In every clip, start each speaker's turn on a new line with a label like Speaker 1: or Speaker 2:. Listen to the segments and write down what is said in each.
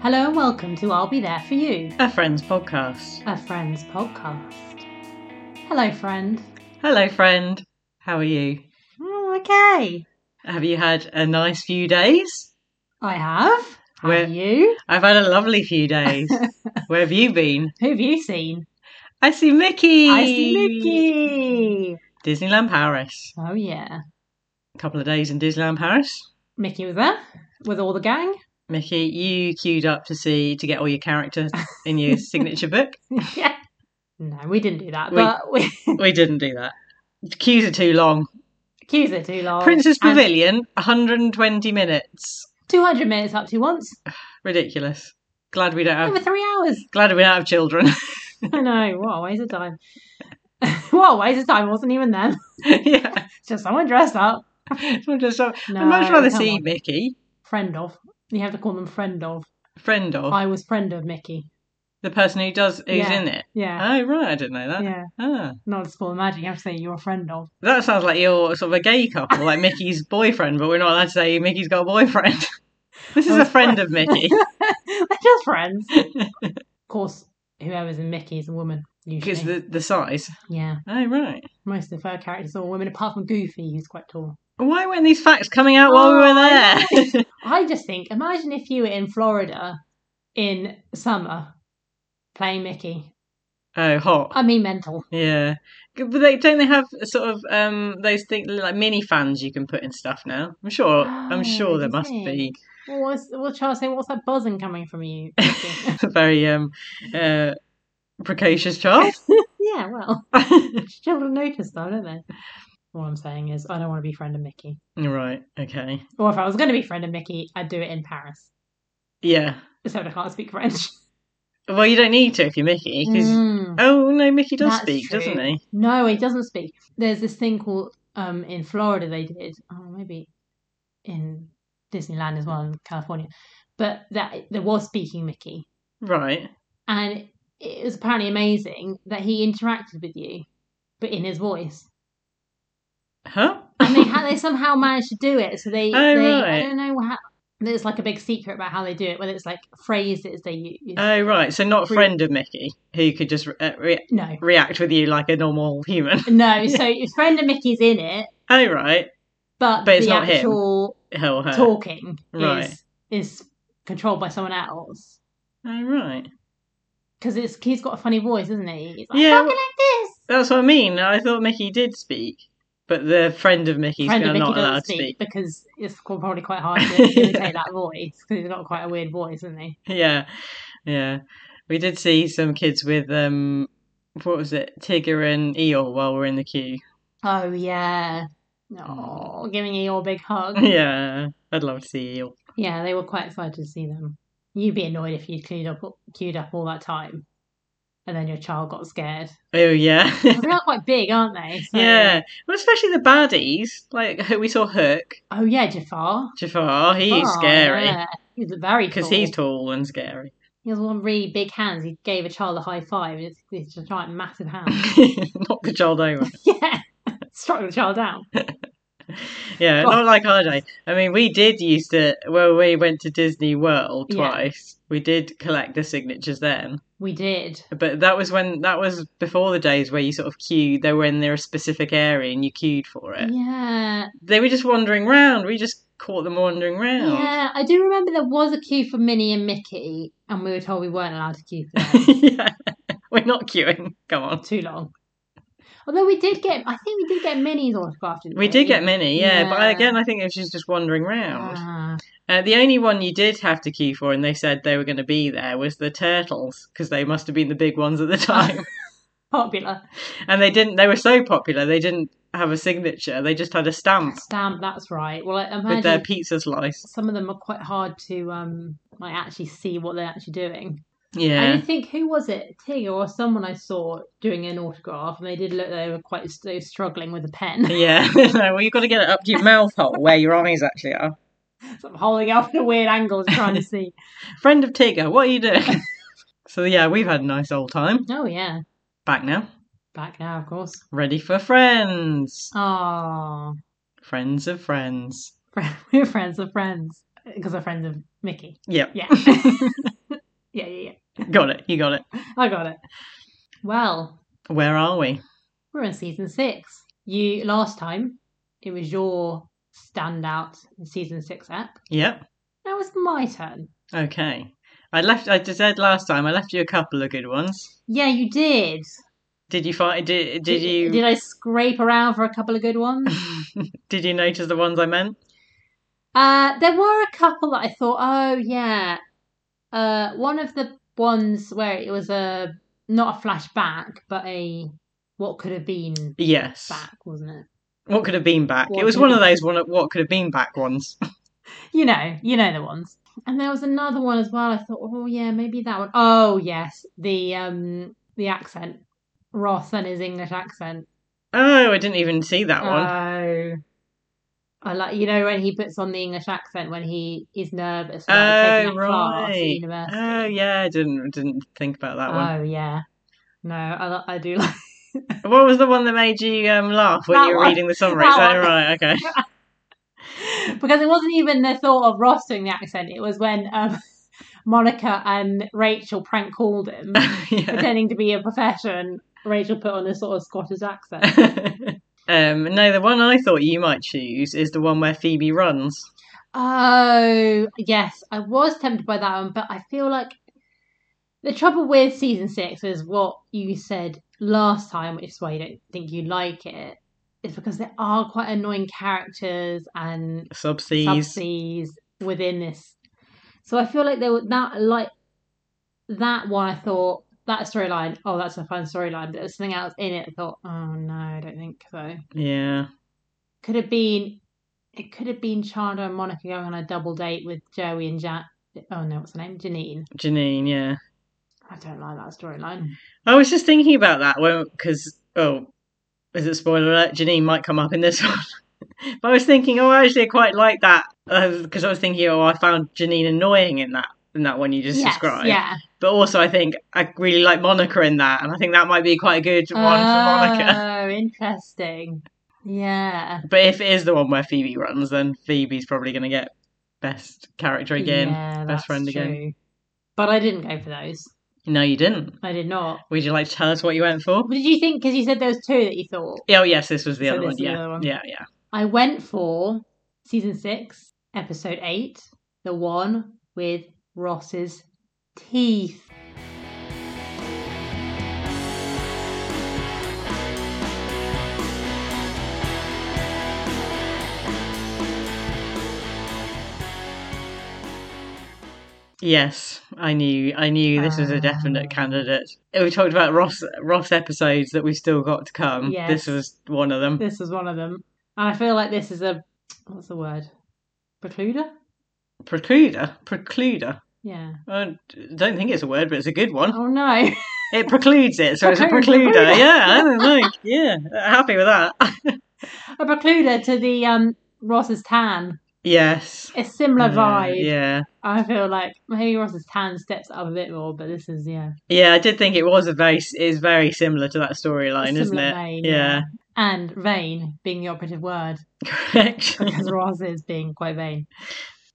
Speaker 1: Hello and welcome to I'll Be There For You,
Speaker 2: A Friends podcast.
Speaker 1: a Friends podcast. Hello, friend.
Speaker 2: Hello, friend. How are you?
Speaker 1: Oh, okay.
Speaker 2: Have you had a nice few days?
Speaker 1: I have. How
Speaker 2: Where-
Speaker 1: are you?
Speaker 2: I've had a lovely few days. Where have you been?
Speaker 1: Who have you seen?
Speaker 2: I see Mickey.
Speaker 1: I see Mickey.
Speaker 2: Disneyland Paris.
Speaker 1: Oh, yeah.
Speaker 2: A couple of days in Disneyland Paris.
Speaker 1: Mickey was there with all the gang.
Speaker 2: Mickey, you queued up to see to get all your characters in your signature book.
Speaker 1: yeah. No, we didn't do that,
Speaker 2: We-
Speaker 1: but we
Speaker 2: We didn't do that. The queues are too long.
Speaker 1: queues are too long.
Speaker 2: Princess
Speaker 1: Oh, And
Speaker 2: Pavilion, 120 minutes.
Speaker 1: 200 minutes up to once.
Speaker 2: Ridiculous. Glad we don't
Speaker 1: Over
Speaker 2: have.
Speaker 1: three hours.
Speaker 2: Glad we don't have children.
Speaker 1: I know. What a waste of time. what a waste of time. Wasn't even them.
Speaker 2: yeah.
Speaker 1: Just someone dressed up.
Speaker 2: Someone just-
Speaker 1: No,
Speaker 2: I'd much rather
Speaker 1: come
Speaker 2: see
Speaker 1: on.
Speaker 2: Mickey,
Speaker 1: friend of. You have to call them friend of.
Speaker 2: friend of
Speaker 1: I was friend of Mickey.
Speaker 2: the person who does who's
Speaker 1: Yeah.
Speaker 2: in it.
Speaker 1: Yeah.
Speaker 2: Oh right, I didn't know that.
Speaker 1: yeah.
Speaker 2: Ah.
Speaker 1: Not to spoil the magic. You have to say you're a friend of.
Speaker 2: That sounds like you're sort of a gay couple, like Mickey's boyfriend, but we're not allowed to say Mickey's got a boyfriend. this is
Speaker 1: Well,
Speaker 2: a friend of Mickey.
Speaker 1: They're just friends. of course, whoever's in Mickey is a woman, usually.
Speaker 2: Because the the size.
Speaker 1: Yeah.
Speaker 2: Oh right.
Speaker 1: Most of her characters are women, apart from Goofy, who's quite tall.
Speaker 2: Why weren't these facts coming out while
Speaker 1: Oh,
Speaker 2: we were
Speaker 1: I
Speaker 2: there?
Speaker 1: I just think imagine if you were in Florida in summer playing Mickey.
Speaker 2: oh hot.
Speaker 1: I mean, mental.
Speaker 2: Yeah. But they don't they have sort of um those things like mini fans you can put in stuff now. I'm sure
Speaker 1: Oh,
Speaker 2: I'm sure there
Speaker 1: do you
Speaker 2: must be
Speaker 1: think? What was, what's Charles saying? What's that buzzing coming from you? Mickey?
Speaker 2: very um uh precocious child.
Speaker 1: yeah, well, children notice though, don't they? All I'm saying is, I don't want to be friend of Mickey.
Speaker 2: right, okay.
Speaker 1: Or if I was going to be friend of Mickey, I'd do it in Paris.
Speaker 2: Yeah.
Speaker 1: Except I can't speak French.
Speaker 2: Well you don't need to if you're Mickey, 'cause-
Speaker 1: Mm.
Speaker 2: Oh no, Mickey does
Speaker 1: That's
Speaker 2: speak, doesn't
Speaker 1: true.
Speaker 2: he?
Speaker 1: No, he doesn't speak. There's this thing called um in Florida they did. Oh, maybe in Disneyland as well in California, but that there was speaking Mickey,
Speaker 2: Right.
Speaker 1: and it was apparently amazing that he interacted with you, but in his voice.
Speaker 2: Huh?
Speaker 1: and they ha- they somehow managed to do it. So they,
Speaker 2: Oh,
Speaker 1: they I
Speaker 2: right.
Speaker 1: don't know how. There's like a big secret about how they do it, whether it's like phrases they use.
Speaker 2: oh right, so not
Speaker 1: Re-
Speaker 2: friend of Mickey who could just re- uh, re-
Speaker 1: no,
Speaker 2: react with you like a normal human.
Speaker 1: no. So your friend of Mickey's in it,
Speaker 2: oh right,
Speaker 1: but,
Speaker 2: But it's
Speaker 1: the
Speaker 2: not him.
Speaker 1: actual
Speaker 2: hell her.
Speaker 1: talking
Speaker 2: Right.
Speaker 1: is is controlled by someone else
Speaker 2: Oh right,
Speaker 1: because it's he's got a funny voice, isn't he? He's like,
Speaker 2: Yeah,
Speaker 1: talking like this.
Speaker 2: that's what I mean. I thought Mickey did speak, but the friend of Mickey's
Speaker 1: friend of
Speaker 2: gonna
Speaker 1: Mickey
Speaker 2: not
Speaker 1: doesn't
Speaker 2: allowed
Speaker 1: speak,
Speaker 2: to speak.
Speaker 1: because it's probably quite hard to imitate that voice because he's got quite a weird voice, isn't he?
Speaker 2: Yeah, yeah. We did see some kids with um, what was it, Tigger and Eeyore while we we're in the queue.
Speaker 1: Oh yeah. Oh, giving you your big hug.
Speaker 2: yeah, I'd love to see Eeyore.
Speaker 1: Yeah, they were quite excited to see them. You'd be annoyed if you'd queued up, queued up all that time, and then your child got scared.
Speaker 2: Oh yeah,
Speaker 1: 'Cause they are quite big, aren't they? So-
Speaker 2: yeah. Well, especially the baddies. Like we saw Hook,
Speaker 1: Oh yeah, Jafar.
Speaker 2: Jafar. He's
Speaker 1: Jafar,
Speaker 2: scary
Speaker 1: yeah. He's very
Speaker 2: because
Speaker 1: tall.
Speaker 2: he's tall and scary.
Speaker 1: He has one really big hands. He gave a child a high five. It's, it's a giant, massive hand.
Speaker 2: Knock the child over.
Speaker 1: yeah, struck the child down.
Speaker 2: Yeah,
Speaker 1: God.
Speaker 2: not like our day. I mean, we did used to. Well, we went to Disney World
Speaker 1: Yeah.
Speaker 2: twice. We did collect the signatures then.
Speaker 1: We did.
Speaker 2: But that was when that was before the days where you sort of queued. They were in their specific area and you queued for it.
Speaker 1: Yeah,
Speaker 2: They were just wandering round. We just caught them wandering round.
Speaker 1: yeah. I do remember there was a queue for Minnie and Mickey, and we were told we weren't allowed to queue for them.
Speaker 2: Yeah. we're not queuing. Come on.
Speaker 1: too long. Although we did get, I think we did get Minnie's autograph. Didn't we,
Speaker 2: We did get Minnie, yeah,
Speaker 1: Yeah.
Speaker 2: but again, I think it was just just wandering round.
Speaker 1: Ah,
Speaker 2: Uh, the only one you did have to queue for, and they said they were going to be there, was the turtles because they must have been the big ones at the time.
Speaker 1: popular
Speaker 2: and they didn't. They were so popular, they didn't have a signature. They just had a stamp
Speaker 1: stamp. That's right. Well, I
Speaker 2: Hmm. with their
Speaker 1: imagine
Speaker 2: pizza slice.
Speaker 1: some of them are quite hard to um like actually see what they're actually doing. And
Speaker 2: Yeah.
Speaker 1: I think who was it, Tigger or someone I saw doing an autograph, and they did look they were quite they were struggling with a pen,
Speaker 2: Yeah, no, well, you've got to get it up to your mouth hole where your eyes actually are.
Speaker 1: sort of holding up at a weird angle, trying to see.
Speaker 2: Friend of Tigger, what are you doing? so, yeah, we've had a nice old time.
Speaker 1: Oh yeah,
Speaker 2: Back now,
Speaker 1: back now of course.
Speaker 2: ready for friends.
Speaker 1: Ah,
Speaker 2: Friends of friends.
Speaker 1: we're friends of friends because we're friends of Mickey.
Speaker 2: Yeah.
Speaker 1: Yeah. yeah, yeah, yeah.
Speaker 2: Got it. You got it.
Speaker 1: I got it. Well,
Speaker 2: Where are we?
Speaker 1: we're in season six. You last time it was your standout in season six app.
Speaker 2: Yep.
Speaker 1: Now it's my turn.
Speaker 2: Okay. I left. I said last time. I left you a couple of good ones.
Speaker 1: Yeah, you did.
Speaker 2: Did you find? Did did you
Speaker 1: Did I scrape around for a couple of good ones?
Speaker 2: did you notice the ones I meant?
Speaker 1: Uh, there were a couple that I thought, oh yeah. Uh, one of the ones where it was a not a flashback, but a what could have been
Speaker 2: Yes.
Speaker 1: back, wasn't it?
Speaker 2: What could have been back?
Speaker 1: What
Speaker 2: it was
Speaker 1: could
Speaker 2: one
Speaker 1: have
Speaker 2: of those one. What could have been back ones.
Speaker 1: You know, you know the ones. And there was another one as well. I thought, oh yeah, maybe that one. Oh yes, the um the accent, Ross and his English accent.
Speaker 2: Oh, I didn't even see that one.
Speaker 1: Oh. I like you know when he puts on the English accent when he is nervous about
Speaker 2: Oh,
Speaker 1: taking a class at
Speaker 2: right.
Speaker 1: university.
Speaker 2: Oh yeah, I didn't didn't think about that one.
Speaker 1: Oh yeah, no, I li- I do like.
Speaker 2: What was the one that made you um, laugh when
Speaker 1: Ah. That
Speaker 2: you were
Speaker 1: one.
Speaker 2: reading the summary?
Speaker 1: That
Speaker 2: So,
Speaker 1: one.
Speaker 2: right, okay.
Speaker 1: because it wasn't even the thought of Ross doing the accent. It was when um, Monica and Rachel prank called him,
Speaker 2: Yeah.
Speaker 1: pretending to be a professor, and Rachel put on a sort of Scottish accent.
Speaker 2: um, no, the one I thought you might choose is the one where Phoebe runs.
Speaker 1: oh yes, I was tempted by that one, but I feel like the trouble with season six is what you said last time, which is why you don't think you like it. Is because there are quite annoying characters and
Speaker 2: Subseas.
Speaker 1: subseas within this. So I feel like there was that like that one. I thought that storyline. Oh, that's a fun storyline, but there was something else in it. I thought, oh no, I don't think so.
Speaker 2: Yeah.
Speaker 1: Could have been. It could have been Chandra and Monica going on a double date with Joey and Jack. Oh no, what's her name? Janine.
Speaker 2: Janine, yeah.
Speaker 1: I don't like that storyline.
Speaker 2: I was just thinking about that because, oh, is it spoiler alert? Janine might come up in this one. but I was thinking, oh, I actually quite like that because I was thinking, oh, I found Janine annoying in that in that one you just
Speaker 1: Yes,
Speaker 2: described.
Speaker 1: yeah.
Speaker 2: But also, I think I really like Monica in that, and I think that might be quite a good one for Monica.
Speaker 1: Oh, interesting. Yeah.
Speaker 2: But if it is the one where Phoebe runs, then Phoebe's probably going to get best character again,
Speaker 1: yeah,
Speaker 2: best friend
Speaker 1: that's
Speaker 2: again.
Speaker 1: true. But I didn't go for those.
Speaker 2: No, you didn't.
Speaker 1: I did not.
Speaker 2: Would you like to tell us what you went for?
Speaker 1: What did you think? Because you said there was two that you thought.
Speaker 2: Oh, yes, this was the
Speaker 1: So
Speaker 2: other
Speaker 1: this
Speaker 2: one.
Speaker 1: is the
Speaker 2: yeah,
Speaker 1: other one.
Speaker 2: yeah, yeah.
Speaker 1: I went for season six, episode eight, the one with Ross's teeth.
Speaker 2: Yes, I knew. I knew this was a definite
Speaker 1: Ah.
Speaker 2: candidate. We talked about Ross Ross episodes that we've still got to come.
Speaker 1: Yes.
Speaker 2: This was one of them.
Speaker 1: This was one of them, and I feel like this is a what's the word? Precluder?
Speaker 2: Precluder, precluder.
Speaker 1: Yeah.
Speaker 2: I don't think it's a word, but it's a good one.
Speaker 1: Oh no.
Speaker 2: It precludes it, so it's a
Speaker 1: Preclude,
Speaker 2: precluder.
Speaker 1: precluder.
Speaker 2: Yeah, I don't know. Yeah, happy with that.
Speaker 1: a precluder to the um Ross's tan.
Speaker 2: Yes.
Speaker 1: A similar
Speaker 2: Yeah,
Speaker 1: vibe.
Speaker 2: Yeah.
Speaker 1: I feel like maybe Ross's tan steps up a bit more, but this is yeah.
Speaker 2: Yeah, I did think it was a very is very similar to that
Speaker 1: a
Speaker 2: storyline, isn't
Speaker 1: similar
Speaker 2: it?
Speaker 1: vein,
Speaker 2: yeah.
Speaker 1: And vein being the operative word.
Speaker 2: Correct.
Speaker 1: because Ross is being quite vain.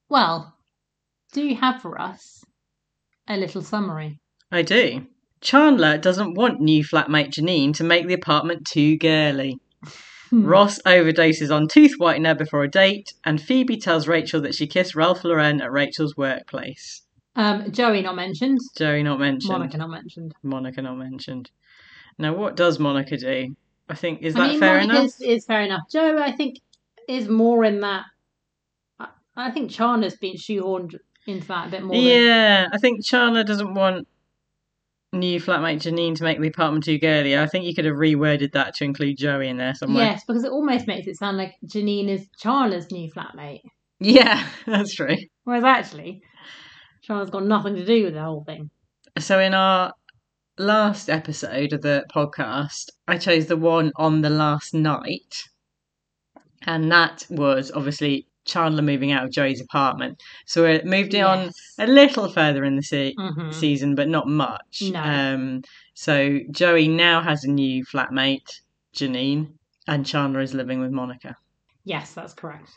Speaker 1: Well, do you have for us a little summary?
Speaker 2: I do. Chandler doesn't want new flatmate Janine to make the apartment too girly.
Speaker 1: Hmm.
Speaker 2: Ross overdoses on tooth whitener before a date, and Phoebe tells Rachel that she kissed Ralph Lauren at Rachel's workplace.
Speaker 1: Um, Joey not mentioned.
Speaker 2: Joey not mentioned.
Speaker 1: Monica not mentioned.
Speaker 2: Monica not mentioned. Now, what does Monica do? I think is that
Speaker 1: I mean,
Speaker 2: fair
Speaker 1: Monica
Speaker 2: enough?
Speaker 1: Is, is fair enough. Joey, I think, is more in that. I, I think Chandler's been shoehorned into that a bit more. than-
Speaker 2: Yeah, I think Chandler doesn't want new flatmate Janine to make the apartment too girly. I think you could have reworded that to include Joey in there somewhere.
Speaker 1: Yes, because it almost makes it sound like Janine is Chandler's new flatmate,
Speaker 2: Yeah, that's true.
Speaker 1: whereas actually, Chandler's got nothing to do with the whole thing.
Speaker 2: So in our last episode of the podcast, I chose the one on the last night, and that was obviously Chandler moving out of Joey's apartment. So it moved on a little further in the se-
Speaker 1: Mhm.
Speaker 2: season, but not much.
Speaker 1: No.
Speaker 2: Um, so Joey now has a new flatmate, Janine, and Chandler is living with Monica.
Speaker 1: Yes, that's correct.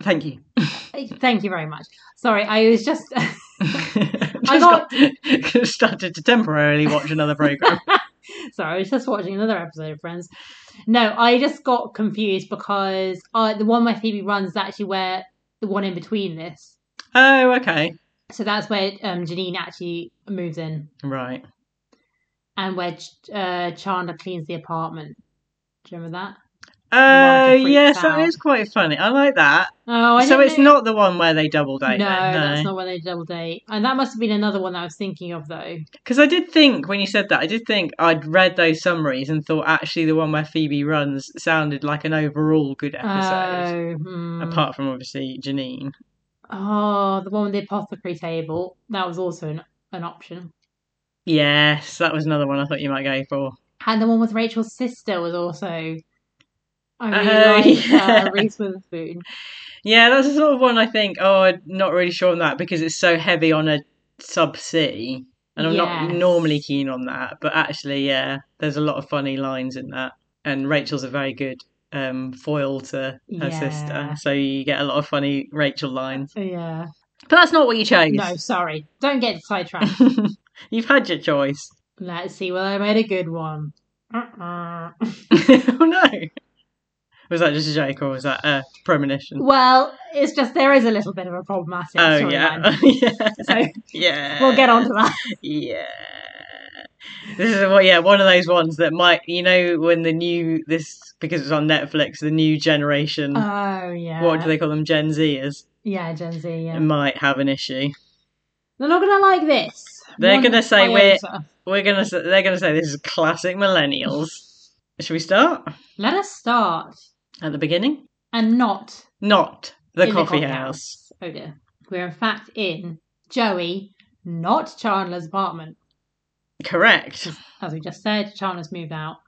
Speaker 2: Thank you.
Speaker 1: Thank you very much. Sorry, I was just.
Speaker 2: Just
Speaker 1: got-
Speaker 2: got- started to temporarily watch another program.
Speaker 1: Sorry, I was just watching another episode of Friends. No, I just got confused because uh, the one where Phoebe runs is actually where the one in between this.
Speaker 2: oh, okay.
Speaker 1: So that's where um, Janine actually moves in
Speaker 2: Right.
Speaker 1: and where Ch- uh, Chandler cleans the apartment. Do you remember that?
Speaker 2: Oh,
Speaker 1: Miranda freaks
Speaker 2: yes,
Speaker 1: out.
Speaker 2: that is quite funny. I like that.
Speaker 1: Oh, I
Speaker 2: so
Speaker 1: didn't
Speaker 2: it's
Speaker 1: know-
Speaker 2: not the one where they double
Speaker 1: No,
Speaker 2: date.
Speaker 1: that's
Speaker 2: then, no.
Speaker 1: not where they double date. And that must have been another one that I was thinking of, though.
Speaker 2: Because I did think when you said that, I did think I'd read those summaries and thought actually the one where Phoebe runs sounded like an overall good episode.
Speaker 1: Oh, hmm.
Speaker 2: Apart from obviously Janine.
Speaker 1: oh, the one with the apothecary table. That was also an, an option.
Speaker 2: Yes, that was another one I thought you might go for.
Speaker 1: And the one with Rachel's sister was also. I really
Speaker 2: Oh,
Speaker 1: like
Speaker 2: yeah.
Speaker 1: uh, Reese Witherspoon.
Speaker 2: Yeah, that's the sort of one I think, oh, I'm not really sure on that because it's so heavy on a sub C. And I'm not
Speaker 1: Yes.
Speaker 2: normally keen on that. But actually, yeah, there's a lot of funny lines in that. And Rachel's a very good um, foil to her
Speaker 1: Yeah.
Speaker 2: sister. So you get a lot of funny Rachel lines.
Speaker 1: Yeah.
Speaker 2: But that's not what you chose.
Speaker 1: No, sorry. Don't get sidetracked.
Speaker 2: You've had your choice.
Speaker 1: Let's see whether I made a good one. Uh-uh.
Speaker 2: oh no. Was that just a joke or was that a premonition?
Speaker 1: Well, it's just there is a little bit of a problematic
Speaker 2: oh
Speaker 1: storyline.
Speaker 2: yeah. yeah.
Speaker 1: So
Speaker 2: Yeah.
Speaker 1: we'll get on to that.
Speaker 2: Yeah. This is what yeah, one of those ones that might you know when the new this because it's on Netflix, the new generation
Speaker 1: Oh yeah.
Speaker 2: what do they Um, call them, Gen Zers
Speaker 1: Yeah, Gen Z. Yeah.
Speaker 2: might have an issue.
Speaker 1: They're not gonna like this.
Speaker 2: They're
Speaker 1: One
Speaker 2: gonna say we're-
Speaker 1: iota.
Speaker 2: We're gonna s- they're gonna say this is classic millennials. Should we start?
Speaker 1: Let us start
Speaker 2: At the beginning?
Speaker 1: and not
Speaker 2: Not the
Speaker 1: in
Speaker 2: coffee
Speaker 1: the coffee
Speaker 2: house.
Speaker 1: Oh dear. We're in fact in Joey, not Chandler's apartment.
Speaker 2: Correct.
Speaker 1: As we just said, Chandler's moved out.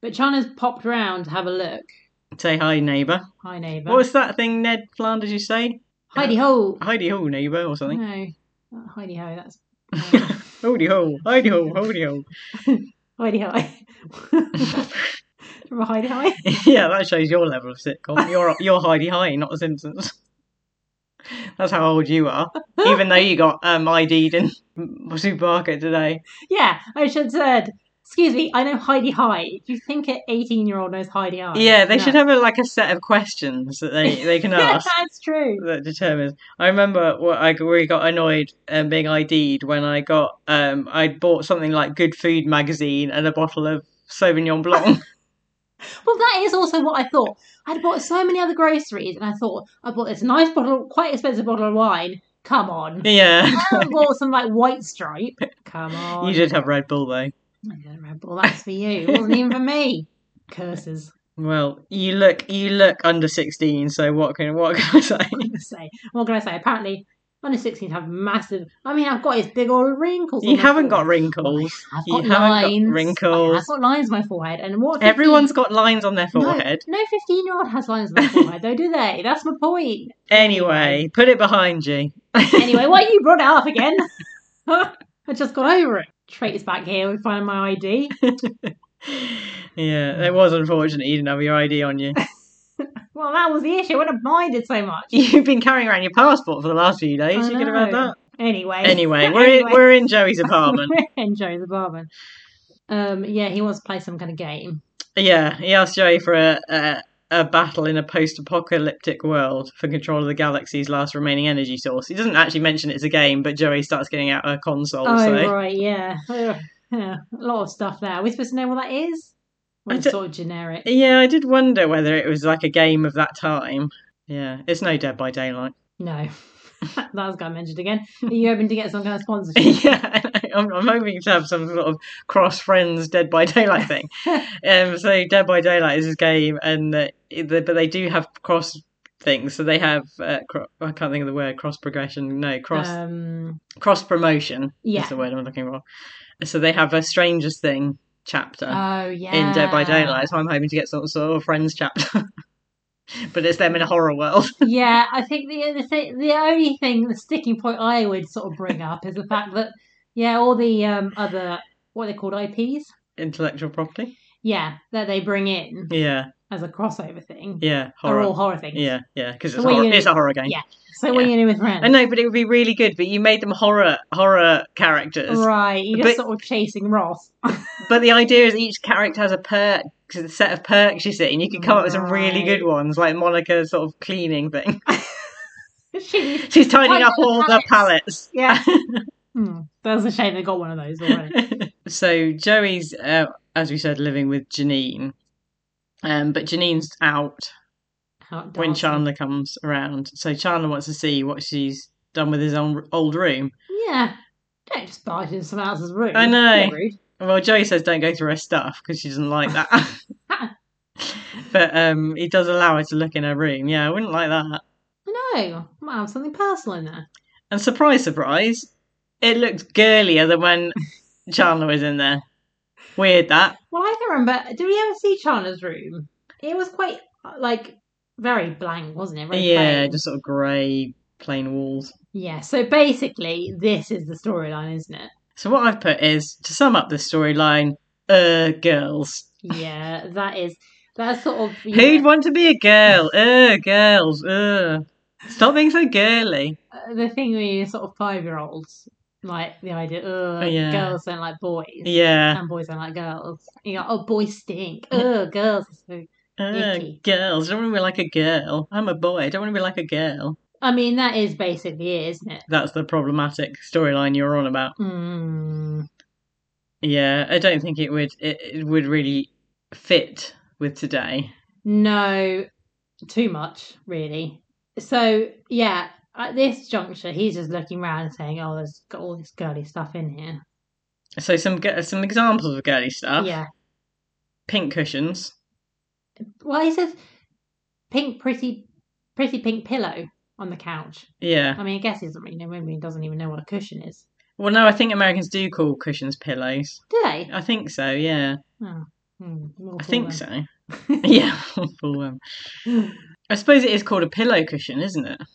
Speaker 1: But Chandler's popped round to have a look.
Speaker 2: Say hi, neighbour.
Speaker 1: Hi neighbour.
Speaker 2: What was that thing Ned Flanders you say?
Speaker 1: Heidi Ho.
Speaker 2: Heidi ho, neighbour, or something.
Speaker 1: No, not Heidi Ho. That's uh,
Speaker 2: Heidi ho, Heidi ho, Heidi ho.
Speaker 1: Heidi Ho. Remember Heidi Ho?
Speaker 2: yeah, that shows your level of sitcom. You're you're Heidi High, not The Simpsons. That's how old you are. Even though you got um, ID'd in m- supermarket today.
Speaker 1: Yeah, I should said. Excuse me, I know Heidi High. Do you think an eighteen-year-old knows Heidi High?
Speaker 2: Yeah, they
Speaker 1: No.
Speaker 2: should have a, like a set of questions that they, they can ask.
Speaker 1: That's true.
Speaker 2: that determines. I remember what I really got annoyed um, being ID'd when I got um I bought something like Good Food magazine and a bottle of Sauvignon Blanc.
Speaker 1: Well, that is also what I thought. I'd bought so many other groceries, and I thought I bought this nice bottle, quite expensive bottle of wine. Come on.
Speaker 2: yeah,
Speaker 1: I haven't bought some like white stripe. Come on.
Speaker 2: you did have Red Bull though.
Speaker 1: I don't remember. Well, that's for you. It wasn't even for me. Curses.
Speaker 2: Well, you look you look under sixteen. So what can what can I say?
Speaker 1: gonna say? What can I say? Apparently, under 16s have massive. I mean, I've got his big old wrinkles. on
Speaker 2: You
Speaker 1: my
Speaker 2: haven't got
Speaker 1: forehead.
Speaker 2: wrinkles.
Speaker 1: I've
Speaker 2: You
Speaker 1: got
Speaker 2: haven't
Speaker 1: lines.
Speaker 2: got
Speaker 1: I
Speaker 2: wrinkles.
Speaker 1: have got lines on my forehead. And what? 15
Speaker 2: Everyone's got lines on their forehead.
Speaker 1: No, no 15 year old has lines on their forehead, though, do they? That's my point.
Speaker 2: Anyway, put it behind you.
Speaker 1: Anyway, why you brought it up again? I just got over it. Traitors back here. We find my ID.
Speaker 2: yeah, it was unfortunate you didn't have your ID on you.
Speaker 1: Well, that was the issue. I wouldn't have minded so much.
Speaker 2: You've been carrying around your passport for the last few days.
Speaker 1: I
Speaker 2: you could have had
Speaker 1: know.
Speaker 2: that.
Speaker 1: Anyway.
Speaker 2: Anyway, we're In, we're in Joey's apartment.
Speaker 1: in Joe's apartment. Um, yeah, he wants to play some kind of game.
Speaker 2: yeah, he asked Joey for a, a a battle in a post-apocalyptic world for control of the galaxy's last remaining energy source. He doesn't actually mention it's a game, but Joey starts getting out a console.
Speaker 1: Oh
Speaker 2: so.
Speaker 1: right, yeah. Ugh, yeah. A lot of stuff there. Are we supposed to know what that is? Or
Speaker 2: I
Speaker 1: it's
Speaker 2: don't-
Speaker 1: sort of generic.
Speaker 2: Yeah, I did wonder whether it was like a game of that time. Yeah, it's no Dead by Daylight.
Speaker 1: No. that was going mentioned again. Are you hoping to get some kind of sponsorship?
Speaker 2: yeah, I'm, I'm hoping to have some sort of cross friends Dead by Daylight thing. um, so Dead by Daylight is this game, and the, the, but they do have cross things. So they have uh, cro- I can't think of the word cross progression. No, cross
Speaker 1: Um,
Speaker 2: cross promotion
Speaker 1: yeah.
Speaker 2: is the word I'm looking for. So they have a Strangest Thing chapter.
Speaker 1: oh yeah.
Speaker 2: Uh, in Dead by Daylight, so I'm hoping to get some sort of friends chapter. but it's them in a horror world.
Speaker 1: yeah, I think the the, thi- the only thing, the sticking point I would sort of bring up is the fact that yeah, all the um, other what are they called IPs,
Speaker 2: intellectual property.
Speaker 1: yeah, that they bring in
Speaker 2: Yeah.
Speaker 1: as a crossover thing
Speaker 2: Yeah,
Speaker 1: are
Speaker 2: horror.
Speaker 1: all horror things.
Speaker 2: Yeah, yeah, because it's,
Speaker 1: Oh. what
Speaker 2: a
Speaker 1: are
Speaker 2: horror-
Speaker 1: you gonna
Speaker 2: it's a horror game.
Speaker 1: Yeah. So what are you doing with Ren?
Speaker 2: I know, but it would be really good. But you made them horror horror characters.
Speaker 1: Right, you're just
Speaker 2: But-
Speaker 1: sort of chasing Ross.
Speaker 2: But the idea is each character has a perk, a set of perks you see, and you could come up with some really
Speaker 1: Right.
Speaker 2: good ones, like Monica's sort of cleaning thing.
Speaker 1: She-
Speaker 2: She's tidying
Speaker 1: Tidying
Speaker 2: up
Speaker 1: the
Speaker 2: all the pallets.
Speaker 1: yeah. Hmm, that's a shame they got one of those already.
Speaker 2: so Joey's, uh, as we said, living with Janine. Um, but Janine's out
Speaker 1: How it
Speaker 2: when
Speaker 1: does.
Speaker 2: Chandler comes around. So Chandler wants to see what she's done with his own old room.
Speaker 1: Yeah. Don't just barge into someone else's room.
Speaker 2: I know.
Speaker 1: Bit rude.
Speaker 2: Well, Joey says don't go through her stuff because she doesn't like that. but um, he does allow her to look in her room. Yeah, I wouldn't like that.
Speaker 1: I know. Might have something personal in there.
Speaker 2: And surprise, surprise, it looks girlier than when Chandler was in there. Weird that.
Speaker 1: Well, I can remember. Did we ever see Chandler's room? It was quite, like, very blank, wasn't it? Very
Speaker 2: yeah,
Speaker 1: plain.
Speaker 2: just sort of grey, plain walls.
Speaker 1: Yeah, so basically, this is the storyline, isn't it?
Speaker 2: So what I've put is to sum up this storyline: uh, girls.
Speaker 1: Yeah, that is. That's sort of. you
Speaker 2: Who'd
Speaker 1: know,
Speaker 2: want to be a girl? Uh, girls. Uh, stop being so girly.
Speaker 1: uh, the thing with you sort of five year olds. Like, the idea, ugh,
Speaker 2: Oh, yeah.
Speaker 1: girls don't like boys.
Speaker 2: Yeah.
Speaker 1: And boys don't like girls. You know, oh, boys stink. Ugh, girls. are so-"
Speaker 2: Uh,
Speaker 1: Icky.
Speaker 2: girls. I don't want to be like a girl. I'm a boy. I don't want to be like a girl.
Speaker 1: I mean, that is basically it, isn't it?
Speaker 2: That's the problematic storyline you're on about.
Speaker 1: Mm,
Speaker 2: Yeah, I don't think it would. It, it would really fit with today.
Speaker 1: no, too much, really. So, yeah, at this juncture, he's just looking around and saying, oh, there's got all this girly stuff in here.
Speaker 2: So some gi- some examples of girly stuff.
Speaker 1: Yeah.
Speaker 2: Pink cushions.
Speaker 1: Well, he says pink, pretty, pretty pink pillow on the couch.
Speaker 2: Yeah.
Speaker 1: I mean, I guess he doesn't really know. Maybe he doesn't even know what a cushion is.
Speaker 2: Well, no, I think Americans do call cushions pillows.
Speaker 1: Do they?
Speaker 2: I think so. Yeah,
Speaker 1: Hmm, we'll
Speaker 2: I
Speaker 1: call
Speaker 2: think
Speaker 1: them.
Speaker 2: so. yeah, for them. I suppose it is called a pillow cushion, isn't it?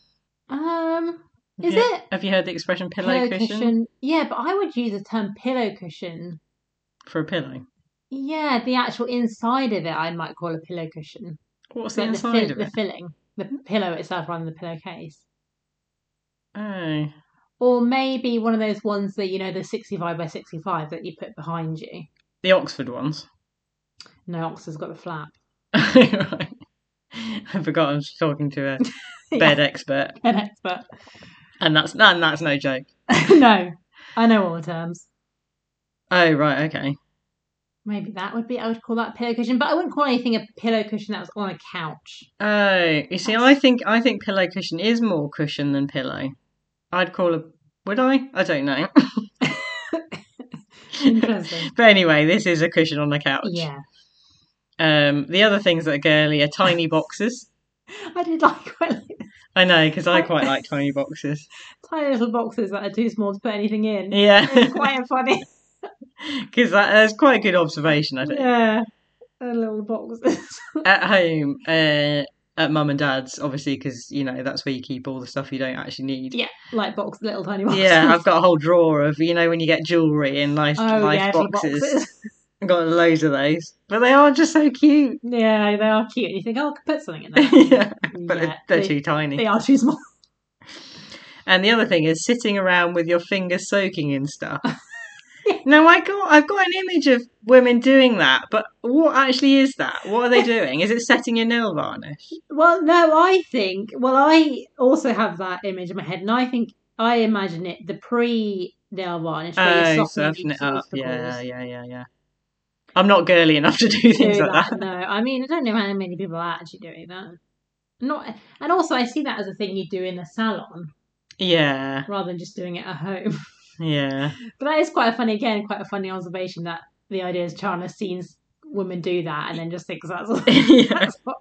Speaker 1: Um, is
Speaker 2: Yeah.
Speaker 1: it
Speaker 2: Have you heard the expression pillow, cushion?
Speaker 1: Yeah, but I would use the term pillow cushion.
Speaker 2: for a pillow?
Speaker 1: Yeah, the actual inside of it, I might call a pillow cushion.
Speaker 2: What's the
Speaker 1: Like
Speaker 2: inside
Speaker 1: the, fill-
Speaker 2: of
Speaker 1: the
Speaker 2: it?
Speaker 1: filling, the pillow itself, rather than the pillowcase.
Speaker 2: Oh,
Speaker 1: Or maybe one of those ones that you know, the sixty-five by sixty-five that you put behind you.
Speaker 2: the Oxford ones.
Speaker 1: No, Oxford's got the flap.
Speaker 2: right. I forgot I was talking to a bed expert,
Speaker 1: an expert.
Speaker 2: and that's and that's no joke.
Speaker 1: no, I know all the terms.
Speaker 2: Oh right, okay.
Speaker 1: Maybe that would be, I would call that a pillow cushion, but I wouldn't call anything a pillow cushion that was on a couch.
Speaker 2: Oh, you see, I think I think pillow cushion is more cushion than pillow. I'd call a would I? I don't know.
Speaker 1: Interesting.
Speaker 2: But anyway, this is a cushion on the couch.
Speaker 1: yeah.
Speaker 2: Um, the other things that are girly are tiny boxes.
Speaker 1: I did like quite like
Speaker 2: I know because I quite like tiny boxes.
Speaker 1: tiny little boxes that are too small to put anything in.
Speaker 2: Yeah,
Speaker 1: It's quite funny.
Speaker 2: because that, that's quite a good observation. I think
Speaker 1: yeah. The little boxes.
Speaker 2: at home, uh, at mum and dad's, obviously, because you know that's where you keep all the stuff you don't actually need.
Speaker 1: yeah. Like box, little tiny boxes.
Speaker 2: Yeah, I've got a whole drawer of you know when you get jewelry in nice
Speaker 1: Oh,
Speaker 2: nice
Speaker 1: yeah, little
Speaker 2: boxes. I've got loads of those, but they are just so cute.
Speaker 1: Yeah, they are cute. You think, oh, I could put something in there.
Speaker 2: yeah, but
Speaker 1: Yeah,
Speaker 2: they're, they're
Speaker 1: they-
Speaker 2: too tiny.
Speaker 1: They are too small.
Speaker 2: And the other thing is sitting around with your fingers soaking in stuff. now I got I've got an image of women doing that, but what actually is that? What are they doing? Is it setting your nail varnish?
Speaker 1: Well, no, I think. Well, I also have that image in my head, and I think I imagine it the pre nail varnish. where
Speaker 2: Oh,
Speaker 1: you're
Speaker 2: soften
Speaker 1: softening
Speaker 2: it up. Yeah,
Speaker 1: obstacles
Speaker 2: yeah, yeah, yeah. I'm not girly enough to do
Speaker 1: to
Speaker 2: things like that.
Speaker 1: that. No, I mean I don't know how many people are actually doing that. Not, and also I see that as a thing you do in the salon
Speaker 2: Yeah,
Speaker 1: rather than just doing it at home.
Speaker 2: yeah.
Speaker 1: But that is quite a funny, again, quite a funny observation that the idea is China sees women do that and then just thinks that's all.
Speaker 2: yeah.
Speaker 1: That's what,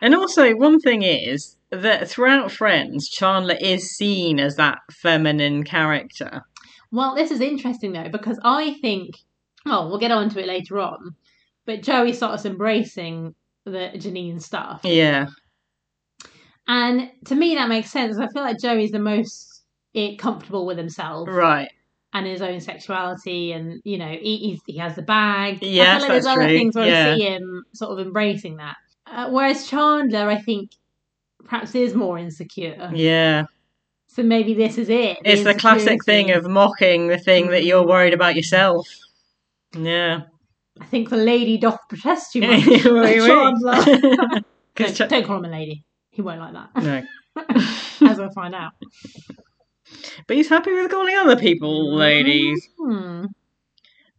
Speaker 2: And also, one thing is that throughout Friends, Chandler is seen as that feminine character.
Speaker 1: well, this is interesting though because I think, oh, we'll get on to it later on. But Joey starts embracing the Janine stuff,
Speaker 2: Yeah,
Speaker 1: and to me that makes sense. I feel like Joey's the most eh, comfortable with himself,
Speaker 2: right.
Speaker 1: and his own sexuality, and you know, he he's, he has the bag.
Speaker 2: Yes,
Speaker 1: I feel like there's
Speaker 2: that's
Speaker 1: other
Speaker 2: true.
Speaker 1: things where
Speaker 2: Yeah.
Speaker 1: I see him sort of embracing that. Uh, whereas Chandler, I think, perhaps is more insecure.
Speaker 2: Yeah.
Speaker 1: So maybe this is it.
Speaker 2: It's the classic thing
Speaker 1: insecurity.
Speaker 2: of mocking the thing that you're worried about yourself. Yeah.
Speaker 1: I think the lady doth protest too much. Chandler.
Speaker 2: Chandler.
Speaker 1: Don't, don't call him a lady. He won't like that,
Speaker 2: no.
Speaker 1: as we'll find out.
Speaker 2: But he's happy with calling other
Speaker 1: Mm.
Speaker 2: people ladies.
Speaker 1: Hmm.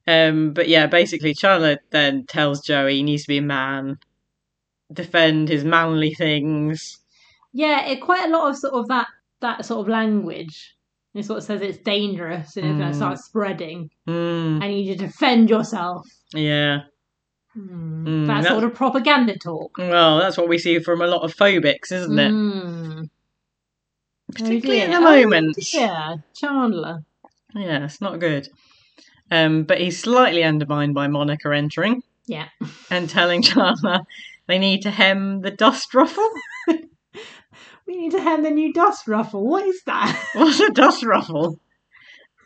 Speaker 2: Um, but yeah, basically, Chandler then tells Joey he needs to be a man, defend his manly things.
Speaker 1: Yeah, it quite a lot of sort of that that sort of language. It sort of says it's dangerous and it's going
Speaker 2: Mm.
Speaker 1: to start spreading.
Speaker 2: Mm,
Speaker 1: I need you to defend yourself.
Speaker 2: yeah.
Speaker 1: Hmm.
Speaker 2: Mm,
Speaker 1: that
Speaker 2: that-
Speaker 1: sort of propaganda talk.
Speaker 2: Well, that's what we see from a lot of phobics, isn't it?
Speaker 1: Hmm.
Speaker 2: Particularly
Speaker 1: Oh
Speaker 2: at
Speaker 1: dear.
Speaker 2: the
Speaker 1: Oh
Speaker 2: moment.
Speaker 1: dear, Chandler.
Speaker 2: Yeah, it's not good. Um, but he's slightly undermined by Monica entering
Speaker 1: Yeah.
Speaker 2: and telling Chandler they need to hem the dust ruffle.
Speaker 1: We need to have the new dust ruffle. What is that?
Speaker 2: What's a dust ruffle?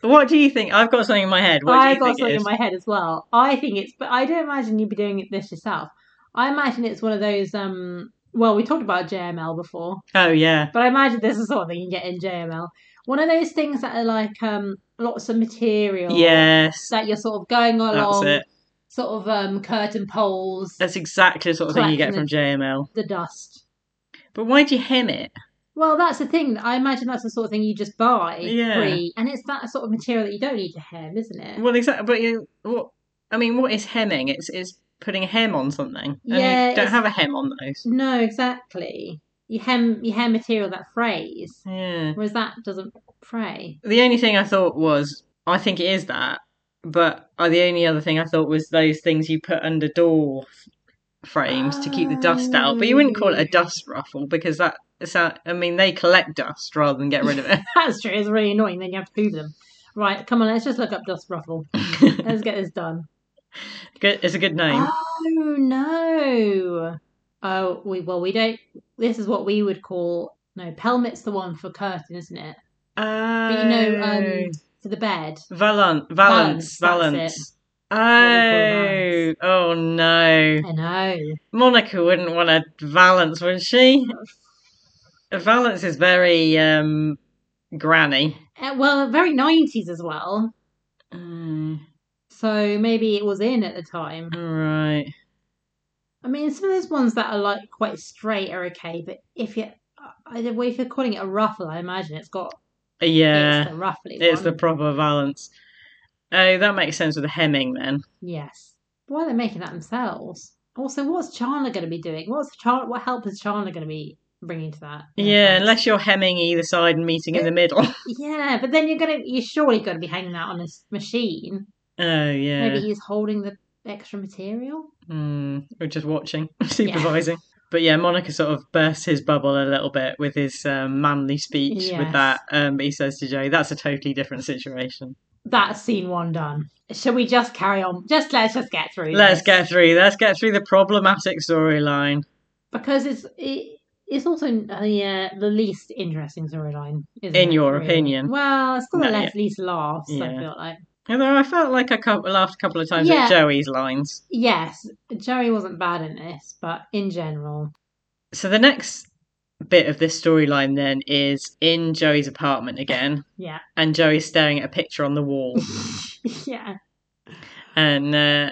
Speaker 2: What do you think? I've got something in my head. What do you
Speaker 1: I've got
Speaker 2: think
Speaker 1: something
Speaker 2: it
Speaker 1: in
Speaker 2: is?
Speaker 1: my head as well. I think it's, but I don't imagine you'd be doing it this yourself. I imagine it's one of those. um Well, we talked about JML before,
Speaker 2: Oh yeah,
Speaker 1: but I imagine this is something you can get in JML. One of those things that are like um lots of material.
Speaker 2: yes,
Speaker 1: That you're sort of going
Speaker 2: that's
Speaker 1: along,
Speaker 2: it.
Speaker 1: sort of um curtain poles,
Speaker 2: That's exactly the sort of thing you get from
Speaker 1: Collecting
Speaker 2: JML.
Speaker 1: the dust.
Speaker 2: But why do you hem it?
Speaker 1: Well, that's the thing. I imagine that's the sort of thing you just buy
Speaker 2: Yeah.
Speaker 1: free, and it's that sort of material that you don't need to hem, isn't it?
Speaker 2: Well, exactly. But you, what? I mean, what is hemming? It's it's putting a hem on something. And
Speaker 1: Yeah,
Speaker 2: you don't
Speaker 1: it's-
Speaker 2: have a hem on those.
Speaker 1: No, exactly. You hem you hem material that frays,
Speaker 2: Yeah.
Speaker 1: whereas that doesn't fray.
Speaker 2: The only thing I thought was, I think it is that. But uh, the only other thing I thought was those things you put under door f- frames to keep the dust out. But you wouldn't call it a dust
Speaker 1: Oh.
Speaker 2: ruffle because that. it's a- I mean, they collect dust rather than get rid of it.
Speaker 1: That's true. It's really annoying. Then you have to move them. Right, come on. Let's just look up dust ruffle. Let's get this done.
Speaker 2: Good- it's a good name.
Speaker 1: Oh no! Oh, we well we don't. This is what we would call no pelmet's the one for curtain, isn't it? But you know,
Speaker 2: Oh.
Speaker 1: um, for the bed.
Speaker 2: Valance,
Speaker 1: Valance,
Speaker 2: Valance,
Speaker 1: that's
Speaker 2: Valance.
Speaker 1: What we
Speaker 2: Oh, oh no.
Speaker 1: I know.
Speaker 2: Monica wouldn't want a Valance, would she? A Valance is very um, granny.
Speaker 1: Uh, well, very nineties as well.
Speaker 2: Mm,
Speaker 1: So maybe it was in at the time.
Speaker 2: all right.
Speaker 1: I mean, some of those ones that are like quite straight are okay, but if you, I, well, if you're calling it a ruffle, I imagine it's got
Speaker 2: Uh, Yeah,
Speaker 1: it's the ruffly
Speaker 2: it's the
Speaker 1: one.
Speaker 2: proper Valance. Oh, that makes sense with the hemming then.
Speaker 1: yes. Why are they making that themselves? Also, what's Chandler going to be doing? What's Char- What help is Chandler going to be bringing to that? in the
Speaker 2: Yeah,
Speaker 1: first-
Speaker 2: unless you're hemming either side and meeting in the middle.
Speaker 1: yeah. But then you're gonna, you're surely going to be hanging that on this machine.
Speaker 2: Oh, yeah.
Speaker 1: Maybe he's holding the extra material.
Speaker 2: Mm, we're just watching, supervising. But yeah, Monica sort of bursts his bubble a little bit with his um, manly speech with
Speaker 1: Yes.
Speaker 2: that. Um, but he says to Joey, that's a totally different situation.
Speaker 1: That's scene one done. Shall we just carry on? Just let's just get through.
Speaker 2: Let's
Speaker 1: this.
Speaker 2: get through. Let's get through the problematic storyline.
Speaker 1: because it's it, it's also the uh, the least interesting storyline. isn't
Speaker 2: In
Speaker 1: it,
Speaker 2: your opinion.
Speaker 1: well, it's got the
Speaker 2: No,
Speaker 1: less, least laughs. I
Speaker 2: Yeah.
Speaker 1: feel like
Speaker 2: Although I felt like I cou- laughed a couple of times
Speaker 1: Yeah.
Speaker 2: at Joey's lines.
Speaker 1: yes, Joey wasn't bad in this, but in general,
Speaker 2: So the next bit of this storyline then is in Joey's apartment again,
Speaker 1: yeah,
Speaker 2: and Joey's staring at a picture on the wall.
Speaker 1: yeah,
Speaker 2: and uh,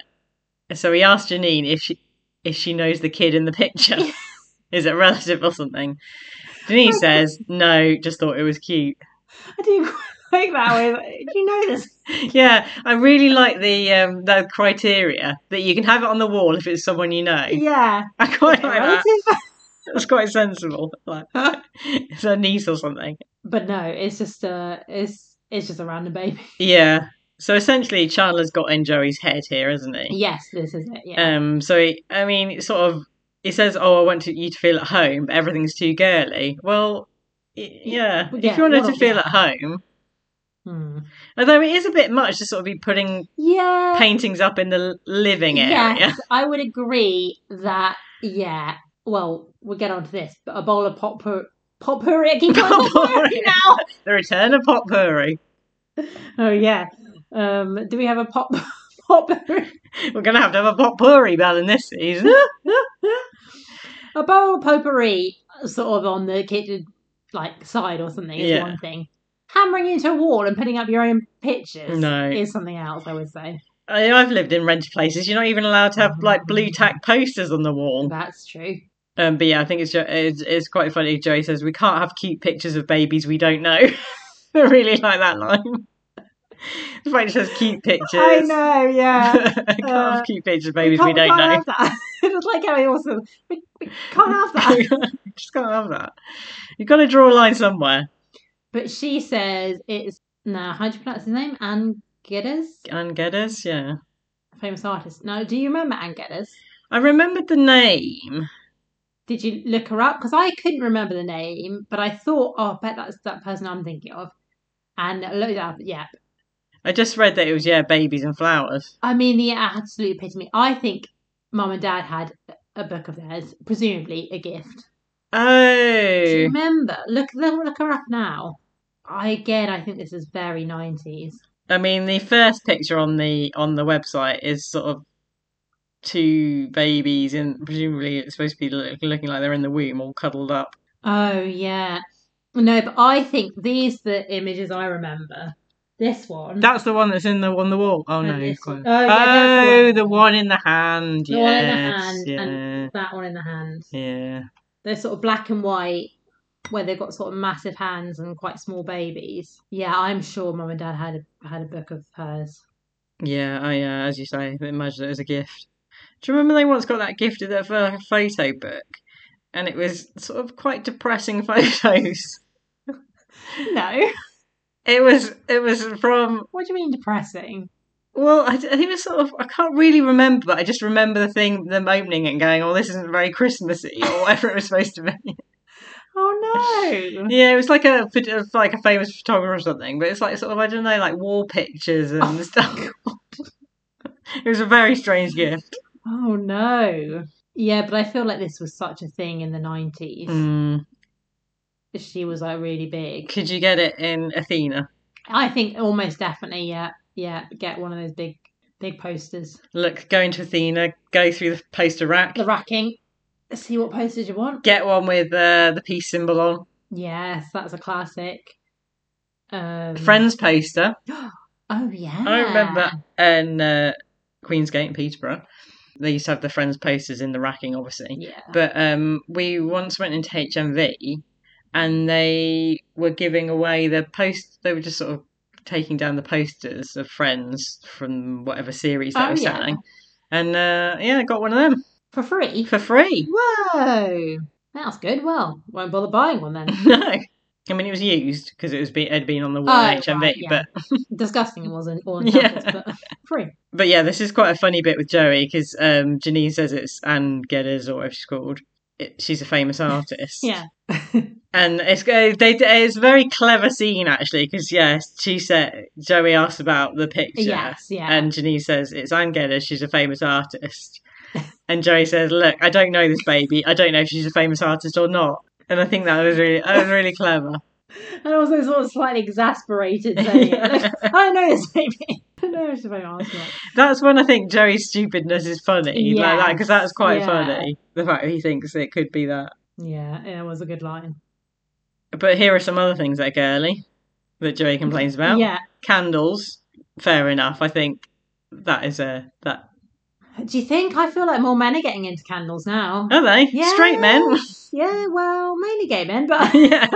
Speaker 2: so he asked Janine if she if she knows the kid in the picture. Is it relative or something? Janine says, No, just thought it was cute.
Speaker 1: I do quite like that. Way. like, Do you know this?
Speaker 2: Yeah, I really like the um the criteria that you can have it on the wall if it's someone you know.
Speaker 1: Yeah,
Speaker 2: I quite like that.
Speaker 1: relative.
Speaker 2: That's quite sensible. Like it's her niece or something.
Speaker 1: But no, it's just a it's it's just a random baby.
Speaker 2: Yeah. So essentially Chandler's got in Joey's head here, isn't he?
Speaker 1: Yes, this is it. Yeah,
Speaker 2: Um, so he, I mean, it's sort of, he says, "Oh, I want to, you to feel at home, but everything's too girly." Well, y- yeah,
Speaker 1: Yeah,
Speaker 2: if you wanted
Speaker 1: well,
Speaker 2: to feel
Speaker 1: yeah.
Speaker 2: at home, Uh,
Speaker 1: Hmm.
Speaker 2: although it is a bit much to sort of be putting
Speaker 1: yeah.
Speaker 2: paintings up in the l- living area.
Speaker 1: Yes, I would agree that. Yeah. Well, we'll get on to this, but a bowl of pot potpourri. I keep calling it potpourri now.
Speaker 2: the return of potpourri.
Speaker 1: Oh yeah. Um, do we have a pop? pop
Speaker 2: We're going to have to have a potpourri bell in this season.
Speaker 1: a bowl of potpourri, sort of on the kitchen like side or something is
Speaker 2: Yeah.
Speaker 1: one thing. Hammering into a wall and putting up your own pictures
Speaker 2: No.
Speaker 1: is something else. I would say
Speaker 2: I mean, I've lived in rented places. You're not even allowed to
Speaker 1: Mm.
Speaker 2: have like blue tack posters on the wall.
Speaker 1: that's true.
Speaker 2: Um, but yeah, I think it's, jo- it's it's quite funny. Joey says we can't have cute pictures of babies we don't know. I really like that line. The fact it says cute pictures.
Speaker 1: I know. Yeah.
Speaker 2: can't
Speaker 1: Uh,
Speaker 2: have cute pictures of babies we,
Speaker 1: can't-
Speaker 2: don't know.
Speaker 1: can't have that. Just like how he also we, we can't have that.
Speaker 2: Just can't have that. You've got to draw a line somewhere.
Speaker 1: but she says it's now how do you pronounce his name? Ann Geddes,
Speaker 2: Anne Geddes, yeah.
Speaker 1: famous artist. Now, do you remember Ann Geddes?
Speaker 2: I remembered the name.
Speaker 1: Did you look her up? Because I couldn't remember the name, but I thought, oh, I bet that's that person I'm thinking of. And I looked it up. Yeah,
Speaker 2: I just read that it was yeah, babies and flowers.
Speaker 1: I mean the absolute epitome. I think mum and dad had a book of theirs, presumably a gift. Do you
Speaker 2: Oh,
Speaker 1: remember? Look, look her up now. I, again, I think this is very nineties.
Speaker 2: I mean the first picture on the on the website is sort of two babies and presumably it's supposed to be look, looking like they're in the womb all cuddled up.
Speaker 1: Oh yeah. No, but I think these the images I remember. This one.
Speaker 2: That's the one that's in the on the wall. Oh
Speaker 1: And
Speaker 2: no,
Speaker 1: this
Speaker 2: it's quite-
Speaker 1: one. Oh, yeah, that's the
Speaker 2: Oh,
Speaker 1: one.
Speaker 2: the one in the hand.
Speaker 1: The
Speaker 2: yes,
Speaker 1: one in the hand
Speaker 2: yeah,
Speaker 1: and- that one in the hand.
Speaker 2: yeah.
Speaker 1: They're sort of black and white where they've got sort of massive hands and quite small babies. Yeah, I'm sure mum and dad had a had a book of hers.
Speaker 2: Yeah, I uh, as you say, I imagine it was a gift. Do you remember they once got that gift of their pho- photo book, and it was sort of quite depressing photos.
Speaker 1: No.
Speaker 2: It was it was from
Speaker 1: What do you mean depressing?
Speaker 2: well, I, I think it was sort of I can't really remember, but I just remember the thing them opening it and going, "Oh, this isn't very Christmassy," or whatever it was supposed to be.
Speaker 1: Oh no.
Speaker 2: Yeah, it was like a phot- it was like a famous photographer or something, but it's like sort of I don't know, like wall pictures and stuff. It was a very strange gift.
Speaker 1: Oh no. Yeah, but I feel like this was such a thing in the 90s.
Speaker 2: Mm.
Speaker 1: She was like really big.
Speaker 2: Could you get it in Athena?
Speaker 1: I think almost definitely, yeah, yeah. Get one of those big, big posters.
Speaker 2: Look, go into Athena, go through the poster rack,
Speaker 1: The racking. See what posters you want.
Speaker 2: get one with uh, the peace symbol on.
Speaker 1: Yes, that's a classic. Um,
Speaker 2: Friends poster.
Speaker 1: Oh yeah.
Speaker 2: I remember in uh, Queensgate in Peterborough, they used to have the Friends posters in the racking, obviously.
Speaker 1: Yeah.
Speaker 2: But um, we once went into HMV and they were giving away the post, they were just sort of taking down the posters of Friends from whatever series they
Speaker 1: Oh,
Speaker 2: were
Speaker 1: yeah.
Speaker 2: selling. And uh, yeah, I got one of them
Speaker 1: For free.
Speaker 2: for free.
Speaker 1: Whoa, that's good. Well, won't bother buying one then.
Speaker 2: No. I mean, it was used because it was be- had been on the wall
Speaker 1: Oh,
Speaker 2: at HMV,
Speaker 1: right, yeah.
Speaker 2: but
Speaker 1: Disgusting it wasn't all
Speaker 2: Yeah.
Speaker 1: yeah. but free.
Speaker 2: but yeah, this is quite a funny bit with Joey because um, Janine says it's Anne Geddes or whatever she's called. It, she's a famous artist.
Speaker 1: Yeah.
Speaker 2: and it's uh, they it's a very clever scene actually because yeah, she said Joey asks about the picture,
Speaker 1: Yes. Yeah.
Speaker 2: and Janine says it's Anne Geddes. She's a famous artist, and Joey says, "Look, I don't know this baby. I don't know if she's a famous artist or not." And I think that was really that was really clever.
Speaker 1: and also sort of slightly exasperated saying it. I don't know this baby. I don't know if it's very honest or not.
Speaker 2: That's when I think Joey's stupidness is funny, like that,
Speaker 1: Yes,
Speaker 2: because that's quite
Speaker 1: yeah.
Speaker 2: funny. The fact that he thinks it could be that.
Speaker 1: Yeah, it was a good line.
Speaker 2: But here are some other things that are girly that Joey complains about.
Speaker 1: Yeah.
Speaker 2: Candles, fair enough. I think that is a that
Speaker 1: Do you think? I feel like more men are getting into candles now.
Speaker 2: are they straight men?
Speaker 1: Yes. Yeah, well, mainly gay men, but
Speaker 2: yeah.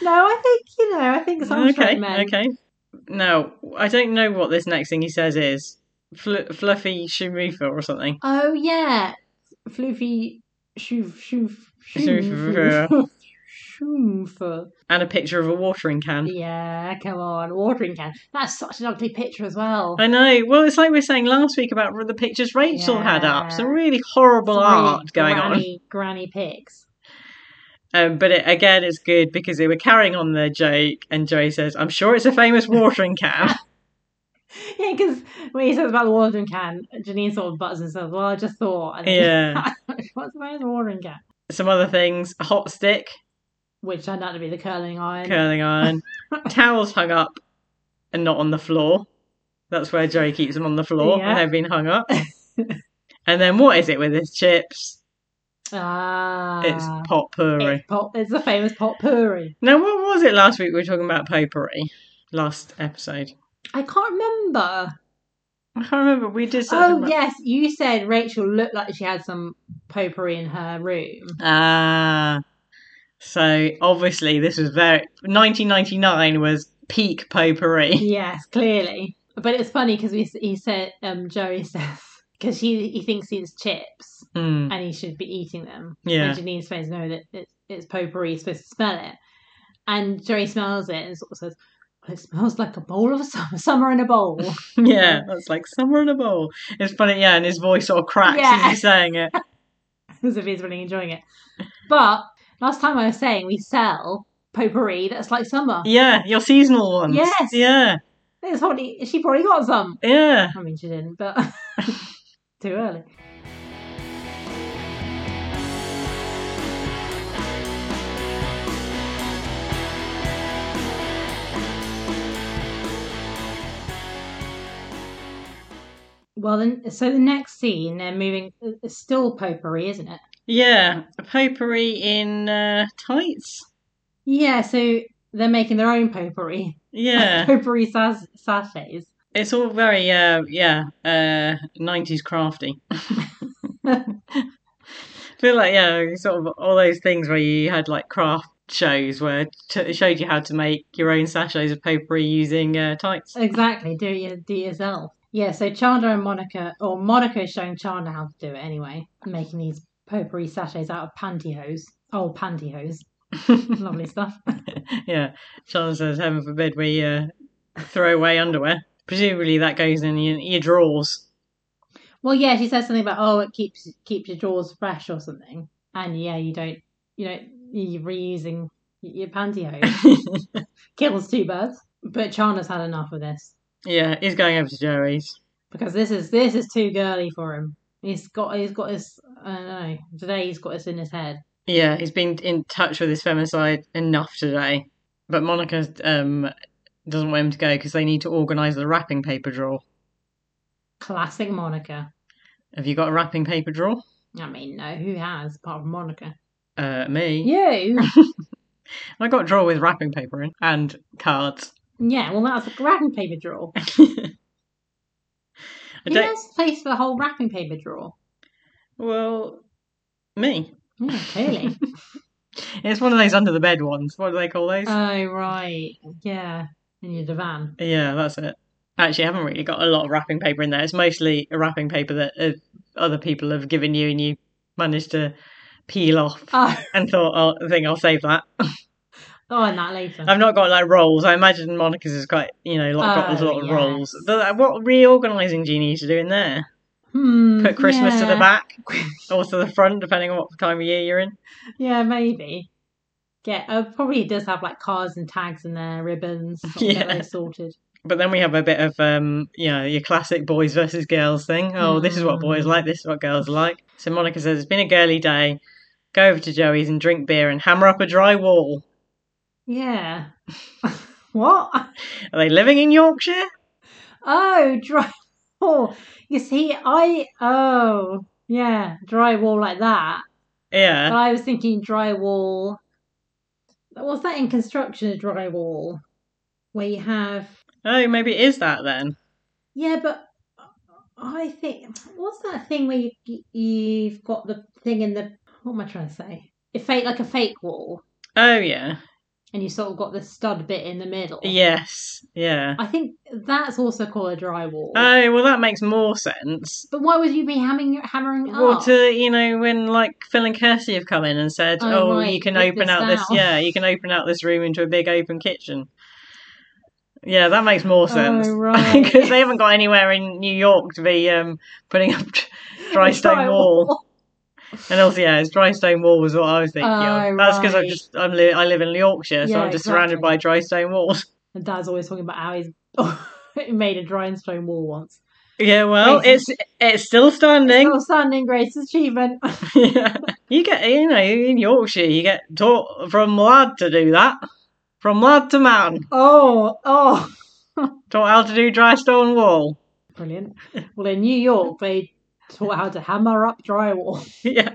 Speaker 1: no, I think, you know, I think some
Speaker 2: Okay.
Speaker 1: straight men.
Speaker 2: Okay. Now I don't know what this next thing he says is Fl- fluffy sharifa or something.
Speaker 1: Oh, yeah. Floofy shoof, shoof,
Speaker 2: Shoof.
Speaker 1: shoof. Shoof.
Speaker 2: And a picture of a watering can.
Speaker 1: Yeah, come on. Watering can. That's such an ugly picture as well.
Speaker 2: I know. Well, it's like we were saying last week about the pictures Rachel had up.
Speaker 1: Yeah.
Speaker 2: Some really horrible
Speaker 1: Three
Speaker 2: art going on.
Speaker 1: granny, Granny pics.
Speaker 2: Um, but it, again, it's good because they were carrying on their joke, and Joey says, "I'm sure it's a famous watering can."
Speaker 1: Yeah, because when he says about the watering can, Janine sort of butters and says, Well, I just thought. And then-
Speaker 2: yeah.
Speaker 1: What's about the watering can?
Speaker 2: Some other things: a hot stick,
Speaker 1: Which turned out to be the curling iron.
Speaker 2: curling iron, towels hung up, and not on the floor. That's where Joey keeps them on the floor
Speaker 1: Yeah.
Speaker 2: and they're being hung up. and then what is it with his chips?
Speaker 1: Ah,
Speaker 2: It's potpourri.
Speaker 1: it's pot. It's the famous potpourri.
Speaker 2: Now, what was it last week we were talking about potpourri? Last episode.
Speaker 1: I can't remember.
Speaker 2: I can't remember. We did something.
Speaker 1: Oh
Speaker 2: about-
Speaker 1: yes, you said Rachel looked like she had some potpourri in her room.
Speaker 2: Ah. so obviously this was very 1999 was peak potpourri.
Speaker 1: yes, clearly. But it's funny because he said um, Joey says because he he thinks he's chips
Speaker 2: Hmm.
Speaker 1: and he should be eating them.
Speaker 2: Yeah.
Speaker 1: And Janine's friends know that it's, it's potpourri. You're supposed to smell it, and Joey smells it and sort of says, "Well, it smells like a bowl of summer, summer in a bowl."
Speaker 2: Yeah, that's like somewhere in a bowl. It's funny, yeah, and his voice sort of cracks
Speaker 1: Yeah.
Speaker 2: as he's saying it.
Speaker 1: as if he's really enjoying it. But last time I was saying we sell potpourri that's like summer.
Speaker 2: Yeah, your seasonal ones.
Speaker 1: Yes.
Speaker 2: Yeah,
Speaker 1: It's probably she probably got some.
Speaker 2: yeah.
Speaker 1: I mean, she didn't, but too early. Well, then, so the next scene, they're moving. It's still potpourri, isn't it?
Speaker 2: Yeah, potpourri in uh, tights.
Speaker 1: Yeah. So they're making their own potpourri,
Speaker 2: Yeah,
Speaker 1: potpourri sas- sachets.
Speaker 2: it's all very uh, yeah uh, 90s crafty. feel like yeah, sort of all those things where you had like craft shows where t- showed you how to make your own sachets of potpourri using uh, tights.
Speaker 1: Exactly. Do it, do it yourself. Yeah. So Chandler and Monica, or Monica is showing Chandler how to do it anyway, making these potpourri sachets out of pantyhose. Old pantyhose. Lovely stuff.
Speaker 2: yeah, Sean says, heaven forbid we uh, throw away underwear. Presumably that goes in your, your drawers.
Speaker 1: Well, yeah, she says something about oh, it keeps keeps your drawers fresh or something. And yeah, you don't, you know, you're reusing your pantyhose. Kills two birds. But Chandler's had enough of this.
Speaker 2: yeah, he's going over to Joey's.
Speaker 1: because this is this is too girly for him. He's got he's got his I don't know today he's got this in his head.
Speaker 2: Yeah, he's been in touch with his femicide enough today. But Monica um, doesn't want him to go because they need to organise the wrapping paper drawer.
Speaker 1: Classic Monica.
Speaker 2: Have you got a wrapping paper drawer?
Speaker 1: I mean, no, who has apart from Monica?
Speaker 2: Uh, me.
Speaker 1: You.
Speaker 2: I got a drawer with wrapping paper in and cards.
Speaker 1: yeah. Well, that's a wrapping paper drawer. Who
Speaker 2: I don't-
Speaker 1: has space for the whole wrapping paper drawer?
Speaker 2: Well, me.
Speaker 1: Yeah, clearly.
Speaker 2: It's one of those under the bed ones. What do they call those?
Speaker 1: oh right. Yeah. In your divan.
Speaker 2: Yeah, that's it. Actually, I haven't really got a lot of wrapping paper in there. It's mostly wrapping paper that uh, other people have given you, and you managed to peel off
Speaker 1: Oh,
Speaker 2: and thought, "Oh, I think I'll save that."
Speaker 1: oh, and that later.
Speaker 2: I've not got like rolls. I imagine Monica's is quite, you know, like, got a
Speaker 1: Oh,
Speaker 2: lot of
Speaker 1: yes.
Speaker 2: rolls. But, like, what reorganising do you need to do in there?
Speaker 1: Hmm,
Speaker 2: Put Christmas to the
Speaker 1: yeah.
Speaker 2: back or to the front, depending on what time of year you're in.
Speaker 1: Yeah, maybe. Get. Oh, probably it does have like cards and tags in there, ribbons. sort of Get
Speaker 2: Yeah.
Speaker 1: those sorted.
Speaker 2: But then we have a bit of, um, you know, your classic boys versus girls thing. Oh, this is what boys
Speaker 1: Mm.
Speaker 2: like, this is what girls like. So Monica says, it's been a girly day. Go over to Joey's and drink beer and hammer up a dry wall.
Speaker 1: Yeah. what?
Speaker 2: Are they living in Yorkshire?
Speaker 1: Oh, dry wall. You see, I oh yeah, drywall like that. But
Speaker 2: Yeah.
Speaker 1: I was thinking drywall. What's that in construction? A drywall where you have
Speaker 2: Oh, maybe it is that then.
Speaker 1: yeah, but I think what's that thing where you you've got the thing in the what am I trying to say? A fake like a fake wall,
Speaker 2: Oh, yeah.
Speaker 1: and you sort of got the stud bit in the middle.
Speaker 2: Yes. Yeah.
Speaker 1: I think that's also called a drywall.
Speaker 2: Oh, well, that makes more sense.
Speaker 1: But why would you be hammering hammering it
Speaker 2: Well,
Speaker 1: up?
Speaker 2: to, you know, when like Phil and Kirsty have come in and said,
Speaker 1: Oh,
Speaker 2: oh,
Speaker 1: right,
Speaker 2: you can
Speaker 1: get
Speaker 2: open
Speaker 1: this
Speaker 2: out this,
Speaker 1: down.
Speaker 2: yeah, you can open out this room into a big open kitchen. Yeah, that makes more sense.
Speaker 1: Oh,
Speaker 2: because
Speaker 1: right.
Speaker 2: they haven't got anywhere in New York to be um, putting up dry stone wall. And also, yeah, it's dry stone wall was what I was thinking.
Speaker 1: Oh,
Speaker 2: of. That's because I'm
Speaker 1: right.
Speaker 2: just I'm li- I live in Yorkshire, so
Speaker 1: Yeah,
Speaker 2: I'm just surrounded
Speaker 1: exactly.
Speaker 2: by dry stone walls.
Speaker 1: And Dad's always talking about how he's he made a dry and stone wall once.
Speaker 2: Yeah, well,
Speaker 1: Crazy.
Speaker 2: it's it's still standing.
Speaker 1: Still standing, greatest achievement.
Speaker 2: yeah. You get you know in Yorkshire, you get taught from lad to do that, from lad to man.
Speaker 1: Oh, oh,
Speaker 2: Taught how to do dry stone wall.
Speaker 1: Brilliant. Well, in New York, they taught how to hammer up drywall.
Speaker 2: yeah.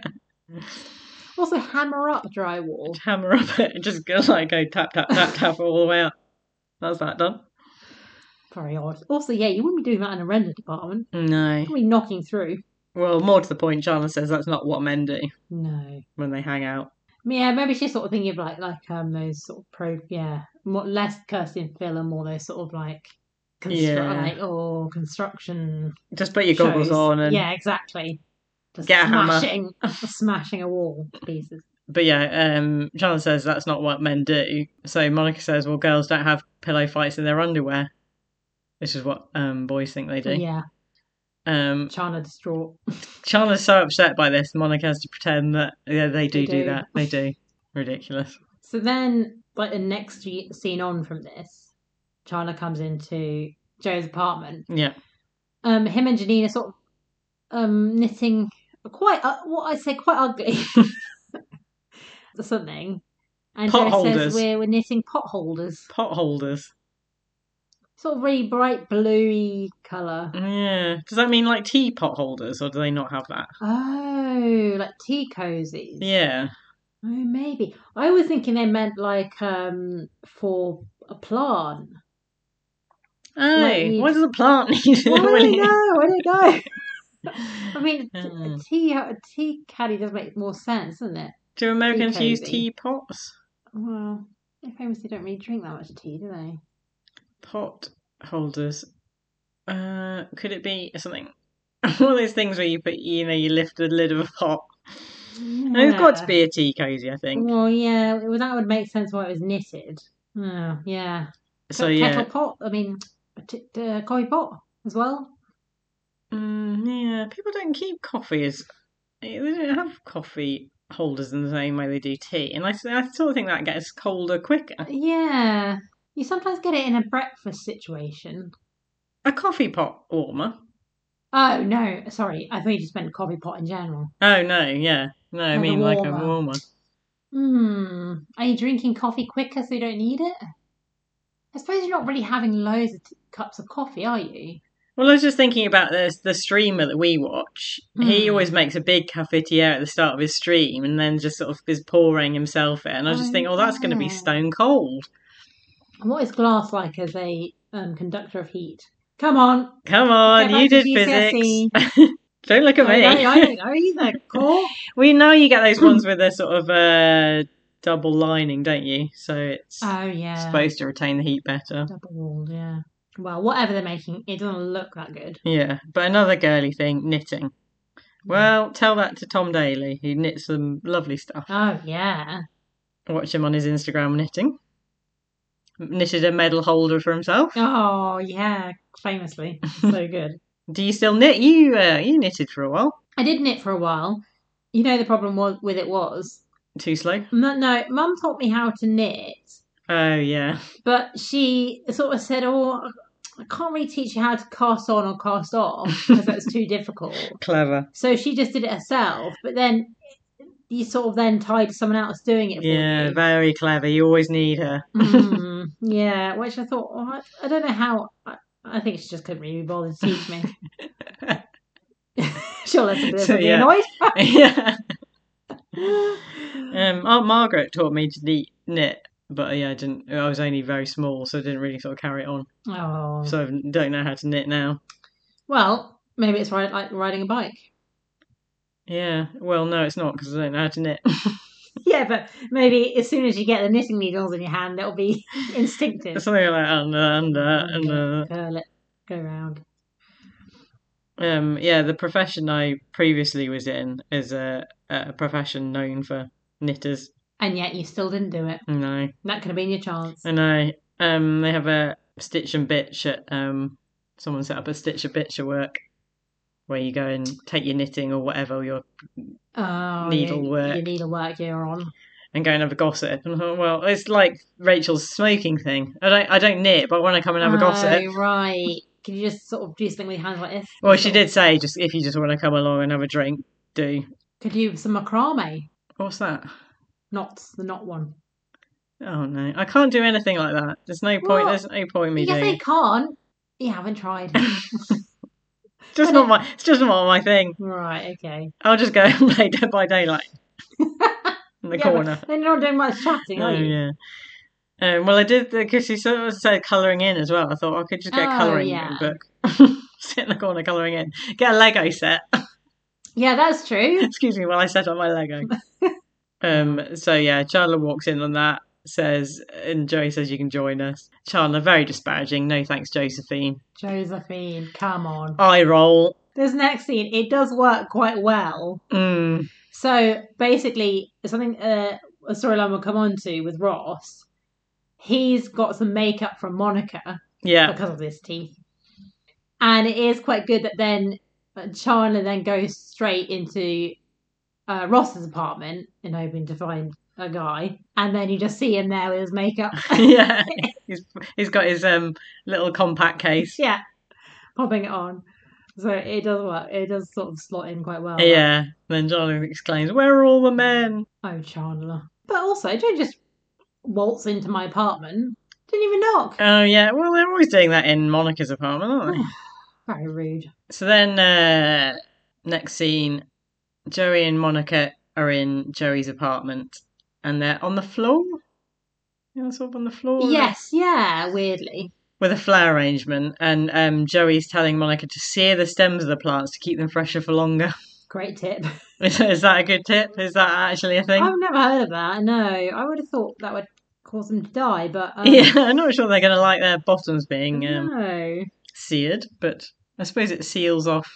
Speaker 1: Also, hammer up drywall.
Speaker 2: Hammer up it and just go like go tap tap tap tap all the way up. That's that done.
Speaker 1: Very odd. Also, yeah, you wouldn't be doing that in a render department.
Speaker 2: No.
Speaker 1: You'd be knocking through.
Speaker 2: Well, more to the point, Charlotte says that's not what men do
Speaker 1: No.
Speaker 2: when they hang out.
Speaker 1: Yeah, maybe she's sort of thinking of like like um those sort of pro yeah more, less Kirsten Phil and more those sort of like construct
Speaker 2: Yeah.
Speaker 1: like or construction
Speaker 2: Just put your goggles
Speaker 1: shows.
Speaker 2: on and
Speaker 1: yeah exactly just
Speaker 2: Get a hammer.
Speaker 1: smashing smashing a wall to pieces
Speaker 2: But yeah, um, Charlotte says that's not what men do. So Monica says, well, girls don't have pillow fights in their underwear. This is what um, boys think they do.
Speaker 1: yeah
Speaker 2: Um,
Speaker 1: China distraught
Speaker 2: Charlotte's so upset by this. Monica has to pretend that yeah, they do
Speaker 1: They
Speaker 2: do
Speaker 1: do.
Speaker 2: that. They do. Ridiculous.
Speaker 1: So then, like the next ye- scene on from this, Charla comes into Joe's apartment.
Speaker 2: Yeah.
Speaker 1: Um, him and Janina sort of um knitting a quite uh, what I'd say quite ugly or something. And Joe
Speaker 2: Potholders.
Speaker 1: says we're we're knitting potholders,
Speaker 2: Potholders.
Speaker 1: sort of really bright bluey color.
Speaker 2: Yeah. Does that mean like teapot holders or do they not have that?
Speaker 1: Oh, like tea cozies.
Speaker 2: Yeah.
Speaker 1: Oh, maybe. I was thinking they meant like um for a plant.
Speaker 2: Oh,
Speaker 1: Like-
Speaker 2: why does a plant need
Speaker 1: Well, I
Speaker 2: really- Hmm.
Speaker 1: don't know. I don't know. I mean, t-
Speaker 2: Yeah.
Speaker 1: a tea a tea caddy does make more sense, doesn't it?
Speaker 2: Do Americans
Speaker 1: Tea
Speaker 2: use
Speaker 1: cozy.
Speaker 2: teapots?
Speaker 1: Well, they famously don't really drink that much tea, do they?
Speaker 2: pot holders. Uh, could it be something? One of those things where you put, you know, you lift the lid of a pot. No, it's got to
Speaker 1: Yeah.
Speaker 2: be a tea cozy, I think.
Speaker 1: Well, yeah, it- well, that would make sense why it was knitted. Oh, yeah.
Speaker 2: So
Speaker 1: But
Speaker 2: yeah,
Speaker 1: kettle pot. I mean, a t- uh, coffee pot as well.
Speaker 2: mm, yeah. People don't keep coffee as they don't have coffee holders in the same way they do tea, and I, s- I sort of think that gets colder quicker.
Speaker 1: Yeah, you sometimes get it in a breakfast situation.
Speaker 2: A coffee pot warmer.
Speaker 1: Oh no, sorry, I thought you just meant coffee pot in general.
Speaker 2: Oh no, yeah, no, I
Speaker 1: Like a
Speaker 2: mean like a
Speaker 1: warmer.
Speaker 2: warmer.
Speaker 1: Hmm. Are you drinking coffee quicker so you don't need it? I suppose you're not really having loads of t- cups of coffee, are you?
Speaker 2: Well, I was just thinking about this the streamer that we watch. He
Speaker 1: Hmm.
Speaker 2: always makes a big cafetiere at the start of his stream and then just sort of is pouring himself it. And I just
Speaker 1: Oh,
Speaker 2: think, oh, that's going to be
Speaker 1: yeah.
Speaker 2: stone cold.
Speaker 1: And what is glass like as a um, conductor of heat? Come on.
Speaker 2: Come on,
Speaker 1: Go back
Speaker 2: you
Speaker 1: to
Speaker 2: did
Speaker 1: GCSE.
Speaker 2: Oh, physics. Don't look at
Speaker 1: E. I,
Speaker 2: me.
Speaker 1: I, I don't know either. Cool.
Speaker 2: we know you get those ones with a sort of uh, double lining, don't you? So it's
Speaker 1: Oh, yeah.
Speaker 2: supposed to retain the heat better.
Speaker 1: Double walled, yeah. Well, whatever they're making, it doesn't look that good.
Speaker 2: Yeah, but another girly thing, knitting.
Speaker 1: Hmm.
Speaker 2: Well, tell that to Tom Daly. He knits some lovely stuff.
Speaker 1: Oh, yeah.
Speaker 2: watch him on his Instagram knitting. Knitted a medal holder for himself.
Speaker 1: Oh, yeah. Famously. So good.
Speaker 2: Do you still knit? You uh, you knitted for a while.
Speaker 1: I did knit for a while. You know, the problem was, with it was.
Speaker 2: Too slow.
Speaker 1: No, no, mum taught me how to knit.
Speaker 2: Oh yeah.
Speaker 1: but she sort of said, "Oh, I can't really teach you how to cast on or cast off because that's too difficult."
Speaker 2: Clever.
Speaker 1: So she just did it herself. But then you sort of then tied to someone else doing it. For
Speaker 2: Yeah,
Speaker 1: you.
Speaker 2: very clever. You always need her.
Speaker 1: Mm, yeah. Which I thought, oh, I, I don't know how. I, I think she just couldn't really be bothered to teach me. She'll listen to this
Speaker 2: So,
Speaker 1: and be
Speaker 2: yeah.
Speaker 1: annoyed.
Speaker 2: yeah. Um, Aunt Margaret taught me to knit, knit, but yeah, I didn't. I was only very small, so I didn't really sort of carry it on.
Speaker 1: oh.
Speaker 2: So I don't know how to knit now.
Speaker 1: well, maybe it's right, like riding a bike.
Speaker 2: Yeah. Well, no, it's not because I don't know how to knit.
Speaker 1: Yeah, but maybe as soon as you get the knitting needles in your hand, that'll be instinctive.
Speaker 2: Something like uh, under, under, under.
Speaker 1: Curl it, go round.
Speaker 2: Um, yeah, the profession I previously was in is a, a profession known for knitters.
Speaker 1: And yet you still didn't do it.
Speaker 2: No,
Speaker 1: That could have been your chance.
Speaker 2: I know. Um, they have a stitch and bitch at um, someone set up a stitch and bitch at work where you go and take your knitting or whatever your
Speaker 1: Oh,
Speaker 2: Needle
Speaker 1: you,
Speaker 2: work.
Speaker 1: Your needle work you're on.
Speaker 2: and go and have a gossip. And I thought, well, it's like Rachel's smoking thing. I don't, I don't knit, but when I come and have a gossip,
Speaker 1: Oh, right. Can you just sort of do something with your hands like this?
Speaker 2: well, she did say just if you just want to come along and have a drink, do.
Speaker 1: Could do some macrame.
Speaker 2: What's that?
Speaker 1: Knots, the knot one.
Speaker 2: Oh no, I can't do anything like that. There's no point.
Speaker 1: What?
Speaker 2: There's no point in me
Speaker 1: yes,
Speaker 2: doing.
Speaker 1: I can't. You haven't tried.
Speaker 2: Just not my. It's just not my thing.
Speaker 1: right, okay.
Speaker 2: I'll just go and play Dead by Daylight in the
Speaker 1: Yeah, but
Speaker 2: corner.
Speaker 1: Then you're not doing much chatting,
Speaker 2: Oh
Speaker 1: are you?
Speaker 2: yeah. Um, well, I did because she sort of said colouring in as well. I thought I could just get
Speaker 1: Oh,
Speaker 2: a colouring
Speaker 1: yeah.
Speaker 2: in book, sit in the corner colouring in, get a Lego set.
Speaker 1: Yeah, that's true.
Speaker 2: Excuse me, while I set up my Lego. um. So yeah, Chandler walks in on that, says, and Joey says you can join us. Chandler very disparaging. No thanks, Josephine.
Speaker 1: Josephine, come on.
Speaker 2: Eye roll.
Speaker 1: This next scene, it does work quite well.
Speaker 2: Mm.
Speaker 1: So basically, something uh, a storyline we'll come on to with Ross. He's got some makeup from Monica
Speaker 2: Yeah.
Speaker 1: because of his teeth, and it is quite good that then uh, Chandler then goes straight into uh, Ross's apartment and hoping to find a guy, and then you just see him there with his makeup.
Speaker 2: yeah. He's he's got his um little compact case.
Speaker 1: yeah, popping it on. So it does work. It does sort of slot in quite well.
Speaker 2: Yeah. Then Chandler exclaims, "Where are all the men?"
Speaker 1: Oh, Chandler. But also, don't just waltz into my apartment. Didn't even knock.
Speaker 2: Oh yeah, well they're always doing that in Monica's apartment, aren't they?
Speaker 1: Very rude.
Speaker 2: so then uh next scene, Joey and Monica are in Joey's apartment and they're on the floor. You know, sort of on the floor.
Speaker 1: Yes, yeah, weirdly.
Speaker 2: With a flower arrangement and um Joey's telling Monica to sear the stems of the plants to keep them fresher for longer.
Speaker 1: Great tip.
Speaker 2: is, is that a good tip? Is that actually a thing?
Speaker 1: I've never heard of that. No, I would have thought that would cause them to die, but um,
Speaker 2: yeah, I'm not sure they're gonna like their bottoms being um,
Speaker 1: no.
Speaker 2: seared, but I suppose it seals off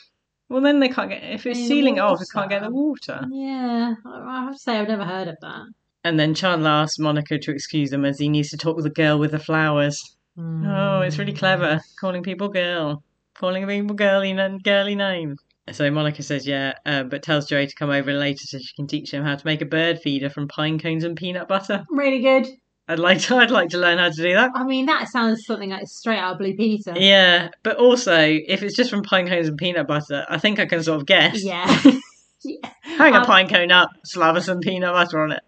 Speaker 2: well then they can't get if it's
Speaker 1: Yeah,
Speaker 2: sealing it off, it can't get
Speaker 1: water.
Speaker 2: the water.
Speaker 1: Yeah, I I have to say I've never heard of that.
Speaker 2: And then Chandler asks Monica to excuse him as he needs to talk with the girl with the flowers. Oh, it's really clever. Calling people girl. Calling people girly n- girly name. So Monica says, yeah, uh, but tells Joey to come over later so she can teach him how to make a bird feeder from pine cones and peanut butter.
Speaker 1: Really good.
Speaker 2: I'd like to, I'd like to learn how to do that.
Speaker 1: I mean, that sounds something like straight out of Blue Peter.
Speaker 2: Yeah, but also, if it's just from pine cones and peanut butter, I think I can sort of guess.
Speaker 1: Yeah.
Speaker 2: Hang
Speaker 1: Um,
Speaker 2: a pine cone up, slaver some peanut butter on it.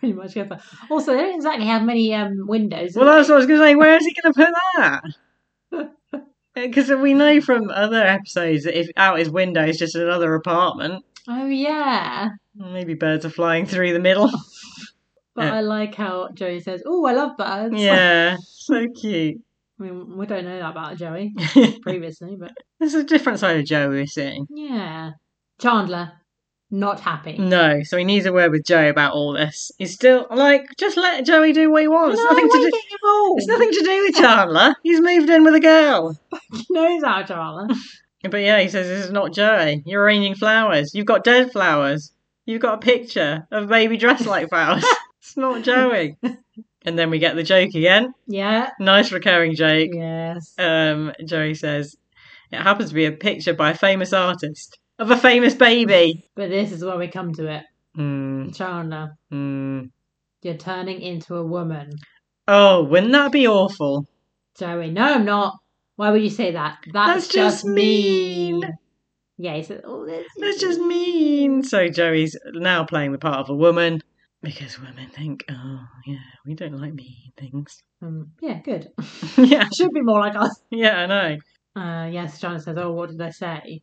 Speaker 1: Pretty much good. for- Also, they don't exactly have many um, windows. do
Speaker 2: Well,
Speaker 1: they?
Speaker 2: that's what I was going to say. Where is he going to put that? Because we know from other episodes that if out his window is just another apartment,
Speaker 1: Oh, yeah.
Speaker 2: maybe birds are flying through the middle.
Speaker 1: But
Speaker 2: Yeah.
Speaker 1: I like how Joey says, "Oh, I love birds."
Speaker 2: yeah, so cute.
Speaker 1: I mean, we don't know that about Joey previously, but
Speaker 2: There's a different side of Joe we're seeing.
Speaker 1: yeah, Chandler not happy.
Speaker 2: No, so he needs a word with Joe about all this. He's still like, just let Joey do what he
Speaker 1: No,
Speaker 2: wants. It's nothing
Speaker 1: why
Speaker 2: to do.
Speaker 1: get involved?
Speaker 2: It's nothing to do with Chandler. He's moved in with a girl.
Speaker 1: He knows how Chandler.
Speaker 2: But yeah, he says this is not Joey. You're arranging flowers. You've got dead flowers. You've got a picture of a baby dressed like flowers. it's not Joey. and then we get the joke again.
Speaker 1: Yeah.
Speaker 2: Nice recurring joke.
Speaker 1: Yes.
Speaker 2: Um, Joey says it happens to be a picture by a famous artist of a famous baby.
Speaker 1: But this is where we come to it,
Speaker 2: Hmm.
Speaker 1: Chandler.
Speaker 2: Hmm.
Speaker 1: You're turning into a woman,
Speaker 2: Oh, wouldn't that be awful?
Speaker 1: Joey. No, I'm not. Why would you say that? That's,
Speaker 2: That's just
Speaker 1: mean.
Speaker 2: mean.
Speaker 1: Yeah, he said, "Oh, that's,
Speaker 2: That's just mean. So Joey's now playing the part of a woman because women think, oh yeah, we don't like mean things.
Speaker 1: Um, yeah, good.
Speaker 2: yeah,
Speaker 1: Should be more like us.
Speaker 2: yeah, I know.
Speaker 1: uh, yes, John says, oh, what did I say?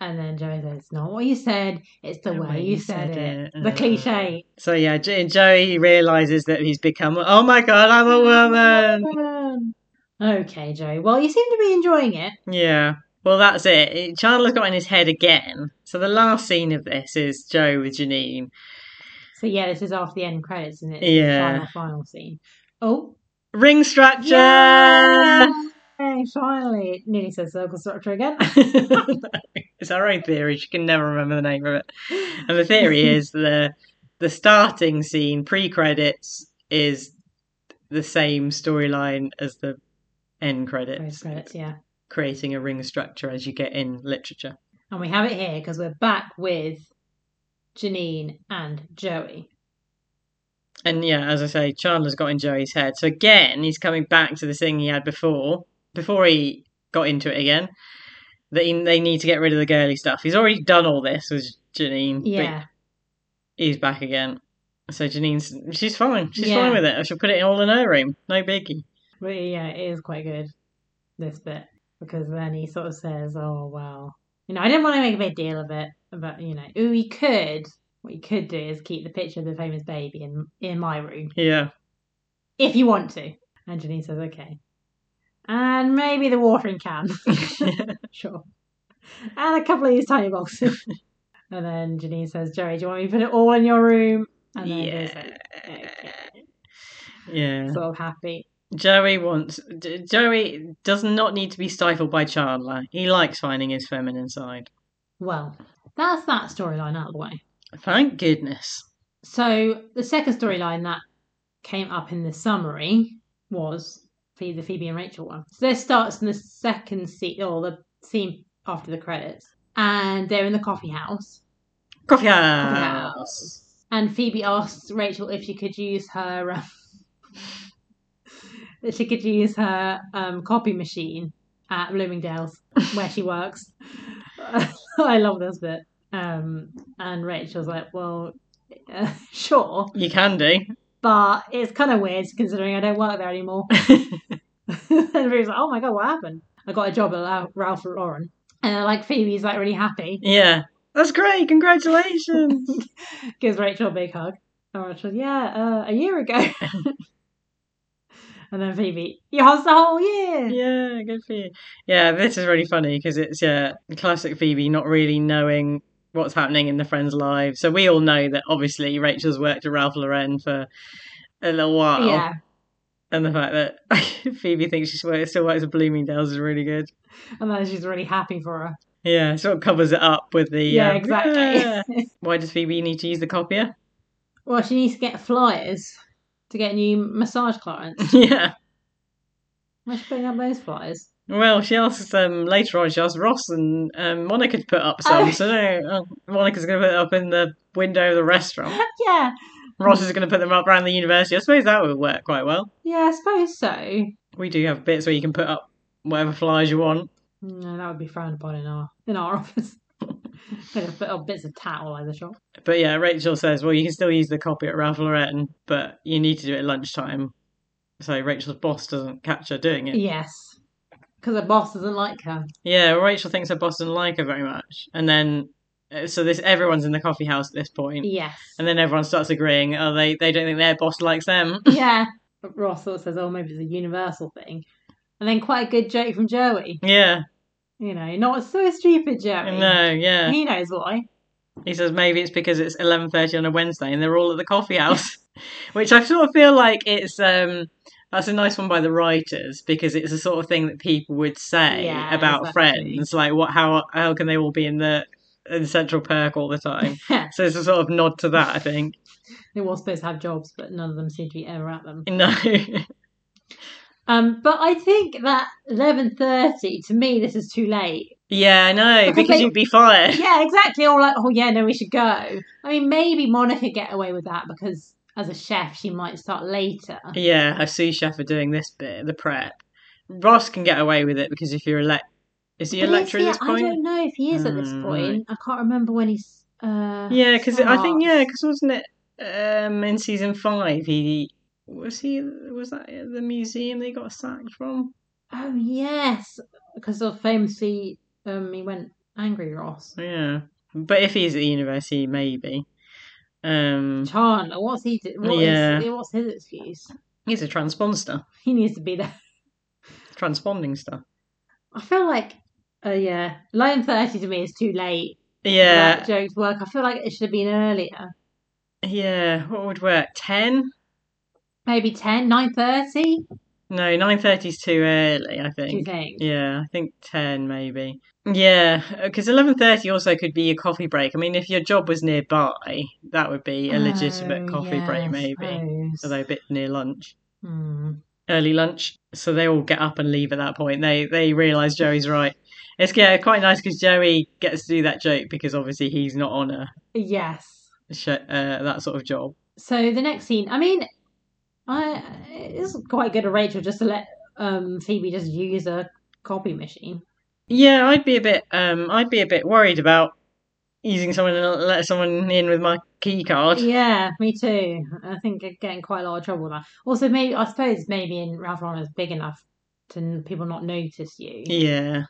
Speaker 1: And then Joey says, it's not what you said, it's the, way, you said, it. The
Speaker 2: Uh,
Speaker 1: cliche.
Speaker 2: So yeah, J- Joey realizes that he's become. Oh my god, I'm a woman.
Speaker 1: Woman. Okay, Joey. Well, you seem to be enjoying it.
Speaker 2: Yeah. Well, that's it. It- Chandler's got in his head again. So the last scene of this is Joe with Janine.
Speaker 1: So, yeah, this is after the end credits, and it's the
Speaker 2: Yeah.
Speaker 1: final, final scene. Oh.
Speaker 2: Ring structure.
Speaker 1: Yay! Finally. It Nearly says circle structure again.
Speaker 2: it's our own theory. She can never remember the name of it. And the theory is the the starting scene pre credits is the same storyline as the end
Speaker 1: Post
Speaker 2: credits.
Speaker 1: credits, yeah.
Speaker 2: creating a ring structure as you get in literature.
Speaker 1: And we have it here because we're back with Janine and Joey.
Speaker 2: And yeah, as I say, Chandler's got in Joey's head. So again, he's coming back to the thing he had before, before he got into it again, that he, they need to get rid of the girly stuff. He's already done all this with Janine,
Speaker 1: Yeah.
Speaker 2: but he's back again. So Janine's, she's fine. She's
Speaker 1: Yeah.
Speaker 2: fine with it. I should put it all in her room. No biggie.
Speaker 1: But yeah, it is quite good. this bit because then he sort of says, "Oh well, you know, I didn't want to make a big deal of it, but you know, ooh, he could. What you could do is keep the picture of the famous baby in in my room
Speaker 2: Yeah.
Speaker 1: if you want to." And Janine says, "Okay." And maybe the watering can. sure. And a couple of these tiny boxes. and then Janine says, Jerry, do you want me to put it all in your room? And then Jerry's
Speaker 2: yeah.
Speaker 1: like, okay.
Speaker 2: Yeah.
Speaker 1: Sort of happy.
Speaker 2: Joey wants. J- Joey does not need to be stifled by Chandler. He likes finding his feminine side.
Speaker 1: Well, that's that storyline out of the way.
Speaker 2: Thank goodness.
Speaker 1: So the second storyline that came up in the summary was Phoe- the Phoebe and Rachel one. So this starts in the second scene, or the scene after the credits. And they're in the coffee house.
Speaker 2: Coffee
Speaker 1: Coffee
Speaker 2: house.
Speaker 1: house. And Phoebe asks Rachel if she could use her um, if she could use her um, copy machine at Bloomingdale's where she works. I love this bit. Um, and Rachel's like, "Well, uh, sure,
Speaker 2: You can do.
Speaker 1: but it's kind of weird considering I don't work there anymore." and Phoebe's like, "Oh my god, what happened? I got a job at Ra- Ralph Lauren." And like Phoebe's like really happy.
Speaker 2: yeah. That's great. Congratulations.
Speaker 1: gives Rachel a big hug. And Rachel's, yeah, uh, a year ago. and then Phoebe, you hustled the whole year.
Speaker 2: yeah. Good for you. Yeah. This is really funny because it's yeah classic Phoebe not really knowing what's happening in the friends' lives. So we all know that obviously Rachel's worked at Ralph Lauren for a little while,
Speaker 1: Yeah.
Speaker 2: and the fact that Phoebe thinks she works- still works at Bloomingdale's is really good.
Speaker 1: And then she's really happy for her.
Speaker 2: Yeah, sort of covers it up with the.
Speaker 1: Yeah,
Speaker 2: um,
Speaker 1: exactly.
Speaker 2: "Yeah." Why does Phoebe need to use the copier?
Speaker 1: Well, she needs to get flyers to get new massage clients.
Speaker 2: yeah.
Speaker 1: Where's she putting up those flyers?
Speaker 2: Well, she asks um, later on. She asks Ross and um, Monica to put up some.
Speaker 1: Oh.
Speaker 2: So no, uh, Monica's going to put it up in the window of the restaurant.
Speaker 1: Yeah.
Speaker 2: Ross is going to put them up around the university. I suppose that would work quite well.
Speaker 1: Yeah, I suppose so.
Speaker 2: We do have bits where you can put up whatever flyers you want.
Speaker 1: No, Mm, that would be frowned upon in our in our office. Could have put up bits of tat all over the shop.
Speaker 2: But yeah, Rachel says, well, you can still use the copy at Ralph Lauren, but you need to do it at lunchtime. So Rachel's boss doesn't catch her doing it.
Speaker 1: Yes. Because her boss doesn't like her.
Speaker 2: Yeah, Rachel thinks her boss doesn't like her very much, and then uh, so this everyone's in the coffee house at this point,
Speaker 1: Yes.
Speaker 2: and then everyone starts agreeing. Oh, they they don't think their boss likes them.
Speaker 1: yeah. But Ross sort of says, oh, maybe it's a universal thing. And then quite a good joke from Joey.
Speaker 2: yeah,
Speaker 1: You know, not so stupid, Joey.
Speaker 2: no, yeah.
Speaker 1: He knows why.
Speaker 2: He says maybe it's because it's eleven thirty on a Wednesday and they're all at the coffee house, which I sort of feel like it's um. That's a nice one by the writers because it's the sort of thing that people would say
Speaker 1: Yeah,
Speaker 2: about
Speaker 1: exactly.
Speaker 2: friends, like what how how can they all be in the in Central Perk all the time? so it's a sort of nod to that, I think.
Speaker 1: they were supposed to have jobs, but none of them seem to be ever at them.
Speaker 2: No,
Speaker 1: Um, but I think that 11.30, to me, this is too late.
Speaker 2: Yeah, I know,
Speaker 1: Because
Speaker 2: because,
Speaker 1: they-
Speaker 2: you'd be fired.
Speaker 1: yeah, exactly. All like, oh, yeah, no, we should go. I mean, maybe Monica could get away with that because as a chef, she might start later.
Speaker 2: Yeah, I see Chef are doing this bit, the prep. Ross can get away with it because if you're elect is he a
Speaker 1: But is
Speaker 2: lecturer
Speaker 1: he-
Speaker 2: at this
Speaker 1: I
Speaker 2: point?
Speaker 1: don't know if he is at this
Speaker 2: Mm,
Speaker 1: point. I can't remember when he's... Uh,
Speaker 2: Yeah, because I think yeah,
Speaker 1: starts.
Speaker 2: because wasn't it um in season five he was he was that the museum they got sacked from?
Speaker 1: Oh yes, because of famously um, he went angry Ross.
Speaker 2: Yeah, but if he's at the university, maybe. Um,
Speaker 1: Chandler, what's he? Do- what is-
Speaker 2: Yeah.
Speaker 1: what's his excuse?
Speaker 2: he's a transponster,
Speaker 1: He needs to be there.
Speaker 2: transponding stuff.
Speaker 1: I feel like, oh yeah, eleven thirty to me is too late. for
Speaker 2: Yeah,
Speaker 1: that joke to work. I feel like it should have been earlier.
Speaker 2: yeah. What would work? Ten?
Speaker 1: Maybe 10, 9.30,
Speaker 2: No, nine thirty's too early. I
Speaker 1: do you
Speaker 2: think.
Speaker 1: think?
Speaker 2: Yeah, I think 10 maybe. Yeah, because 11:30 also could be a coffee break. I mean, if your job was nearby, that would be a legitimate
Speaker 1: Oh,
Speaker 2: coffee break
Speaker 1: yeah, I
Speaker 2: maybe.
Speaker 1: suppose.
Speaker 2: Although a bit near lunch,
Speaker 1: Hmm.
Speaker 2: early lunch. So they all get up and leave at that point. They they realize Joey's right. It's yeah, quite nice because Joey gets to do that joke because obviously he's not on a
Speaker 1: Yes.
Speaker 2: sh- uh, that sort of job.
Speaker 1: So the next scene, I mean, I it's quite good of Rachel just to let um, Phoebe just use a copy machine.
Speaker 2: Yeah, I'd be a bit um I'd be a bit worried about using someone and let someone in with my key card.
Speaker 1: Yeah, me too. I think I get in quite a lot of trouble now. Also, maybe I suppose maybe in Ralph Lauren is big enough and people not notice you.
Speaker 2: Yeah.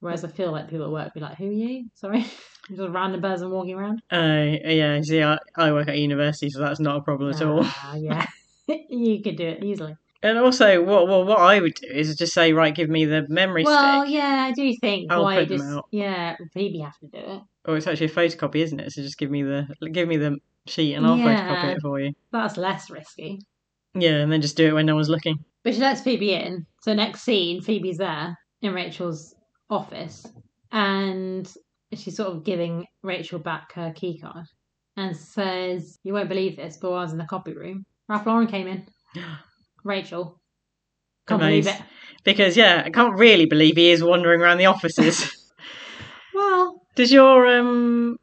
Speaker 1: Whereas I feel like people at work be like, "Who are you? Sorry, just a random person walking around."
Speaker 2: Uh, yeah. See, I, I work at university, so that's not a problem at all.
Speaker 1: Ah, yeah, you could do it easily.
Speaker 2: And also, what well, what I would do is just say, right, give me the memory
Speaker 1: Well,
Speaker 2: stick.
Speaker 1: yeah, I do think
Speaker 2: I'll
Speaker 1: why
Speaker 2: print them
Speaker 1: just
Speaker 2: out.
Speaker 1: yeah, Phoebe have to do it.
Speaker 2: Or Oh, it's actually a photocopy, isn't it? So just give me the give me the sheet, and I'll
Speaker 1: Yeah.
Speaker 2: photocopy it for you.
Speaker 1: That's less risky.
Speaker 2: Yeah, and then just do it when no one's looking.
Speaker 1: But she lets Phoebe in. So next scene, Phoebe's there in Rachel's office, and she's sort of giving Rachel back her keycard and says, "You won't believe this, but while I was in the copy room, Ralph Lauren came in. Rachel, can't believe
Speaker 2: Amazed.
Speaker 1: it.
Speaker 2: Because yeah, I can't really believe he is wandering around the offices.
Speaker 1: Well,
Speaker 2: Does your um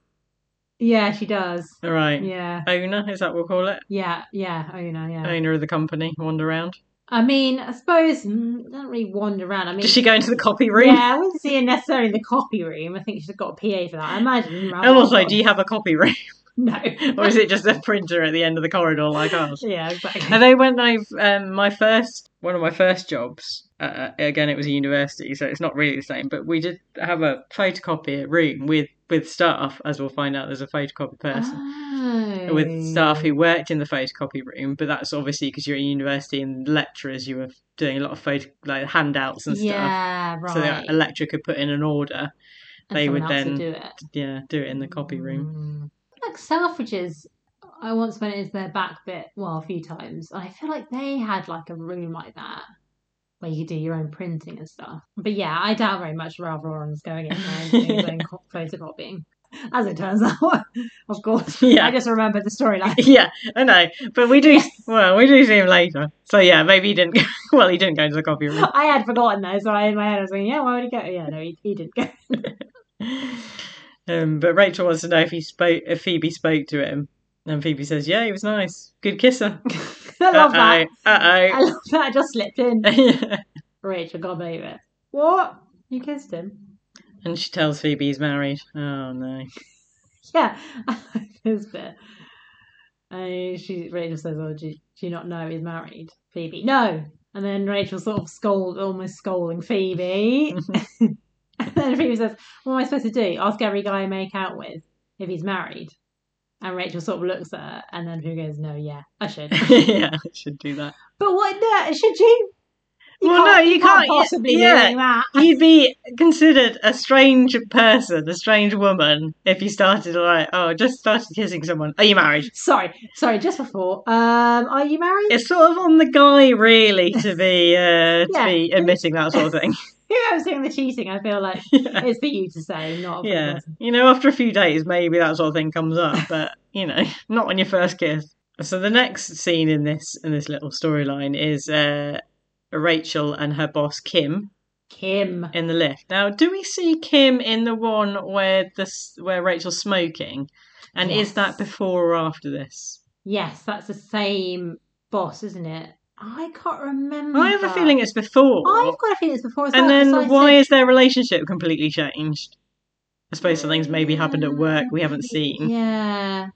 Speaker 1: yeah, she does.
Speaker 2: all right
Speaker 1: Yeah,
Speaker 2: owner is that what we'll call it?
Speaker 1: yeah, yeah. Oh, you know, yeah.
Speaker 2: Owner of the company wander around.
Speaker 1: I mean, I suppose mm, I don't really wander around. I mean,
Speaker 2: Does she go into the copy room?
Speaker 1: yeah, I wouldn't see her necessarily in the copy room. I think she's got a PA for that. I imagine. Ralph
Speaker 2: And also,
Speaker 1: Lauren-
Speaker 2: do you have a copy room,
Speaker 1: no?
Speaker 2: or is it just a printer at the end of the corridor like ours?
Speaker 1: yeah, exactly.
Speaker 2: And then when I um, my first one of my first jobs uh, again it was a university so it's not really the same but we did have a photocopier room with with staff as we'll find out there's a photocopy person
Speaker 1: Oh.
Speaker 2: with staff who worked in the photocopy room but that's obviously because you're at university and lecturers you were doing a lot of photo like handouts and stuff
Speaker 1: Yeah, right.
Speaker 2: so that a lecturer could put in an order
Speaker 1: And
Speaker 2: they
Speaker 1: someone
Speaker 2: would
Speaker 1: else
Speaker 2: then
Speaker 1: do it
Speaker 2: yeah do it in the copy room
Speaker 1: Mm. Like Selfridges, I once went into their back bit, well, a few times, and I feel like they had like a room like that where you do your own printing and stuff. But yeah, I doubt very much Ralph Lauren's going in there and doing his own co- photocopying. As it turns out, of course.
Speaker 2: yeah
Speaker 1: I just remember the storyline.
Speaker 2: Yeah, I know, but we do. Well, we do see him later. So yeah, maybe he didn't. Well, he didn't go into the coffee room.
Speaker 1: I had forgotten though, so I, in my head I was thinking, yeah, why would he go? Yeah, no, he, he didn't go.
Speaker 2: Um, but Rachel wants to know if he spoke, if Phoebe spoke to him, and Phoebe says, "Yeah, he was nice, good kisser."
Speaker 1: I love that. I
Speaker 2: Uh
Speaker 1: love that. I just slipped in.
Speaker 2: oh.
Speaker 1: Rachel, can't believe it. What? You kissed him?
Speaker 2: and she tells Phoebe he's married. Oh no.
Speaker 1: Yeah, I like this bit. Uh, she Rachel says, "Oh, do you, do you not know he's married, Phoebe?" No. And then Rachel sort of scold, almost scolding Phoebe.
Speaker 2: Mm-hmm.
Speaker 1: and then Phoebe says, "What am I supposed to do? Ask every guy I make out with if he's married?" And Rachel sort of looks at her, and then who goes, "No, yeah, I should."
Speaker 2: yeah, I should do that.
Speaker 1: but what? No, should you? you
Speaker 2: Well, no,
Speaker 1: can't-
Speaker 2: you can't, yeah,
Speaker 1: possibly
Speaker 2: yeah.
Speaker 1: doing that.
Speaker 2: You'd be considered a strange person, a strange woman, if you started like, oh, just started kissing someone. Are you married?
Speaker 1: Sorry, sorry. Just before, um, are you married?
Speaker 2: It's sort of on the guy, really, to be uh,
Speaker 1: Yeah.
Speaker 2: to be admitting that sort of thing.
Speaker 1: whoever's doing the cheating, I feel like
Speaker 2: yeah.
Speaker 1: it's for you to say, not for the
Speaker 2: yeah,
Speaker 1: person.
Speaker 2: you know, after a few days, maybe that sort of thing comes up, but you know, not on your first kiss. So the next scene in this in this little storyline is uh, Rachel and her boss Kim
Speaker 1: Kim.
Speaker 2: in the lift. Now, do we see Kim in the one where this where Rachel's smoking, and is
Speaker 1: Yes.
Speaker 2: that before or after this?
Speaker 1: Yes, that's the same boss, isn't it? I can't remember.
Speaker 2: I have a feeling it's before.
Speaker 1: I've got a feeling it's before. It's
Speaker 2: And
Speaker 1: like-
Speaker 2: then
Speaker 1: it's like
Speaker 2: why
Speaker 1: saying-
Speaker 2: is their relationship completely changed? I suppose something's maybe happened at work we haven't seen.
Speaker 1: Yeah,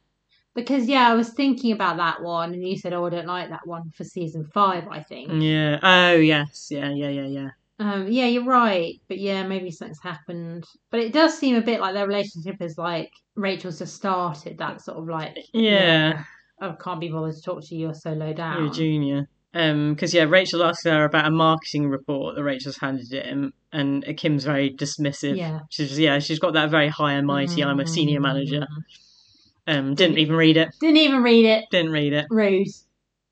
Speaker 1: because yeah, I was thinking about that one, and you said, "Oh, I don't like that one for season five, I think.
Speaker 2: Yeah. Oh yes. Yeah. Yeah. Yeah. Yeah.
Speaker 1: Um, yeah, you're right, but yeah, maybe something's happened. But it does seem a bit like their relationship is like Rachel's just started that sort of like,
Speaker 2: Yeah.
Speaker 1: "Oh, I can't be bothered to talk to you. You're so low down.
Speaker 2: You're a junior. Um. Because yeah, Rachel asks her about a marketing report that Rachel's handed him, and Kim's very dismissive.
Speaker 1: Yeah.
Speaker 2: She's just- yeah. She's got that very high and mighty. I'm
Speaker 1: Mm.
Speaker 2: a senior manager. Um. Didn't even read it.
Speaker 1: Didn't even read it.
Speaker 2: Didn't read it.
Speaker 1: Rude.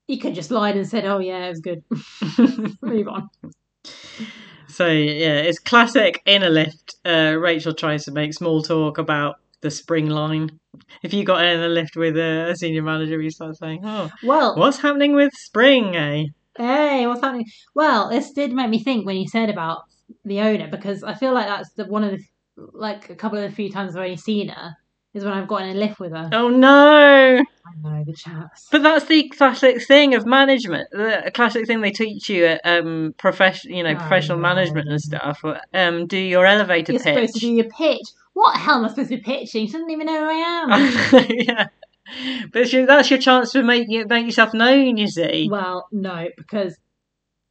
Speaker 1: You could just lied and said, "Oh yeah, it was good." Move on.
Speaker 2: so yeah, it's classic in a lift. Uh, Rachel tries to make small talk about the spring line. If you got in a lift with a senior manager, you start saying, "Oh,
Speaker 1: Well,
Speaker 2: what's happening with spring?" Eh.
Speaker 1: hey, what's happening? Well, this did make me think when you said about the owner because I feel like that's the one of the like a couple of the few times I've only seen her is when I've gotten in a lift with her.
Speaker 2: Oh no!
Speaker 1: I know the chaps.
Speaker 2: But that's the classic thing of management. The classic thing they teach you at um profession, you know,
Speaker 1: Oh,
Speaker 2: professional
Speaker 1: no.
Speaker 2: management and stuff. Um, do your elevator
Speaker 1: You're supposed to do
Speaker 2: pitch.
Speaker 1: your pitch. What the hell am I supposed to be pitching? She doesn't even know who I am.
Speaker 2: yeah, but it's your, that's your chance to make you, make yourself known. You see,
Speaker 1: well, no, because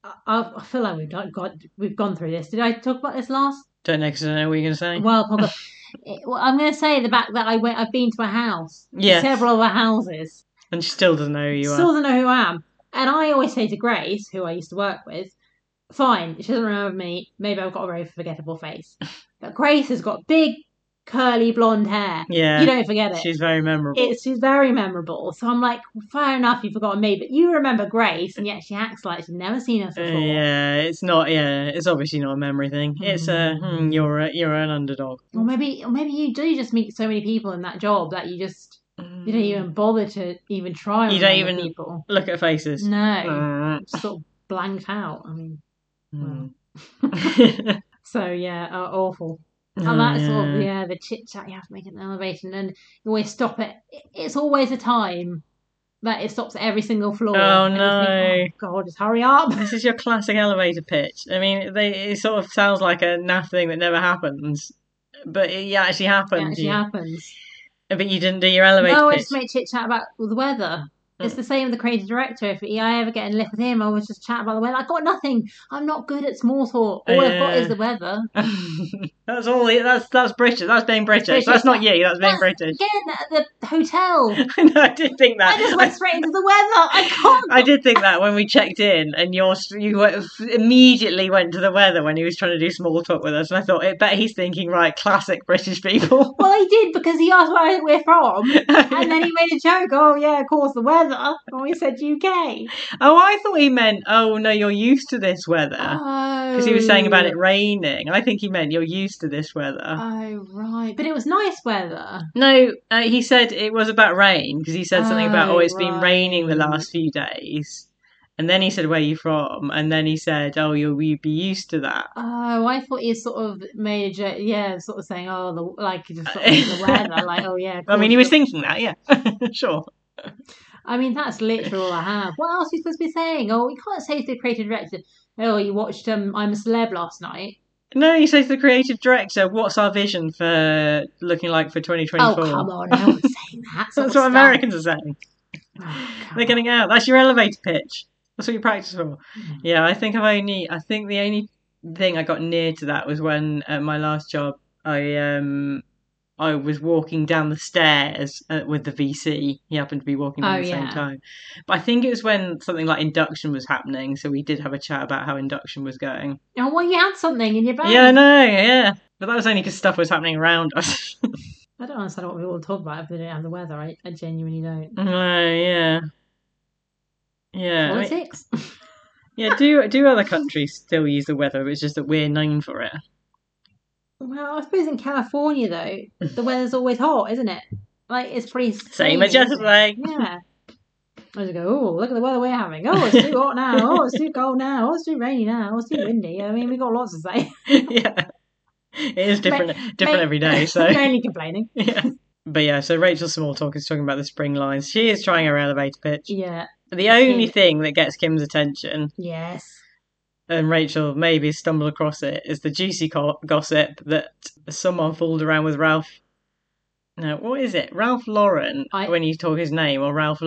Speaker 1: I, I feel like we've done, got we've gone through this. Did I talk about this last?
Speaker 2: Don't know 'cause I don't know what you're going to say.
Speaker 1: Well, probably. Eh, well, I'm going to say the fact that I went. I've been to a house,
Speaker 2: Yes.
Speaker 1: several other houses.
Speaker 2: And she still doesn't know who you
Speaker 1: still
Speaker 2: are.
Speaker 1: doesn't know who I am. And I always say to Grace, who I used to work with, fine, she doesn't remember me. Maybe I've got a very forgettable face. But Grace has got big, curly blonde hair.
Speaker 2: Yeah.
Speaker 1: You don't forget it.
Speaker 2: She's very memorable.
Speaker 1: it's she's very memorable. So I'm like, fair enough, you've forgotten me, but you remember Grace, and yet she acts like she's never seen us
Speaker 2: Uh,
Speaker 1: before.
Speaker 2: yeah, it's not. Yeah, it's obviously not a memory thing. It's a
Speaker 1: Mm-hmm.
Speaker 2: hmm, you're a, you're an underdog.
Speaker 1: Or maybe, or maybe you do just meet so many people in that job that you just Mm-hmm. you don't even bother to even try. and
Speaker 2: You don't
Speaker 1: remember
Speaker 2: even-
Speaker 1: people.
Speaker 2: look at faces.
Speaker 1: No,
Speaker 2: Uh,
Speaker 1: just sort of blanked out. I mean,
Speaker 2: mm.
Speaker 1: so yeah, uh, awful.
Speaker 2: Oh,
Speaker 1: And that's sort of
Speaker 2: yeah.
Speaker 1: yeah, the chit chat you have to make at the elevation, and you always stop it. It's always a time that it stops at every single floor.
Speaker 2: Oh,
Speaker 1: and you think, oh, God, just hurry up!
Speaker 2: This is your classic elevator pitch. I mean, they it sort of sounds like a naff thing that never happens, but it yeah, actually
Speaker 1: It
Speaker 2: happened.
Speaker 1: actually
Speaker 2: You-
Speaker 1: happens.
Speaker 2: But you didn't do your elevator
Speaker 1: No, I
Speaker 2: pitch.
Speaker 1: just make chit chat about the weather.
Speaker 2: Hmm.
Speaker 1: It's the same with the creative director. If E I ever get in a lift with him, I always just chat about the weather. I've got nothing. I'm not good at small talk. All I've got
Speaker 2: Yeah.
Speaker 1: is the weather.
Speaker 2: that's all. he- That's that's British. That's being British.
Speaker 1: British,
Speaker 2: That's not you. That's being
Speaker 1: that's-
Speaker 2: British.
Speaker 1: Again, at the hotel.
Speaker 2: I know. I did think that.
Speaker 1: I just went "Oh, straight into the weather. I can't.
Speaker 2: I did think that when we checked in, and your you went, immediately went to the weather when he was trying to do small talk with us, and I thought, I bet he's thinking, right, classic British people.
Speaker 1: Well, I did because he asked where we're from. And then he made a joke. Oh yeah, of course the weather. And we said UK.
Speaker 2: oh, I thought he meant, oh no, you're used to this
Speaker 1: Oh,
Speaker 2: weather,
Speaker 1: Because
Speaker 2: because he was saying about it raining. I think he meant you're used to this weather.
Speaker 1: Oh right, but it was nice weather.
Speaker 2: no, uh, he said it was about rain because he said something about,
Speaker 1: Oh,
Speaker 2: oh, it's been raining the
Speaker 1: right.
Speaker 2: last few days. And then he said, "Where are you from?" And then he said, "Oh, you'll you'd be used to that."
Speaker 1: Oh, I thought you sort of made a joke. Yeah, sort of saying, oh, the like just sort of the weather. Like, oh yeah. of
Speaker 2: Uh, I mean, he
Speaker 1: course
Speaker 2: was thinking that, yeah, sure.
Speaker 1: the- I mean, that's literally all I have. What else are you supposed to be saying? Oh, we can't say to the creative director. Oh, you watched um, I'm a Celeb last night.
Speaker 2: No, he says the creative director. What's our vision for looking like for 2024?
Speaker 1: Oh, come on, no one's saying that. sort
Speaker 2: That's
Speaker 1: of
Speaker 2: what
Speaker 1: stuff.
Speaker 2: Americans are saying.
Speaker 1: Oh, come
Speaker 2: They're getting out. That's your elevator pitch. That's what you practice for. Yeah, I think I've only. I think the only thing I got near to that was when at my last job, I um, I was walking down the stairs uh, with the VC. He happened to be walking down
Speaker 1: Oh,
Speaker 2: at the
Speaker 1: yeah.
Speaker 2: same time. But I think it was when something like induction was happening, so we did have a chat about how induction was going.
Speaker 1: on. Oh, well, you had something in your bag.
Speaker 2: Yeah, I know, yeah. But that was only because stuff was happening around us.
Speaker 1: I don't understand what we all talk about if we don't have the weather. I, I genuinely don't.
Speaker 2: no, yeah. Yeah. I mean-
Speaker 1: Politics?
Speaker 2: yeah, do do other countries still use the weather, but it's just that we're known for it.
Speaker 1: Well, I suppose in California though, the weather's always hot, isn't it? Like it's pretty
Speaker 2: Same
Speaker 1: steamy,
Speaker 2: as just
Speaker 1: isn't it?
Speaker 2: like
Speaker 1: Yeah. I just go, oh, look at the weather we're having. Oh, it's too hot now. Oh, it's too cold now. Oh, it's too rainy now. Oh, it's too windy. I mean, we've got lots to say.
Speaker 2: Yeah. It is different different
Speaker 1: Mate,
Speaker 2: every day, so
Speaker 1: we're only complaining.
Speaker 2: yeah. But yeah, so Rachel Smalltalk is talking about the spring lines. She is trying her elevator pitch.
Speaker 1: Yeah.
Speaker 2: The only
Speaker 1: Yeah.
Speaker 2: thing that gets Kim's attention,
Speaker 1: Yes.
Speaker 2: and Rachel maybe stumbled across it, is the juicy co- gossip that someone fooled around with Ralph. No, what is it? Ralph Lauren,
Speaker 1: I-
Speaker 2: when you talk his name, or Ralph.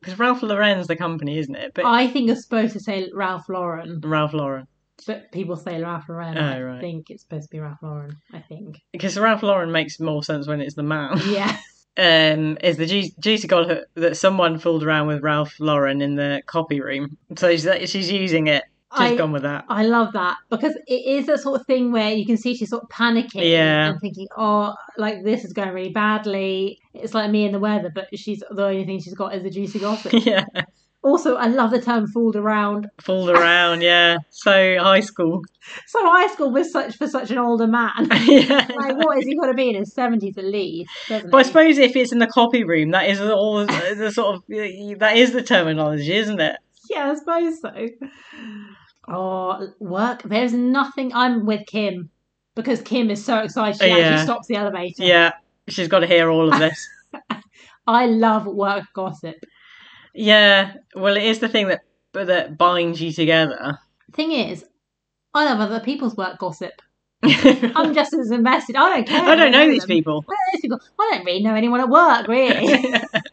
Speaker 2: Because Ralph Lauren's the company, isn't it? But
Speaker 1: I think you're supposed to say Ralph Lauren,
Speaker 2: Ralph Lauren.
Speaker 1: but people say Ralph Lauren.
Speaker 2: Oh,
Speaker 1: I
Speaker 2: right.
Speaker 1: think it's supposed to be Ralph Lauren. I think.
Speaker 2: Because Ralph Lauren makes more sense when it's the man.
Speaker 1: Yeah.
Speaker 2: um, is the ju- juicy gossip that someone fooled around with Ralph Lauren in the copy room. So she's, she's using it. She's
Speaker 1: I-
Speaker 2: gone with that.
Speaker 1: I love that because it is that sort of thing where you can see she's sort of panicking
Speaker 2: Yeah.
Speaker 1: and thinking, oh, like this is going really badly. It's like me and the weather, but she's the only thing she's got is the juicy gossip.
Speaker 2: yeah.
Speaker 1: also, I love the term fooled around.
Speaker 2: Fooled around, yeah. So high school.
Speaker 1: So high school was such for such an older man.
Speaker 2: yeah.
Speaker 1: like, what is he going to be in his 70s at least? Doesn't
Speaker 2: But I
Speaker 1: he?
Speaker 2: suppose if it's in the copy room, that is all the the sort of that is the terminology, isn't it?
Speaker 1: yeah, I suppose so. Oh, work. There's nothing. I'm with Kim because Kim is so excited. She
Speaker 2: Yeah.
Speaker 1: actually stops the elevator.
Speaker 2: Yeah, she's got to hear all of this.
Speaker 1: I love work gossip.
Speaker 2: yeah, well, it is the thing that that binds you together.
Speaker 1: thing is, I love other people's work gossip.
Speaker 2: I
Speaker 1: I'm just as invested. I don't care.
Speaker 2: don't know these
Speaker 1: them.
Speaker 2: people.
Speaker 1: I don't know these people. I don't really know anyone at work, really.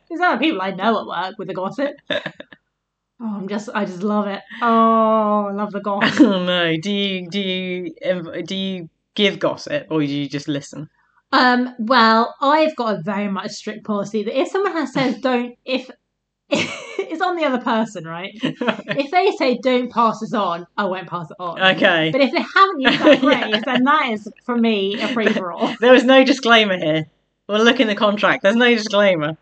Speaker 1: There's other people I know at work with the gossip. Oh, I'm just, I just love it. Oh, I love the gossip.
Speaker 2: oh no. Do you do you inv- do you give gossip or do you just listen?
Speaker 1: Um, well, I've got a very much strict policy that if someone has says don't, if it's on the other person, right? If they say don't pass this on, I won't pass it on.
Speaker 2: okay.
Speaker 1: But if they haven't used that
Speaker 2: Yeah.
Speaker 1: phrase, then that is for me a free for all.
Speaker 2: There was no disclaimer here. Well, look in the contract. There's no disclaimer.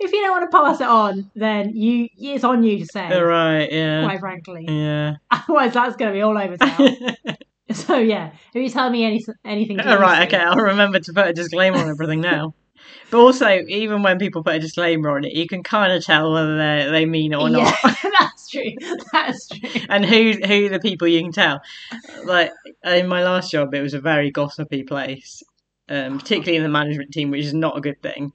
Speaker 1: if you don't want to pass it on, then you it's on you to say.
Speaker 2: All right. Yeah.
Speaker 1: Quite frankly,
Speaker 2: Yeah.
Speaker 1: otherwise that's going to be all over town.
Speaker 2: All
Speaker 1: so yeah, if you tell me any anything, to do
Speaker 2: right.
Speaker 1: with
Speaker 2: Okay.
Speaker 1: you-
Speaker 2: I'll remember to put a disclaimer on everything now. But also, even when people put a disclaimer on it, you can kind of tell whether they they mean it or not,
Speaker 1: yeah, that's true. That's true.
Speaker 2: and who who the people you can tell. Like in my last job, it was a very gossipy place, um, particularly in the management team, which is not a good thing.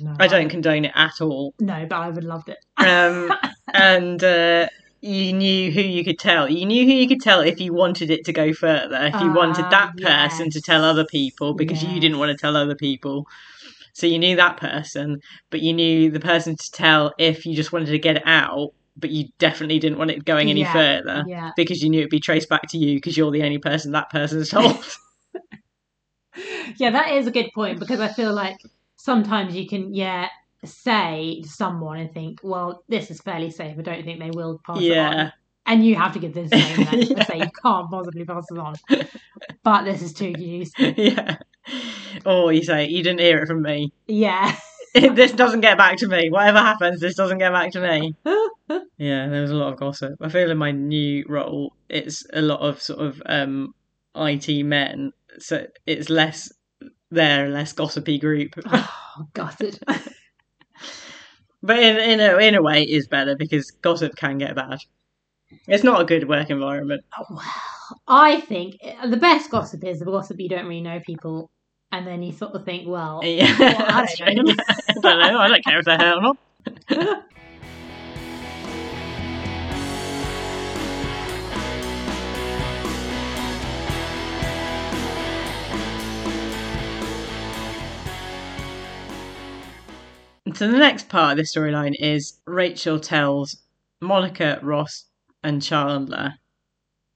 Speaker 1: No,
Speaker 2: I don't condone it at all.
Speaker 1: No, but I would loved it.
Speaker 2: um, and uh, you knew who you could tell. You knew who you could tell if you wanted it to go further. If you wanted
Speaker 1: Ah,
Speaker 2: that person to tell other people because you didn't
Speaker 1: yes.
Speaker 2: want to tell other people, so you knew that person, but you knew the person to tell if you just wanted to get it out, but you definitely didn't want it going any
Speaker 1: Yeah,
Speaker 2: further
Speaker 1: Yeah.
Speaker 2: because you knew it'd be traced back to you because you're the only person that person's told.
Speaker 1: yeah, that is a good point because I feel like sometimes you can, yeah, say to someone and think, well, this is fairly safe. I don't think they will pass it
Speaker 2: yeah,
Speaker 1: on. And you have to give this disclaimer
Speaker 2: Yeah.
Speaker 1: and say you can't possibly pass it on. But this is too news.
Speaker 2: yeah. Or you say you didn't hear it from me.
Speaker 1: Yeah.
Speaker 2: this doesn't get back to me. Whatever happens, this doesn't get back to me. yeah, there was a lot of gossip. I feel in my new role, it's a lot of sort of um, IT men, so it's less there, less gossipy group.
Speaker 1: Oh, gutted.
Speaker 2: but in in a, in a way, it is better because gossip can get bad. It's not a good work environment.
Speaker 1: Well, I think uh, the best gossip is the gossip you don't really know people, and then you sort of think, well,
Speaker 2: Yeah,
Speaker 1: well, I
Speaker 2: that's
Speaker 1: don't know.
Speaker 2: right. I don't know. I don't care if they're hurt or not. So the next part of this storyline is Rachel tells Monica, Ross, and Chandler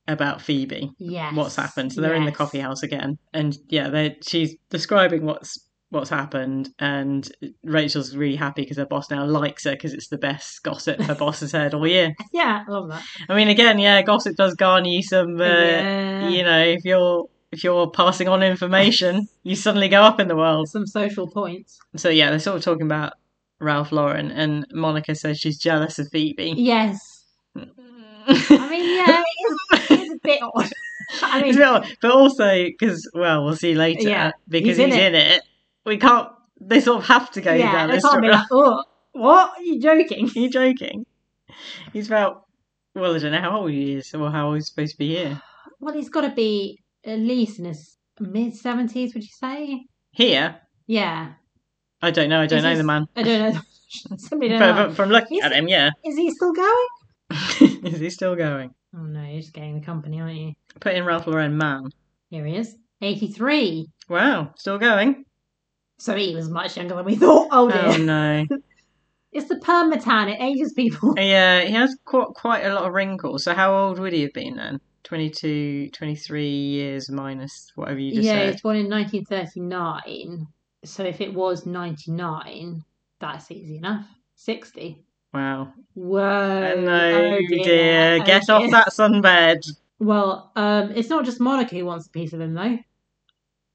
Speaker 2: about Phoebe.
Speaker 1: yes,
Speaker 2: What's happened? So they're in the
Speaker 1: yes.
Speaker 2: coffee house again, and yeah, they she's describing what's what's happened, and Rachel's really happy because her boss now likes her because it's the best gossip her boss has heard all year.
Speaker 1: Yeah, I love that.
Speaker 2: I mean, again, yeah, gossip does garner you some, uh,
Speaker 1: yeah.
Speaker 2: you know, if you're if you're passing on information, you suddenly go up in the world.
Speaker 1: Some social points.
Speaker 2: So yeah, they're sort of talking about Ralph Lauren, and Monica says she's jealous of Phoebe.
Speaker 1: Yes. I mean, yeah, it is, it is a bit odd. I mean,
Speaker 2: It's a bit odd, but also because well, we'll see later uh,
Speaker 1: Yeah,
Speaker 2: because he's,
Speaker 1: he's in
Speaker 2: in,
Speaker 1: it.
Speaker 2: it. We can't. They sort of have to go
Speaker 1: yeah,
Speaker 2: down
Speaker 1: they
Speaker 2: this
Speaker 1: can't be
Speaker 2: story.
Speaker 1: like, oh, what? Are you joking?
Speaker 2: Are you joking? He's about well, I don't know how old he is or how old he's supposed to be here.
Speaker 1: Well, he's got to be at least in his mid 70s, would you say?
Speaker 2: Here,
Speaker 1: Yeah.
Speaker 2: I don't know. I don't
Speaker 1: Is
Speaker 2: know
Speaker 1: he-
Speaker 2: the man.
Speaker 1: I don't know. Somebody don't
Speaker 2: From,
Speaker 1: know.
Speaker 2: from, from looking
Speaker 1: He's-
Speaker 2: at him, yeah,
Speaker 1: Is he still going?
Speaker 2: is he still going?
Speaker 1: Oh, no, you're just getting the company, aren't you?
Speaker 2: Put in Ralph Lauren, man.
Speaker 1: Here he is. 83.
Speaker 2: Wow, still going.
Speaker 1: So he was much younger than we thought. Oh, dear.
Speaker 2: Oh no.
Speaker 1: it's the permatan. It ages people.
Speaker 2: Yeah, he has quite quite a lot of wrinkles. So how old would he have been then? 22, 23 years minus whatever you just
Speaker 1: yeah,
Speaker 2: said.
Speaker 1: it's born in 1939. So if it was 99, that's easy enough. 60.
Speaker 2: Wow.
Speaker 1: Whoa.
Speaker 2: Oh,
Speaker 1: Oh,
Speaker 2: dear. Get
Speaker 1: Oh,
Speaker 2: off
Speaker 1: dear.
Speaker 2: that sunbed.
Speaker 1: Well, um, it's not just Monica who wants a piece of him, though.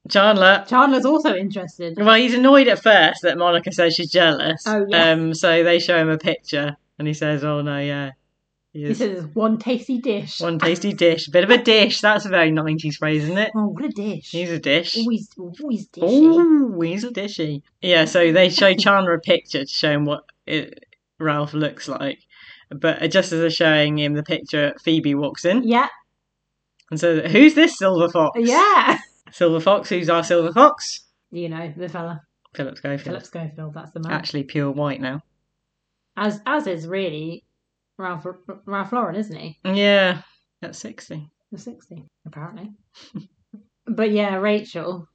Speaker 2: Chandler.
Speaker 1: Chandler's also interested.
Speaker 2: Well, he's annoyed at first that Monica says she's jealous.
Speaker 1: Oh, yeah.
Speaker 2: Um so they show him a picture and he says, Oh no, yeah. He
Speaker 1: He
Speaker 2: is
Speaker 1: says, there's one tasty dish.
Speaker 2: one tasty dish. Bit of a dish. That's a very nineties phrase, isn't it?
Speaker 1: Oh, what a dish.
Speaker 2: He's a dish.
Speaker 1: always, always dishy.
Speaker 2: Oh, he's a dishy. Yeah, so they show Chandler a picture to show him what it, Ralph looks like. But uh, just as they're showing him the picture, Phoebe walks in.
Speaker 1: Yeah,
Speaker 2: And so, who's this Silver Fox?
Speaker 1: yeah.
Speaker 2: Silver Fox, who's our Silver Fox?
Speaker 1: You know, the fella.
Speaker 2: Phillips Gofield.
Speaker 1: Philip Schofield, that's the man.
Speaker 2: Actually, pure white now.
Speaker 1: As as is really Ralph Ralph Lauren, isn't he?
Speaker 2: Yeah, that's 60.
Speaker 1: The 60, apparently. but yeah, Rachel.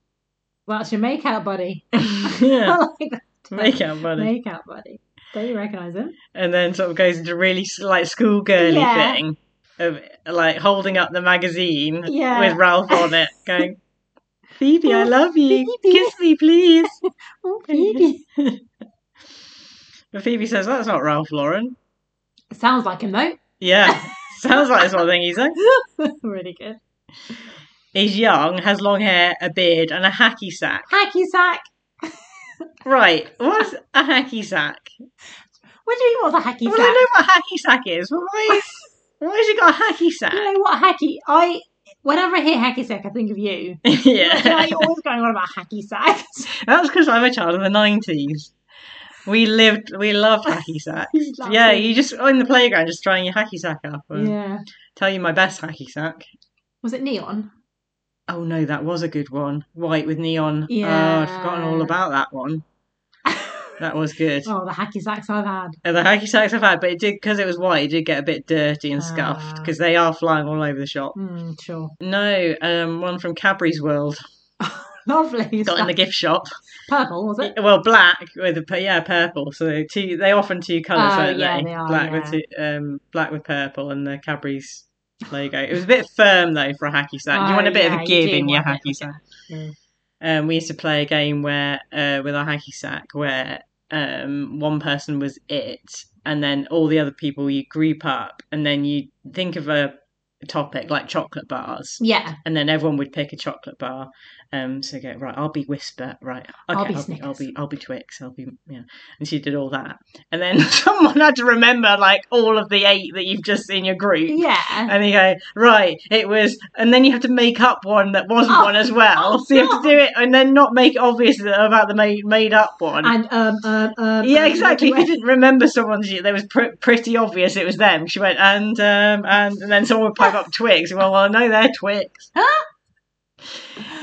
Speaker 1: Well, it's your make out buddy.
Speaker 2: yeah,
Speaker 1: I like that.
Speaker 2: make out, buddy.
Speaker 1: Make out buddy. Don't you recognise him?
Speaker 2: and then sort of goes into really s- like schoolgirly
Speaker 1: Yeah.
Speaker 2: thing of like holding up the magazine
Speaker 1: Yeah.
Speaker 2: with Ralph on it, going, "Phoebe, I
Speaker 1: Oh,
Speaker 2: love you.
Speaker 1: Phoebe."
Speaker 2: Kiss me, please."
Speaker 1: Oh, Phoebe.
Speaker 2: But Phoebe says, "That's not Ralph Lauren."
Speaker 1: Sounds like him though.
Speaker 2: Yeah, sounds like the sort of thing he's like.
Speaker 1: really good.
Speaker 2: He's young, has long hair, a beard, and a hacky sack.
Speaker 1: Hacky sack.
Speaker 2: Right, what's a hacky sack?
Speaker 1: What do you mean? What's a hacky
Speaker 2: well,
Speaker 1: sack?
Speaker 2: I know what a hacky sack is, but why? Is, why has she got a hacky sack?
Speaker 1: You know what hacky? I whenever I hear hacky sack, I think of you.
Speaker 2: yeah.
Speaker 1: Like, you're always going on about hacky sacks.
Speaker 2: That's because I'm a child of the nineties. We lived, we loved hacky sacks.
Speaker 1: Lovely.
Speaker 2: yeah, you just in the playground, just throwing your hacky sack up. And
Speaker 1: yeah.
Speaker 2: Tell you my best hacky sack.
Speaker 1: Was it neon?
Speaker 2: Oh no, that was a good one. White with neon. Oh, I'd forgotten all
Speaker 1: Yeah.
Speaker 2: about that one.
Speaker 1: oh,
Speaker 2: That was good.
Speaker 1: the hacky sacks I've had.
Speaker 2: And the hacky sacks I've had, but it did because it was white. It did get a bit dirty and scuffed
Speaker 1: Ah.
Speaker 2: because they are flying all over the shop.
Speaker 1: Hmm, sure.
Speaker 2: No, um, one from Cadbury's World
Speaker 1: Lovely.
Speaker 2: got in the gift shop.
Speaker 1: Purple was it?
Speaker 2: Well, black with a pu- yeah purple. So two they often two colours,
Speaker 1: Oh,
Speaker 2: don't
Speaker 1: yeah,
Speaker 2: they?
Speaker 1: they are,
Speaker 2: black with two, um black with purple and the Cadbury's logo. It was a bit firm though for a hacky sack. you
Speaker 1: Oh,
Speaker 2: want a bit of
Speaker 1: yeah,
Speaker 2: a
Speaker 1: you
Speaker 2: give
Speaker 1: do
Speaker 2: in your
Speaker 1: want
Speaker 2: hacky
Speaker 1: it.
Speaker 2: sack.
Speaker 1: Yeah.
Speaker 2: Um, we used to play a game where uh, with our hacky sack where um one person was it and then all the other people you group up and then you think of a topic like chocolate bars
Speaker 1: Yeah.
Speaker 2: and then everyone would pick a chocolate bar. Um, so go right, I'll be Whisper, right? Okay,
Speaker 1: I'll be
Speaker 2: I'll
Speaker 1: Snickers.
Speaker 2: be, I'll be Twix, I'll be yeah. And she did all that, and then someone had to remember like all of the eight that you've just seen your group.
Speaker 1: Yeah.
Speaker 2: And you go right. It was, and then you have to make up one that wasn't
Speaker 1: Oh,
Speaker 2: one as well.
Speaker 1: oh,
Speaker 2: so you have to do it, and then not make it obvious about the made, made up one.
Speaker 1: And um um um.
Speaker 2: yeah,
Speaker 1: um,
Speaker 2: exactly. If you
Speaker 1: anyway.
Speaker 2: didn't remember someone's, that was pr- pretty obvious it was them. She went and um and, and then someone would pipe up Twix. Well, well, no, they're Twix.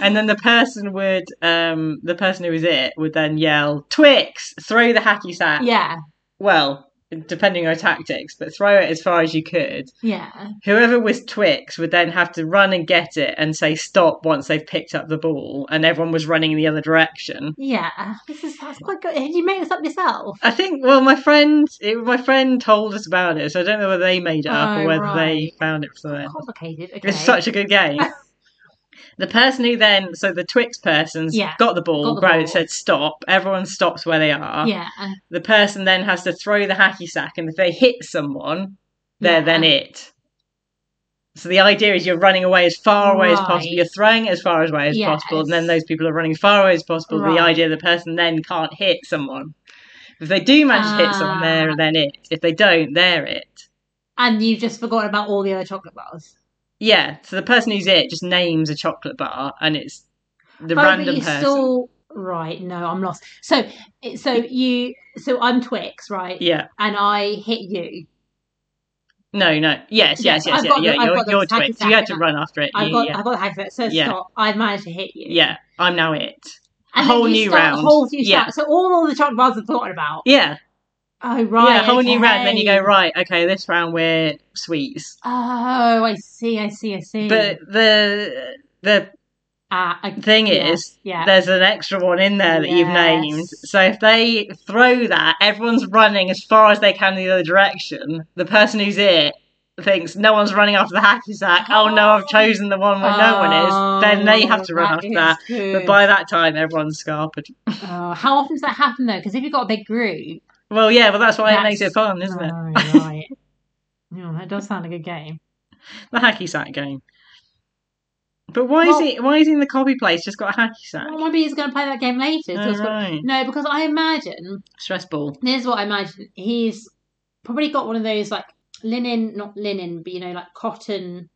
Speaker 2: and then the person would um the person who was it would then yell Twix, throw the hacky sack.
Speaker 1: Yeah.
Speaker 2: Well, depending on tactics, but throw it as far as you could.
Speaker 1: Yeah.
Speaker 2: Whoever was Twix would then have to run and get it and say stop once they've picked up the ball, and everyone was running in the other direction.
Speaker 1: Yeah. This is that's quite good. Did you make this up yourself?
Speaker 2: I think. Well, my friend, it, my friend told us about it, so I don't know whether they made it up
Speaker 1: Oh,
Speaker 2: or whether they
Speaker 1: right.
Speaker 2: found it for them.
Speaker 1: Complicated. Okay.
Speaker 2: It's such a good game. the person who then, so the Twix person's
Speaker 1: Yeah,
Speaker 2: got the ball,
Speaker 1: got the
Speaker 2: right?
Speaker 1: ball.
Speaker 2: Said stop. Everyone stops where they are.
Speaker 1: yeah.
Speaker 2: The person then has to throw the hacky sack, and if they hit someone, they're
Speaker 1: Yeah.
Speaker 2: then it. So the idea is you're running away as far away as possible.
Speaker 1: Right.
Speaker 2: You're throwing it as far away as possible, and then
Speaker 1: Yes.
Speaker 2: those people are running as far away as possible. with The
Speaker 1: Right.
Speaker 2: idea the person then can't hit someone. If they do manage to hit someone, they're
Speaker 1: Ah.
Speaker 2: then it. If they don't, they're it.
Speaker 1: And you've just forgotten about all the other chocolate bars.
Speaker 2: Yeah. So the person who's it just names a chocolate bar, and it's the
Speaker 1: Oh, but
Speaker 2: random
Speaker 1: you
Speaker 2: person.
Speaker 1: Still... Right. No, I'm lost. So, it- so you, so I'm Twix, right?
Speaker 2: Yeah.
Speaker 1: And I hit you.
Speaker 2: No. No. Yes. Yes.
Speaker 1: Yes,
Speaker 2: Yes.
Speaker 1: I've
Speaker 2: Yeah.
Speaker 1: got the-
Speaker 2: yeah.
Speaker 1: I've
Speaker 2: You're,
Speaker 1: got the
Speaker 2: you're
Speaker 1: hacky
Speaker 2: Twix.
Speaker 1: sack
Speaker 2: You had
Speaker 1: and
Speaker 2: to
Speaker 1: I-
Speaker 2: run after it.
Speaker 1: I
Speaker 2: You-
Speaker 1: got,
Speaker 2: yeah.
Speaker 1: I got the hack that says
Speaker 2: Yeah.
Speaker 1: stop. I've managed to hit you.
Speaker 2: yeah. I'm now it.
Speaker 1: And
Speaker 2: whole
Speaker 1: then you
Speaker 2: new
Speaker 1: start
Speaker 2: round.
Speaker 1: A whole new
Speaker 2: Yeah.
Speaker 1: start. So all, all the chocolate bars are thought about.
Speaker 2: Yeah.
Speaker 1: Oh right.
Speaker 2: yeah. Whole new round. Then you go
Speaker 1: okay.
Speaker 2: right. Okay. This round we're sweets.
Speaker 1: Oh, I see. I see. I see.
Speaker 2: But the the
Speaker 1: ah, I,
Speaker 2: thing
Speaker 1: Yeah,
Speaker 2: is,
Speaker 1: yeah.
Speaker 2: there's an extra one in there that you've named.
Speaker 1: Yes.
Speaker 2: So if they throw that, everyone's running as far as they can in the other direction. The person who's it thinks no one's running after the hacky sack. Oh, no, I've chosen the one where no one is. Then they have to run
Speaker 1: Oh,
Speaker 2: after that.
Speaker 1: is good.
Speaker 2: But by that time, everyone's scarpered.
Speaker 1: Oh, how often does that happen though? Because if you've got a big group,
Speaker 2: Well, yeah, well, that's why it makes it
Speaker 1: That's-
Speaker 2: fun, isn't it?
Speaker 1: Oh, right. No, that does sound like a game.
Speaker 2: The hacky sack game. But why
Speaker 1: Well-
Speaker 2: is he? Why is he in the copy place? Just got a hacky sack.
Speaker 1: Well, maybe he's going to play that game later. so it's
Speaker 2: Oh,
Speaker 1: got-
Speaker 2: right.
Speaker 1: No, because I imagine
Speaker 2: Stress ball.
Speaker 1: this is what I imagine. He's probably got one of those like linen, not linen, but you know, like cotton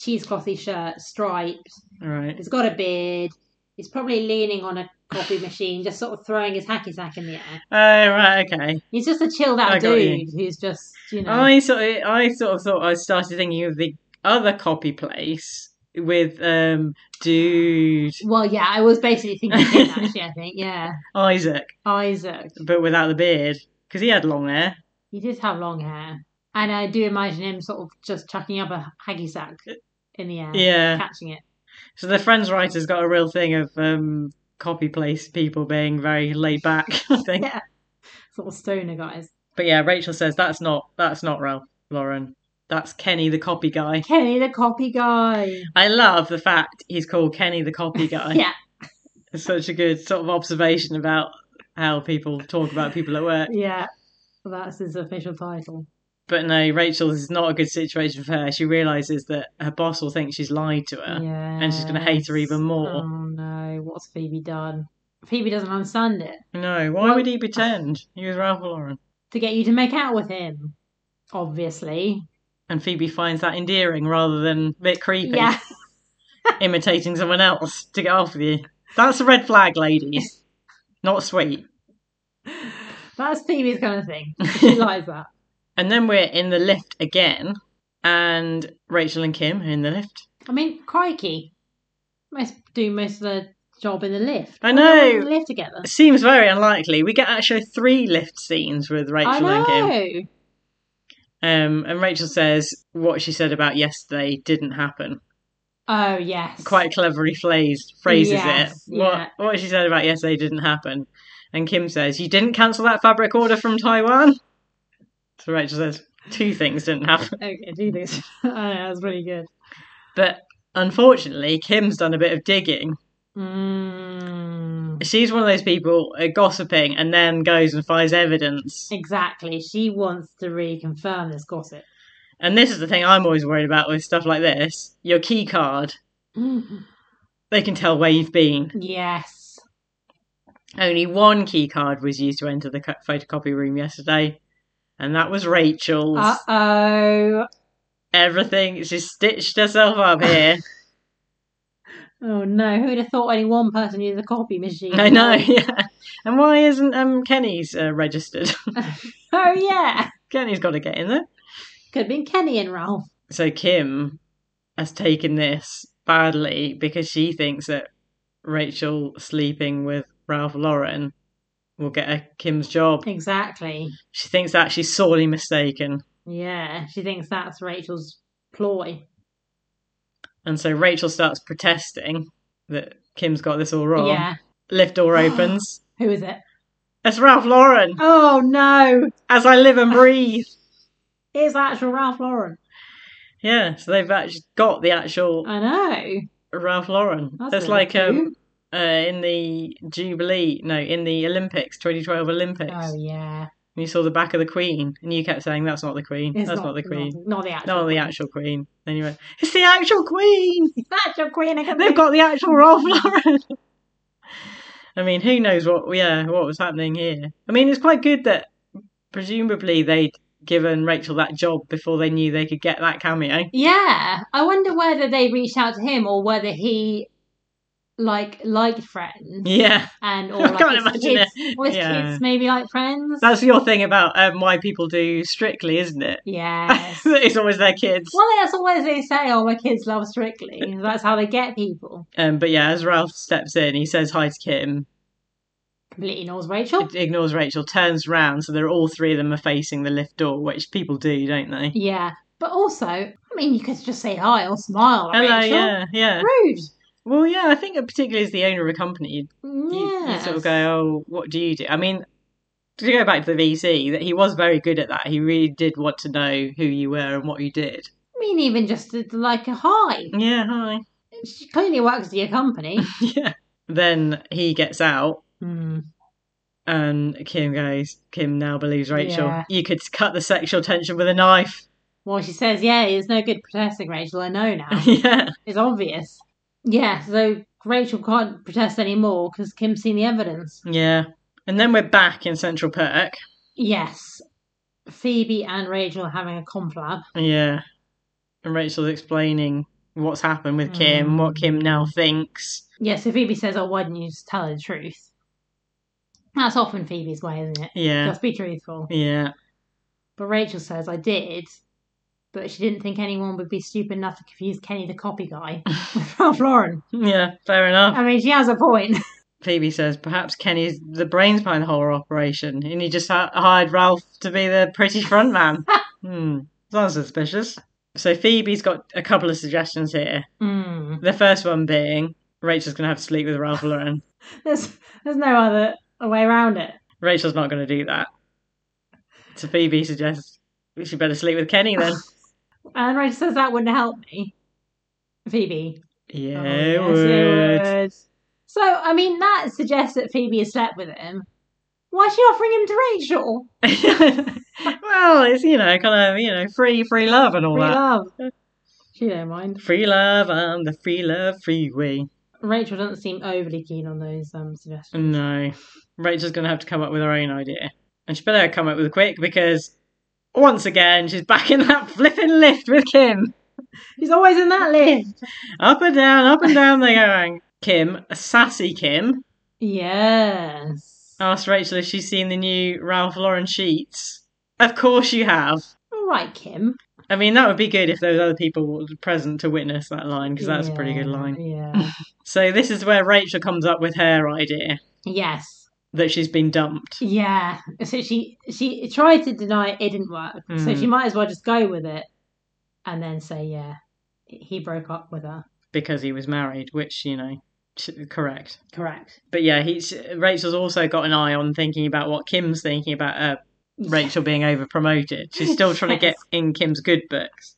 Speaker 1: cheeseclothy shirt, striped.
Speaker 2: All right.
Speaker 1: He's got a beard. He's probably leaning on a coffee machine, just sort of throwing his hacky sack in the air.
Speaker 2: Oh right. Okay.
Speaker 1: He's just a chilled
Speaker 2: I
Speaker 1: out
Speaker 2: got you.
Speaker 1: dude who's just, you know.
Speaker 2: I sort of, I sort of thought I started thinking of the other copy place with um dude
Speaker 1: Well, yeah, I was basically thinking him, actually, I think. Yeah.
Speaker 2: Isaac,
Speaker 1: Isaac.
Speaker 2: but without the beard because he had long hair.
Speaker 1: He did have long hair. And I do imagine him sort of just chucking up a haggy sack in the air,
Speaker 2: Yeah.
Speaker 1: catching it.
Speaker 2: So the Friends writer's got a real thing of um copy place people being very laid back. I think.
Speaker 1: Yeah. Sort of stoner guys.
Speaker 2: But yeah, Rachel says that's not that's not Ralph Lauren. That's Kenny the copy guy.
Speaker 1: Kenny the copy guy.
Speaker 2: I love the fact he's called Kenny the copy guy.
Speaker 1: Yeah,
Speaker 2: It's such a good sort of observation about how people talk about people at work.
Speaker 1: yeah. That's his official title.
Speaker 2: But no, Rachel this is not a good situation for her. She realizes that her boss will think she's lied to her.
Speaker 1: Yeah.
Speaker 2: she's gonna hate her even more.
Speaker 1: Oh no, what's Phoebe done? Phoebe doesn't understand it.
Speaker 2: No, why
Speaker 1: Well-
Speaker 2: would he pretend he was Ralph Lauren?
Speaker 1: To get you to make out with him. Obviously.
Speaker 2: And Phoebe finds that endearing rather than a bit creepy,
Speaker 1: Yeah.
Speaker 2: imitating someone else to get off with you. That's a red flag, ladies. not sweet.
Speaker 1: That's Phoebe's kind of thing. She likes that.
Speaker 2: And then we're in the lift again, and Rachel and Kim are in the lift.
Speaker 1: I mean, crikey. Most do most of the job in the lift.
Speaker 2: I
Speaker 1: Why are they
Speaker 2: know.
Speaker 1: in the lift together.
Speaker 2: It seems very unlikely. We get actually three lift scenes with
Speaker 1: I
Speaker 2: Rachel and Kim.
Speaker 1: know.
Speaker 2: Um, and Rachel says what she said about yesterday didn't happen.
Speaker 1: Oh yes.
Speaker 2: Quite cleverly phrased, phrases
Speaker 1: Yes,
Speaker 2: it.
Speaker 1: yeah.
Speaker 2: What what she said about yesterday didn't happen. And Kim says, "You didn't cancel that fabric order from Taiwan." So Rachel says, two things didn't happen."
Speaker 1: Okay, do this. I know, that's really good.
Speaker 2: But unfortunately, Kim's done a bit of digging.
Speaker 1: Mm,
Speaker 2: She's one of those people uh, gossiping and then goes and finds evidence.
Speaker 1: exactly. She wants to reconfirm this gossip.
Speaker 2: And this is the thing I'm always worried about with stuff like this. Your key card, they can tell where you've been.
Speaker 1: yes.
Speaker 2: Only one key card was used to enter the co- photocopy room yesterday, and that was Rachel's.
Speaker 1: Uh oh.
Speaker 2: Everything she's stitched herself up here.
Speaker 1: Oh no. Who'd have thought any one person used a copy machine?
Speaker 2: I know, yeah. And why isn't um Kenny's uh, registered?
Speaker 1: Oh yeah.
Speaker 2: Kenny's got to get in there.
Speaker 1: Could have been Kenny and Ralph.
Speaker 2: So Kim has taken this badly because she thinks that Rachel sleeping with Ralph Lauren will get her Kim's job.
Speaker 1: Exactly.
Speaker 2: She thinks that she's sorely mistaken.
Speaker 1: Yeah. She thinks that's Rachel's ploy.
Speaker 2: And so Rachel starts protesting that Kim's got this all wrong.
Speaker 1: Yeah.
Speaker 2: Lift door opens.
Speaker 1: Who is it?
Speaker 2: It's Ralph Lauren.
Speaker 1: Oh no.
Speaker 2: As I live and breathe.
Speaker 1: It's actual Ralph Lauren.
Speaker 2: Yeah, so they've actually got the actual
Speaker 1: I know.
Speaker 2: Ralph Lauren.
Speaker 1: That's
Speaker 2: That's
Speaker 1: really
Speaker 2: like um,
Speaker 1: cute.
Speaker 2: uh, in the Jubilee, no, in the Olympics, 2012 Olympics.
Speaker 1: Oh yeah.
Speaker 2: And you saw the back of the Queen, and you kept saying, "That's not the Queen.
Speaker 1: It's
Speaker 2: That's not, the Queen.
Speaker 1: Not, not the actual.
Speaker 2: Not, the actual Queen." Then you went, "It's the actual Queen.
Speaker 1: That's your queen. I can
Speaker 2: They've got the actual Ralph Lauren." I mean, who knows what? Yeah, what was happening here? I mean, it's quite good that presumably they'd given Rachel that job before they knew they could get that cameo.
Speaker 1: Yeah, I wonder whether they reached out to him or whether he like liked Friends
Speaker 2: Yeah,
Speaker 1: and or
Speaker 2: I
Speaker 1: like
Speaker 2: can't
Speaker 1: his
Speaker 2: imagine
Speaker 1: kids,
Speaker 2: it.
Speaker 1: or his
Speaker 2: Yeah.
Speaker 1: kids maybe like Friends.
Speaker 2: that's your thing about um, why people do Strictly, isn't it?
Speaker 1: yes.
Speaker 2: it's always their kids.
Speaker 1: Well, that's always they say. Oh, my kids love Strictly. That's how they get people.
Speaker 2: Um, but yeah, as Ralph steps in, he says hi to Kim.
Speaker 1: Completely ignores Rachel.
Speaker 2: It ignores Rachel, turns round, so they're all three of them are facing the lift door, which people do, don't they?
Speaker 1: Yeah, but also, I mean, you could just say hi or smile. at
Speaker 2: Hello,
Speaker 1: Rachel.
Speaker 2: yeah, yeah.
Speaker 1: Rude.
Speaker 2: Well, yeah, I think particularly as the owner of a company, you, you, you
Speaker 1: Yeah.
Speaker 2: sort of go, oh, what do you do? I mean, to go back to the VC, that he was very good at that. He really did want to know who you were and what you did.
Speaker 1: I mean, even just uh, like a hi.
Speaker 2: Yeah, hi.
Speaker 1: She clearly works at your company.
Speaker 2: yeah. Then he gets out.
Speaker 1: Hmm.
Speaker 2: And Kim goes, Kim now believes Rachel.
Speaker 1: Yeah.
Speaker 2: You could cut the sexual tension with a knife.
Speaker 1: Well, she says, yeah, it's no good protesting, Rachel. I know now.
Speaker 2: yeah.
Speaker 1: It's obvious. Yeah, so Rachel can't protest anymore because Kim's seen the evidence.
Speaker 2: Yeah. And then we're back in Central Perk.
Speaker 1: Yes. Phoebe and Rachel are having a conflab.
Speaker 2: Yeah. And Rachel's explaining what's happened with Kim,
Speaker 1: Mm.
Speaker 2: what Kim now thinks.
Speaker 1: Yeah, so Phoebe says, Oh, why didn't you just tell her the truth? That's often Phoebe's way, isn't it?
Speaker 2: Yeah.
Speaker 1: Just be truthful.
Speaker 2: Yeah.
Speaker 1: But Rachel says, I did, but she didn't think anyone would be stupid enough to confuse Kenny the copy guy with Ralph Lauren.
Speaker 2: Yeah. Fair enough.
Speaker 1: I mean, she has a point.
Speaker 2: Phoebe says perhaps Kenny's the brains behind the whole operation and he just hi- hired Ralph to be the pretty front man. hmm. Sounds suspicious. So Phoebe's got a couple of suggestions here.
Speaker 1: Hmm.
Speaker 2: The first one being Rachel's going to have to sleep with Ralph Lauren.
Speaker 1: There's, there's no other way around it.
Speaker 2: Rachel's not going to do that. So Phoebe suggests we should better sleep with Kenny then.
Speaker 1: Oh, And Rachel says that wouldn't help me. Phoebe.
Speaker 2: yeah,
Speaker 1: Oh,
Speaker 2: it
Speaker 1: yes,
Speaker 2: would.
Speaker 1: it would. So, I mean, that suggests that Phoebe has slept with him. Why is she offering him to Rachel?
Speaker 2: well, it's you know, kind of you know, free free love and all
Speaker 1: Free
Speaker 2: that.
Speaker 1: love. She don't mind.
Speaker 2: Free love on the free love freeway.
Speaker 1: Rachel doesn't seem overly keen on those um, suggestions.
Speaker 2: No, Rachel's gonna have to come up with her own idea, and she better come up with it quick because once again she's back in that flipping lift with Kim.
Speaker 1: He's always in that list.
Speaker 2: Up and down, up and down they go. Kim, a sassy Kim,
Speaker 1: Yes.
Speaker 2: asked Rachel if she's seen the new Ralph Lauren sheets. Of course you have.
Speaker 1: All right, Kim.
Speaker 2: I mean, that would be good if there was other people were present to witness that line because that's a pretty good
Speaker 1: Yeah,
Speaker 2: line.
Speaker 1: Yeah.
Speaker 2: So this is where Rachel comes up with her idea
Speaker 1: yes.
Speaker 2: that she's been dumped.
Speaker 1: Yeah. So she she tried to deny it, it didn't work. So
Speaker 2: Mm.
Speaker 1: she might as well just go with it and then say, yeah, he broke up with her.
Speaker 2: because he was married, which you know, ch- correct.
Speaker 1: Correct.
Speaker 2: But yeah, he's Rachel's also got an eye on thinking about what Kim's thinking about uh, Rachel being over promoted. She's still trying to get in Kim's good books.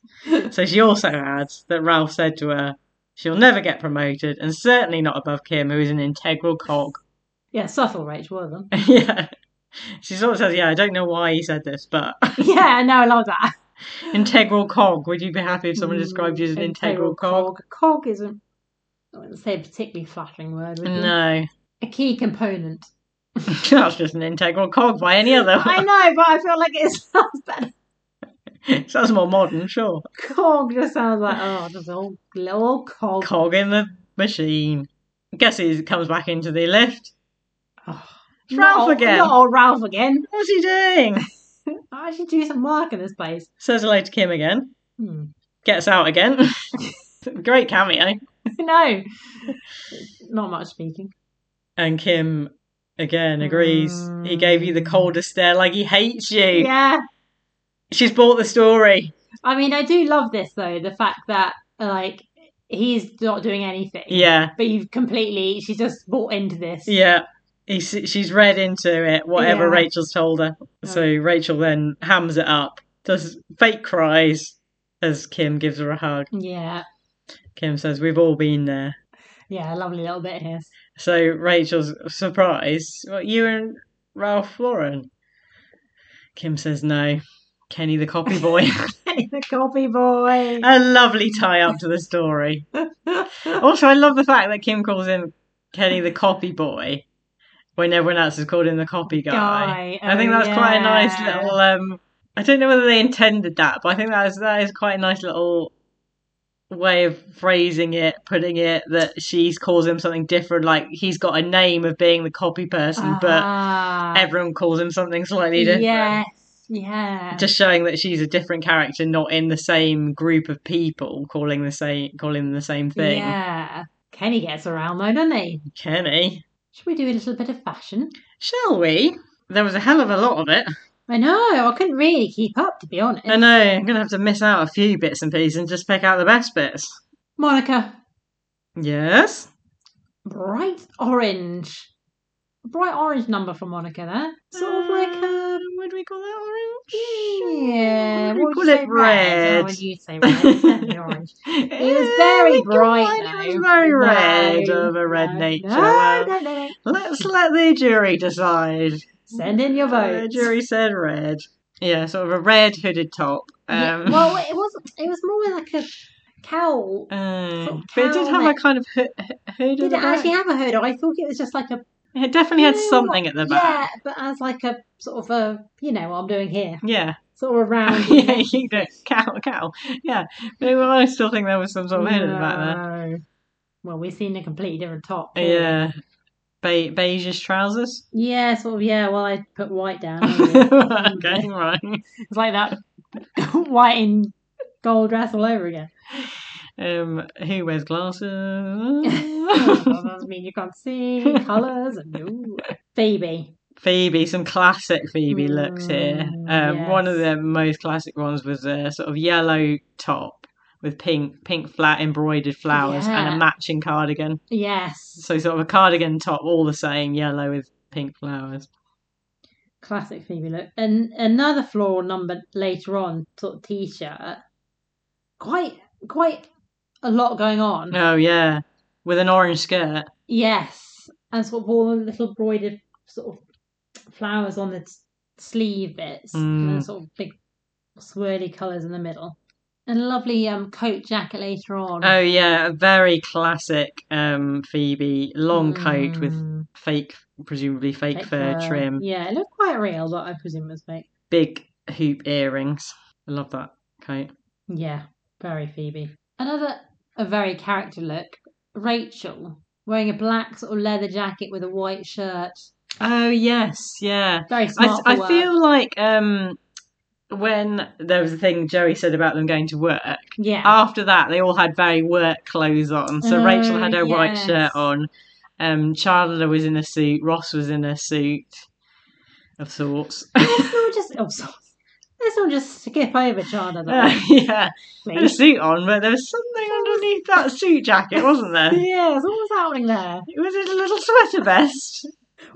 Speaker 2: So she also adds that Ralph said to her, "She'll never get promoted, and certainly not above Kim, who is an integral cog."
Speaker 1: Yeah, subtle Rachel, was them.
Speaker 2: yeah, she sort of says, "Yeah, I don't know why he said this, but
Speaker 1: Yeah, no, I love that.
Speaker 2: integral cog. Would you be happy if someone
Speaker 1: Mm,
Speaker 2: described you as an integral, cog?"
Speaker 1: Cog isn't, I wouldn't say a particularly flattering word. Would you?
Speaker 2: No,
Speaker 1: A key component.
Speaker 2: that's just an integral cog by any other.
Speaker 1: I know, but I feel like it sounds better.
Speaker 2: Sounds more modern, sure.
Speaker 1: Cog just sounds like, oh, just a whole little cog.
Speaker 2: Cog in the machine. Guess he comes back into the lift.
Speaker 1: Not
Speaker 2: Ralph
Speaker 1: old-
Speaker 2: again.
Speaker 1: Not old Ralph again.
Speaker 2: What's he doing?
Speaker 1: I should do some work in this place.
Speaker 2: Says hello to Kim again.
Speaker 1: Hmm.
Speaker 2: Gets out again. Great cameo.
Speaker 1: no, not much speaking.
Speaker 2: And Kim again agrees. He gave you the coldest stare like he hates you.
Speaker 1: Yeah,
Speaker 2: She's bought the story.
Speaker 1: I mean, I do love this though. The fact that like he's not doing anything.
Speaker 2: Yeah.
Speaker 1: but you've completely. She's just bought into this.
Speaker 2: Yeah. He's, she's read into it, whatever
Speaker 1: Yeah.
Speaker 2: Rachel's told her. So Rachel then hams it up, does fake cries as Kim gives her a hug.
Speaker 1: yeah,
Speaker 2: Kim says, We've all been there.
Speaker 1: yeah. A lovely little bit here.
Speaker 2: So Rachel's surprised. What, you and Ralph Lauren? Kim says no. Kenny the copy boy.
Speaker 1: the copy boy.
Speaker 2: a lovely tie up to the story. Also, I love the fact that Kim calls him Kenny the copy boy when everyone else has called him the copy guy.
Speaker 1: Guy.
Speaker 2: I think
Speaker 1: Oh,
Speaker 2: that's quite a nice
Speaker 1: yeah.
Speaker 2: little. Um, I don't know whether they intended that, but I think that is that is quite a nice little way of phrasing it, putting it that she calls him something different. Like he's got a name of being the copy person, but
Speaker 1: Ah,
Speaker 2: everyone calls him something slightly different.
Speaker 1: Yes, yeah.
Speaker 2: Just showing that she's a different character, not in the same group of people calling the same calling them the same thing.
Speaker 1: Yeah. Kenny gets around though, doesn't he?
Speaker 2: Kenny,
Speaker 1: Should we do a little bit of fashion?
Speaker 2: shall we? There was a hell of a lot of it.
Speaker 1: I know, I couldn't really keep up to be honest.
Speaker 2: I know I'm gonna have to miss out a few bits and pieces and just pick out the best bits.
Speaker 1: Monica,
Speaker 2: Yes.
Speaker 1: bright orange. Bright orange number for Monica there. Sort of like a.
Speaker 2: Um, would we call that orange?
Speaker 1: Yeah,
Speaker 2: we
Speaker 1: what
Speaker 2: call
Speaker 1: would you
Speaker 2: it
Speaker 1: say, red?
Speaker 2: red.
Speaker 1: Oh, would you say red? It's definitely orange. It was
Speaker 2: Eh,
Speaker 1: very
Speaker 2: we can
Speaker 1: bright,
Speaker 2: find It
Speaker 1: though.
Speaker 2: was very
Speaker 1: No,
Speaker 2: red of a red
Speaker 1: no,
Speaker 2: nature.
Speaker 1: No,
Speaker 2: Well,
Speaker 1: no, no, no.
Speaker 2: Let's let the jury decide.
Speaker 1: Send in your vote.
Speaker 2: The jury said red. Yeah, sort of a red hooded top. Um,
Speaker 1: Yeah, well, it was it was more like a cowl.
Speaker 2: uh,
Speaker 1: sort of
Speaker 2: but it
Speaker 1: cowl
Speaker 2: did have
Speaker 1: neck.
Speaker 2: a kind of hood, hood at
Speaker 1: Did
Speaker 2: the
Speaker 1: it
Speaker 2: back.
Speaker 1: actually have a hood? I thought it was just like a
Speaker 2: It definitely had
Speaker 1: Yeah,
Speaker 2: something at the back.
Speaker 1: yeah, but as like a sort of a you know what I'm doing here,
Speaker 2: Yeah.
Speaker 1: sort of around.
Speaker 2: yeah, you know, cow, cow. Yeah. But I still think there was some sort of hood at the back there.
Speaker 1: No. Well, we've seen a completely different top. here.
Speaker 2: Yeah. Be- beigeish trousers.
Speaker 1: Yeah, sort of. Yeah. Well, I put white down. didn't I?
Speaker 2: okay, right.
Speaker 1: it's like that white and gold dress all over again.
Speaker 2: Um, who wears glasses?
Speaker 1: Oh, well, that doesn't mean you can't see colours and ooh. Phoebe.
Speaker 2: Phoebe, some classic Phoebe looks here. Um,
Speaker 1: Mm,
Speaker 2: One of
Speaker 1: yes.
Speaker 2: the most classic ones was a sort of yellow top with pink, pink flat embroidered flowers and
Speaker 1: Yeah.
Speaker 2: a matching cardigan.
Speaker 1: Yes.
Speaker 2: So sort of a cardigan top, all the same, yellow with pink flowers.
Speaker 1: classic Phoebe look. And another floral number later on, sort of t-shirt. Quite, quite a lot going on.
Speaker 2: Oh yeah, with an orange skirt.
Speaker 1: Yes, and sort of all the little broidered sort of flowers on the t- sleeve bits, and then
Speaker 2: Mm.
Speaker 1: sort of big swirly colours in the middle, and a lovely um coat jacket later on.
Speaker 2: Oh yeah, a very classic um, Phoebe long coat with
Speaker 1: Mm,
Speaker 2: fake, presumably fake, fur trim,
Speaker 1: Yeah, it looked quite real, but I presume it was fake.
Speaker 2: big hoop earrings. I love that coat.
Speaker 1: Yeah, very Phoebe. Another a very character look. Rachel wearing a black sort of leather jacket with a white shirt.
Speaker 2: Oh yes, yeah.
Speaker 1: Very
Speaker 2: I,
Speaker 1: smart.
Speaker 2: I
Speaker 1: for work.
Speaker 2: feel like um, when there was a thing Joey said about them going to work.
Speaker 1: yeah.
Speaker 2: After that, they all had very work clothes on. So
Speaker 1: Oh,
Speaker 2: Rachel had her white
Speaker 1: yes.
Speaker 2: shirt on. Um, Chandler was in a suit. Ross was in a suit of sorts.
Speaker 1: Let's all just oh, sorry. Let's all just skip over Chana though,
Speaker 2: Uh, yeah, had a
Speaker 1: please.
Speaker 2: suit on, but there was something underneath that suit jacket, wasn't there?
Speaker 1: yeah, so what was happening there?
Speaker 2: It was a little sweater vest,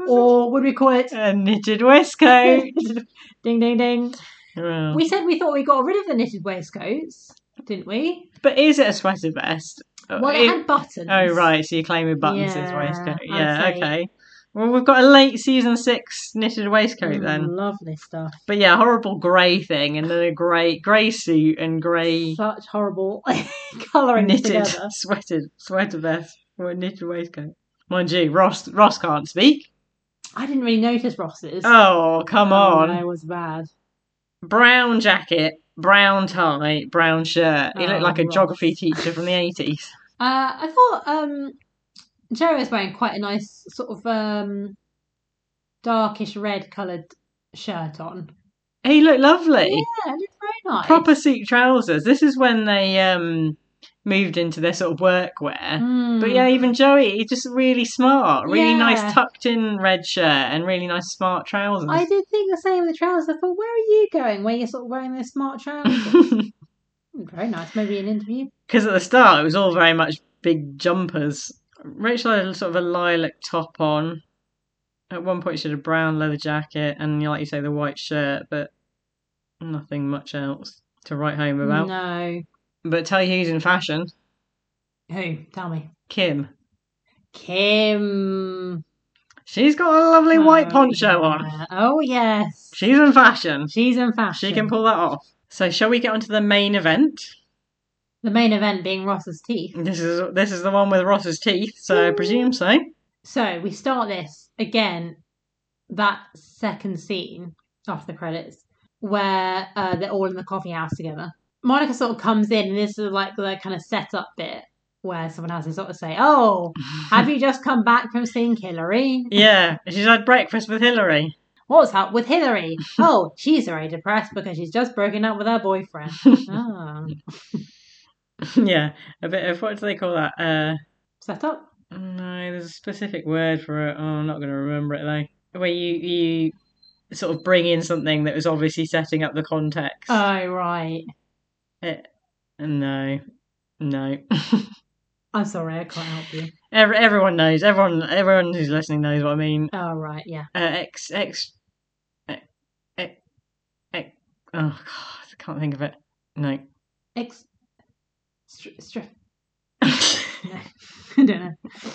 Speaker 1: Or would we call it
Speaker 2: a knitted waistcoat.
Speaker 1: ding ding ding?
Speaker 2: Well,
Speaker 1: We said we thought we got rid of the knitted waistcoats, didn't we?
Speaker 2: But is it a sweater vest?
Speaker 1: Well, it,
Speaker 2: Uh, It-
Speaker 1: had buttons.
Speaker 2: Oh right, so you're claiming buttons as
Speaker 1: Yeah,
Speaker 2: waistcoat.
Speaker 1: I'd
Speaker 2: Yeah,
Speaker 1: say-
Speaker 2: okay. Well, we've got a late season six knitted waistcoat
Speaker 1: Mm,
Speaker 2: then.
Speaker 1: Lovely stuff.
Speaker 2: But yeah, horrible grey thing, and then a grey grey suit and grey
Speaker 1: Such horrible colouring
Speaker 2: knitted
Speaker 1: together.
Speaker 2: sweated sweater vest or a knitted waistcoat. Mind you, Ross Ross can't speak.
Speaker 1: I didn't really notice Ross's.
Speaker 2: Oh come on!
Speaker 1: I was bad.
Speaker 2: Brown jacket, brown tie, brown shirt. He
Speaker 1: Oh,
Speaker 2: looked like a
Speaker 1: Ross.
Speaker 2: geography teacher from the eighties.
Speaker 1: Uh, I thought um, Joe was wearing quite a nice sort of um, darkish red coloured shirt on.
Speaker 2: He looked lovely.
Speaker 1: Yeah, it looked very nice.
Speaker 2: proper suit trousers. This is when they um moved into their sort of workwear.
Speaker 1: Mm.
Speaker 2: But yeah, even Joey, he's just really smart, really
Speaker 1: Yeah.
Speaker 2: nice tucked in red shirt and really nice smart trousers.
Speaker 1: I did think the same with the trousers. I thought, where are you going? Where you're sort of wearing those smart trousers? Hmm,
Speaker 2: Because
Speaker 1: very nice. Maybe an interview.
Speaker 2: at the start, it was all very much big jumpers. Rachel had a sort of a lilac top on. At one point, she had a brown leather jacket and, like you say, the white shirt, but nothing much else to write home about.
Speaker 1: No.
Speaker 2: But tell you who's in fashion
Speaker 1: Who? Tell me.
Speaker 2: Kim.
Speaker 1: Kim.
Speaker 2: She's got a lovely white
Speaker 1: Oh,
Speaker 2: poncho on.
Speaker 1: yeah. Oh yes.
Speaker 2: She's in fashion.
Speaker 1: She's in fashion.
Speaker 2: She can pull that off. So shall we get on to the main event?
Speaker 1: the main event being Ross's teeth.
Speaker 2: This is this is the one with Ross's teeth, so I presume so.
Speaker 1: So we start this again, that second scene after the credits, where uh, they're all in the coffee house together. Monica sort of comes in, and this is like the kind of setup bit where someone has to sort of say, Oh, have you just come back from seeing Hillary?
Speaker 2: Yeah, she's had breakfast with Hillary.
Speaker 1: What's up with Hillary? Oh, she's very depressed because she's just broken up with her boyfriend. Ah,
Speaker 2: yeah, a bit of what do they call that? Uh,
Speaker 1: set up.
Speaker 2: no, there's a specific word for it. Oh, I'm not going to remember it though. Where you you sort of bring in something that was obviously setting up the context. Eh,
Speaker 1: Oh, right.
Speaker 2: no, no.
Speaker 1: I'm sorry, I can't help you.
Speaker 2: Every, everyone knows. Everyone everyone who's listening knows what I mean.
Speaker 1: Oh, right, yeah.
Speaker 2: uh, X X X X X. Oh God, I can't think of it. No.
Speaker 1: Ex. Stri- stri- no. I don't know.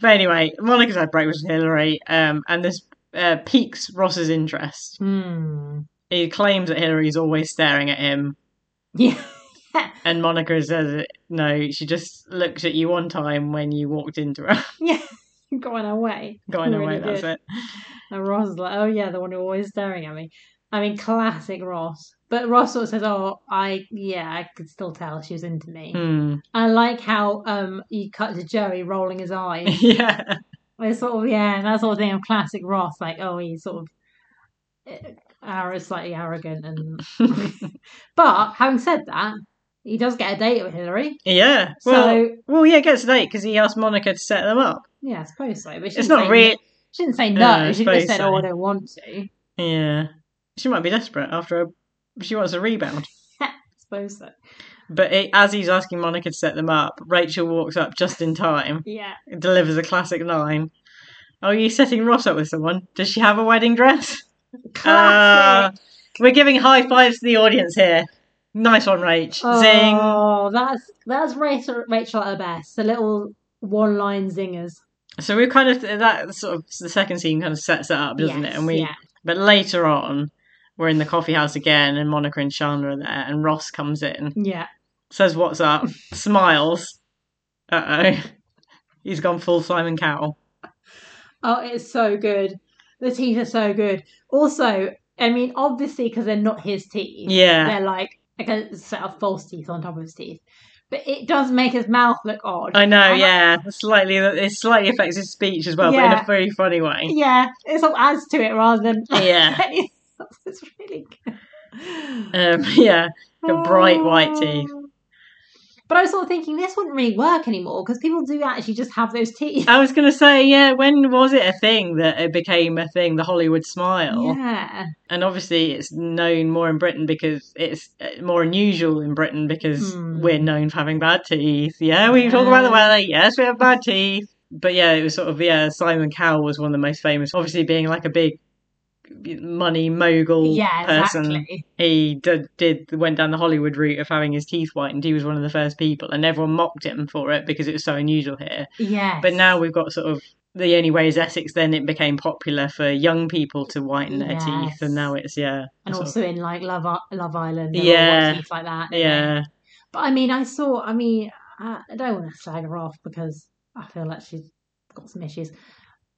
Speaker 2: but anyway, Monica's had breakfast with Hillary, um, and this uh, piques Ross's interest.
Speaker 1: Hmm.
Speaker 2: He claims that Hillary's always staring at him,
Speaker 1: Yeah.
Speaker 2: and Monica says, "No, she just looked at you one time when you walked into her."
Speaker 1: Yeah. Going away.
Speaker 2: Going
Speaker 1: Really
Speaker 2: away, that's
Speaker 1: good.
Speaker 2: it.
Speaker 1: And Ross is like, oh, yeah, the one who always staring at me. I mean, classic Ross. But Ross sort of says, oh, I, yeah, I could still tell she was into me.
Speaker 2: Hmm.
Speaker 1: I like how um you cut to Joey rolling his eyes.
Speaker 2: yeah,
Speaker 1: it's sort of, yeah, that sort of thing of classic Ross. Like, oh, he's sort of eh, arro- slightly arrogant. and But having said that, he does get a date with Hillary.
Speaker 2: yeah. Well,
Speaker 1: so,
Speaker 2: well, yeah, it gets late because he asked Monica to set them up.
Speaker 1: yeah, I suppose so. But she didn't
Speaker 2: It's not
Speaker 1: say
Speaker 2: real.
Speaker 1: She didn't say
Speaker 2: Yeah,
Speaker 1: no.
Speaker 2: I
Speaker 1: she just
Speaker 2: suppose
Speaker 1: said,
Speaker 2: so.
Speaker 1: "Oh, I don't want to." I
Speaker 2: Yeah, she might be desperate after a. She wants a rebound.
Speaker 1: suppose so.
Speaker 2: But it, as he's asking Monica to set them up, Rachel walks up just in time,
Speaker 1: Yeah.
Speaker 2: delivers a classic line. Oh, are you setting Ross up with someone? Does she have a wedding dress?
Speaker 1: Classic.
Speaker 2: Uh, we're giving high fives to the audience here. Nice one, Rach. Zing.
Speaker 1: Oh, that's that's Rachel, Rachel at her best. The little one-line zingers.
Speaker 2: So we kind of that sort of the second scene kind of sets that up, doesn't
Speaker 1: Yes,
Speaker 2: it? And we
Speaker 1: yeah.
Speaker 2: but later on we're in the coffee house again, and Monica and Chandra are there, and Ross comes in,
Speaker 1: yeah.
Speaker 2: says what's up, smiles. Uh oh, he's gone full Simon Cowell.
Speaker 1: Oh, it's so good. The teeth are so good. Also, I mean, obviously, because they're not his teeth.
Speaker 2: Yeah,
Speaker 1: They're like like a set of false teeth on top of his teeth. But it does make his mouth look odd.
Speaker 2: I know.
Speaker 1: And
Speaker 2: Yeah, slightly it slightly affects his speech as well, but in
Speaker 1: Yeah.
Speaker 2: a very funny way.
Speaker 1: Yeah, it sort of adds to it rather than
Speaker 2: Yeah.
Speaker 1: anything else. It's really good.
Speaker 2: Um, yeah, the bright white teeth.
Speaker 1: Ah. But I was sort of thinking this wouldn't really work anymore because people do actually just have those teeth.
Speaker 2: I was gonna say, yeah. When was it a thing that it became a thing? The Hollywood smile.
Speaker 1: Yeah.
Speaker 2: and obviously it's known more in Britain because it's uh, more unusual in Britain because
Speaker 1: Hmm.
Speaker 2: we're known for having bad teeth. Yeah, we talk about the weather. Yes, we have bad teeth. But yeah, it was sort of yeah. Simon Cowell was one of the most famous. Obviously, being like a big money mogul
Speaker 1: Yeah,
Speaker 2: person,
Speaker 1: exactly.
Speaker 2: he did, did went down the Hollywood route of having his teeth whitened. He was one of the first people, and everyone mocked him for it because it was so unusual here.
Speaker 1: Yeah.
Speaker 2: But now we've got sort of the only way is Essex. Then it became popular for young people to whiten their teeth,
Speaker 1: Yes.
Speaker 2: and now it's yeah,
Speaker 1: and
Speaker 2: sort of-
Speaker 1: also in like Love I- Love Island, they're all
Speaker 2: Yeah.
Speaker 1: got teeth like that. don't they?
Speaker 2: yeah.
Speaker 1: But I mean, I saw. I mean, I I don't want to slag her off because I feel like she's got some issues.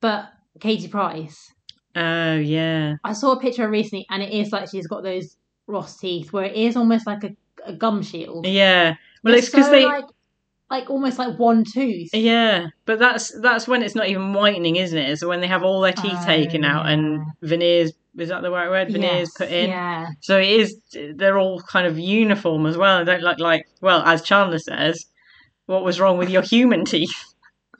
Speaker 1: But Katie Price,
Speaker 2: Oh yeah,
Speaker 1: I saw a picture of her recently, and it is like she's got those Ross teeth, where it is almost like a, a gum shield.
Speaker 2: yeah. Well, it's
Speaker 1: so,
Speaker 2: because they
Speaker 1: like, like almost like one tooth.
Speaker 2: yeah, but that's that's when it's not even whitening, isn't it? It's when they have all their teeth
Speaker 1: Oh,
Speaker 2: taken out and veneers. Is that the right word? Veneers
Speaker 1: Yes,
Speaker 2: put in.
Speaker 1: Yeah,
Speaker 2: So it is. They're all kind of uniform as well. They don't look like well, as Chandler says, what was wrong with your human teeth?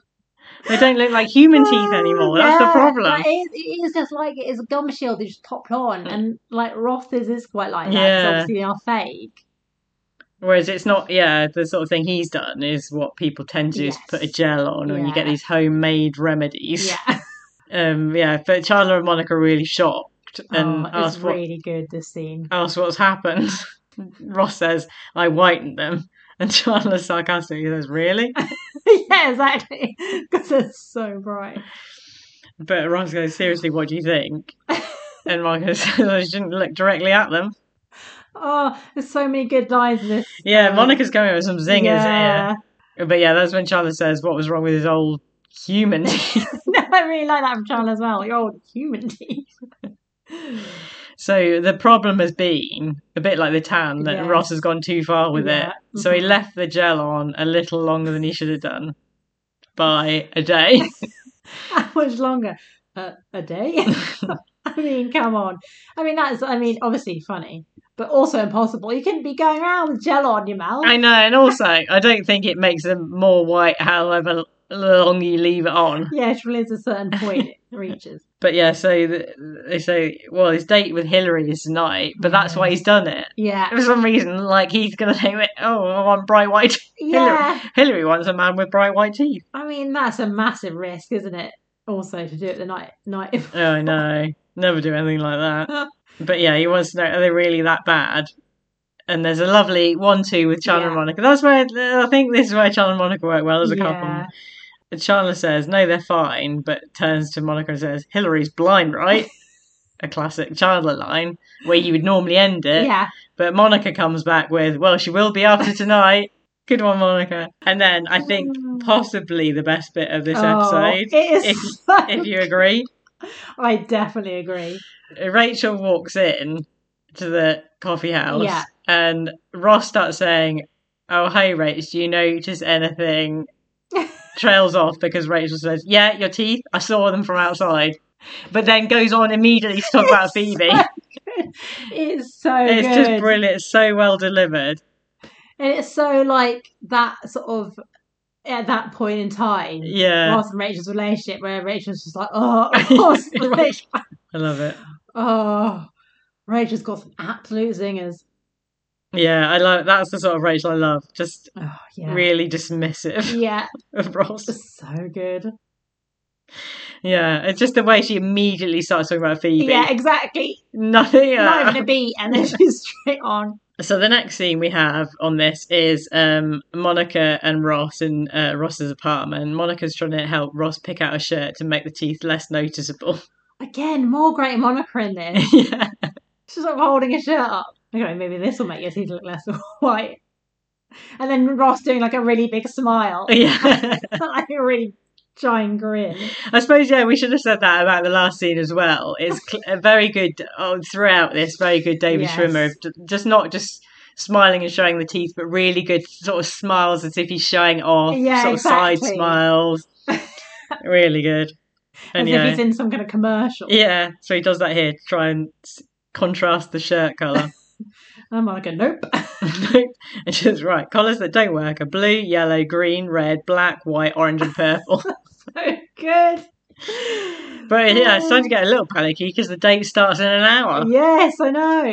Speaker 2: they don't look like human teeth anymore. That's the
Speaker 1: Oh, Yeah,
Speaker 2: problem.
Speaker 1: that is- it is just like it is a gum shield they just top on, and like Roth's is quite like that. 'cause
Speaker 2: Mm. Yeah.
Speaker 1: obviously they are fake.
Speaker 2: Whereas it's not, yeah, the sort of thing he's done is what people tend to do is
Speaker 1: Yes.
Speaker 2: put a gel on and you get
Speaker 1: Yeah.
Speaker 2: these homemade remedies.
Speaker 1: Yeah,
Speaker 2: Um, yeah, but Chandler and Monica are really shocked and
Speaker 1: oh, it's
Speaker 2: ask, what,
Speaker 1: really good. This scene.
Speaker 2: ask what's happened. Ross says, I whitened them. And Chandler sarcastically says, Really?
Speaker 1: yeah, exactly. Because it's so bright.
Speaker 2: But Ross goes, Seriously, what do you think? And Monica says, I shouldn't look directly at them.
Speaker 1: Oh, there's so many good lines in this.
Speaker 2: Yeah,
Speaker 1: Um,
Speaker 2: Monica's going with some zingers
Speaker 1: yeah.
Speaker 2: here. But yeah, that's when Chandler says, What was wrong with his old human teeth?
Speaker 1: no, I really like that from Charles as well. Your old human teeth.
Speaker 2: So the problem has been a bit like the tan that
Speaker 1: Yeah.
Speaker 2: Ross has gone too far with
Speaker 1: Yeah.
Speaker 2: it. So he
Speaker 1: Mhm.
Speaker 2: left the gel on a little longer than he should have done by a day.
Speaker 1: How much longer? Uh, a day? I mean, come on. I mean, that's, I mean, obviously funny, but also impossible. You couldn't be going around with gel on your mouth.
Speaker 2: I know, and also I don't think it makes them more white however long you leave it on.
Speaker 1: yeah, it really is a certain point it reaches.
Speaker 2: But yeah, so the, they say, well, his date with Hillary is tonight, but that's
Speaker 1: Mm.
Speaker 2: why he's done it.
Speaker 1: Yeah.
Speaker 2: For some reason, like he's gonna think, oh, I want bright white. teeth."
Speaker 1: Yeah.
Speaker 2: Hillary wants a man with bright white teeth.
Speaker 1: I mean, that's a massive risk, isn't it? Also, to do it the night, night. before.
Speaker 2: Oh no, never do anything like that. but yeah, he wants to know are they really that bad? And there's a lovely one-two with Chandler
Speaker 1: Yeah.
Speaker 2: and Monica. That's where I think this is where Chandler and Monica work well as a
Speaker 1: Yeah.
Speaker 2: couple. And Chandler says, "No, they're fine," but turns to Monica and says, "Hillary's blind, right?" a classic Chandler line where you would normally end it.
Speaker 1: Yeah.
Speaker 2: But Monica comes back with, "Well, she will be after tonight." Good one, Monica. And then I think possibly the best bit of this
Speaker 1: Oh,
Speaker 2: episode,
Speaker 1: It
Speaker 2: if-
Speaker 1: is. so
Speaker 2: if you agree.
Speaker 1: I definitely agree.
Speaker 2: Rachel walks in to the coffee house
Speaker 1: Yeah.
Speaker 2: and Ross starts saying, Oh, hey, Rach, do you notice anything? Trails off because Rachel says, Yeah, your teeth, I saw them from outside. But then goes on immediately to talk about Phoebe.
Speaker 1: It's so
Speaker 2: It's
Speaker 1: good.
Speaker 2: just brilliant. It's so well delivered.
Speaker 1: And it's so like that sort of at that point in time.
Speaker 2: Yeah.
Speaker 1: Ross and Rachel's relationship where Rachel's just like, oh, Ross, Rach-
Speaker 2: I love it.
Speaker 1: oh, Rachel's got some absolute zingers.
Speaker 2: Yeah, I love that's the sort of Rachel I love. Just
Speaker 1: Oh, yeah.
Speaker 2: really dismissive
Speaker 1: Yeah,
Speaker 2: of Ross.
Speaker 1: so good.
Speaker 2: Yeah, it's just the way she immediately starts talking about Phoebe.
Speaker 1: Yeah, exactly.
Speaker 2: nothing.
Speaker 1: Not
Speaker 2: else.
Speaker 1: even a beat, and then she's straight on.
Speaker 2: So the next scene we have on this is um, Monica and Ross in uh, Ross's apartment. Monica's trying to help Ross pick out a shirt to make the teeth less noticeable.
Speaker 1: Again, more great Monica in this.
Speaker 2: yeah,
Speaker 1: She's like holding a shirt up. Okay, maybe this will make your teeth look less white. And then Ross doing like a really big smile,
Speaker 2: yeah.
Speaker 1: like a really giant grin.
Speaker 2: I suppose yeah, we should have said that about the last scene as well. It's cl- a very good oh, throughout this. Very good, David
Speaker 1: Yes.
Speaker 2: Schwimmer, of j- just not just smiling and showing the teeth, but really good sort of smiles as if he's showing off.
Speaker 1: Yeah,
Speaker 2: sort of side
Speaker 1: exactly.
Speaker 2: smiles. really good.
Speaker 1: As
Speaker 2: yeah.
Speaker 1: if he's in some kind of commercial.
Speaker 2: Yeah, so he does that here to try and s- contrast the shirt colour.
Speaker 1: And Monica, nope.
Speaker 2: and she's right, colours that don't work are blue, yellow, green, red, black, white, orange, and purple.
Speaker 1: so good.
Speaker 2: but yeah, it's starting to get a little panicky because the date starts in an hour.
Speaker 1: Yes, I know.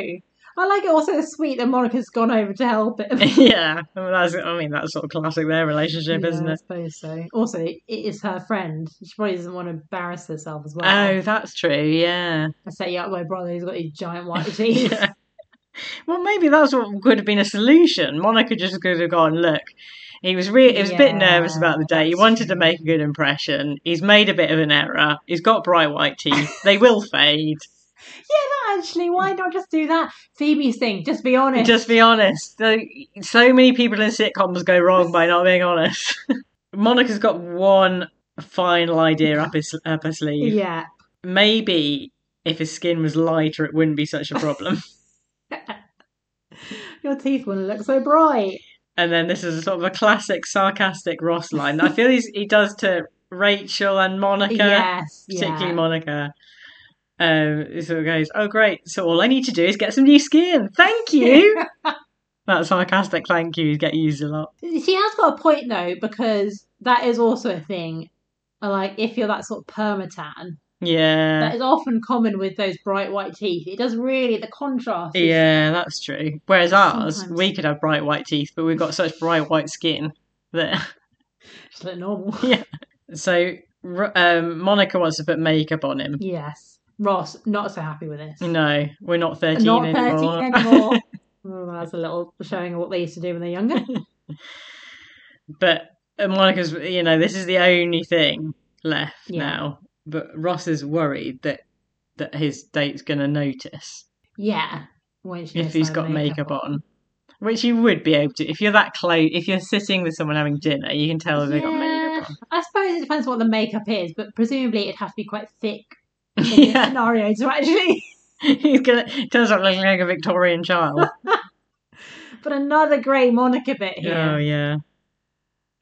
Speaker 1: I like it also it's sweet that Monica's gone over to help him.
Speaker 2: yeah, I mean, that's, I mean, that's sort of classic their relationship,
Speaker 1: Yeah,
Speaker 2: isn't
Speaker 1: I
Speaker 2: it?
Speaker 1: suppose so. Also, it is her friend. She probably doesn't want to embarrass herself as well.
Speaker 2: Oh, that's true, yeah.
Speaker 1: I set you up with my brother who's got these giant white teeth.
Speaker 2: yeah. Well, maybe that's what could have been a solution. Monica just could have gone, look, he was re- he was a bit
Speaker 1: Yeah,
Speaker 2: nervous about the day. He
Speaker 1: that's
Speaker 2: wanted to
Speaker 1: true.
Speaker 2: make a good impression. He's made a bit of an error. He's got bright white teeth. they will fade.
Speaker 1: Yeah, that actually, why not just do that? Phoebe's thing, just be honest.
Speaker 2: Just be honest. So, so many people in sitcoms go wrong by not being honest. Monica's got one final idea up his, up her sleeve.
Speaker 1: Yeah.
Speaker 2: Maybe if his skin was lighter, it wouldn't be such a problem.
Speaker 1: Your teeth wouldn't look so bright.
Speaker 2: And then this is sort of a classic sarcastic Ross line that I feel he's, he does to Rachel and Monica,
Speaker 1: Yes.
Speaker 2: particularly
Speaker 1: yeah.
Speaker 2: Monica. Um, he sort of goes, "Oh great! So all I need to do is get some new skin. Thank you." that sarcastic "thank you" get used a lot.
Speaker 1: She has got a point though, because that is also a thing. Like if you're that sort of permatan,
Speaker 2: Yeah,
Speaker 1: that is often common with those bright white teeth. It does really the contrast. is-
Speaker 2: yeah, that's true. Whereas ours,
Speaker 1: Sometimes.
Speaker 2: we could have bright white teeth, but we've got such bright white skin that.
Speaker 1: just look normal.
Speaker 2: So R- um, Monica wants to put makeup on him.
Speaker 1: Yes, Ross not so happy with this.
Speaker 2: No, we're not thirteen
Speaker 1: not
Speaker 2: anymore.
Speaker 1: thirteen anymore. Oh, that's a little showing what they used to do when they're younger.
Speaker 2: But uh, Monica's, you know, this is the only thing left
Speaker 1: Yeah.
Speaker 2: now. But Ross is worried that that his date's going to notice
Speaker 1: Yeah, when she
Speaker 2: if
Speaker 1: does
Speaker 2: he's
Speaker 1: have
Speaker 2: got makeup, on. which you would be able to if you're that close. If you're sitting with someone having dinner, you can tell if they've got makeup on.
Speaker 1: I suppose it depends what the makeup is, but presumably it'd have to be quite thick in this
Speaker 2: yeah,
Speaker 1: scenario to actually
Speaker 2: he's gonna turns out looking like a Victorian child.
Speaker 1: But another grey Monica bit
Speaker 2: Oh
Speaker 1: here.
Speaker 2: yeah,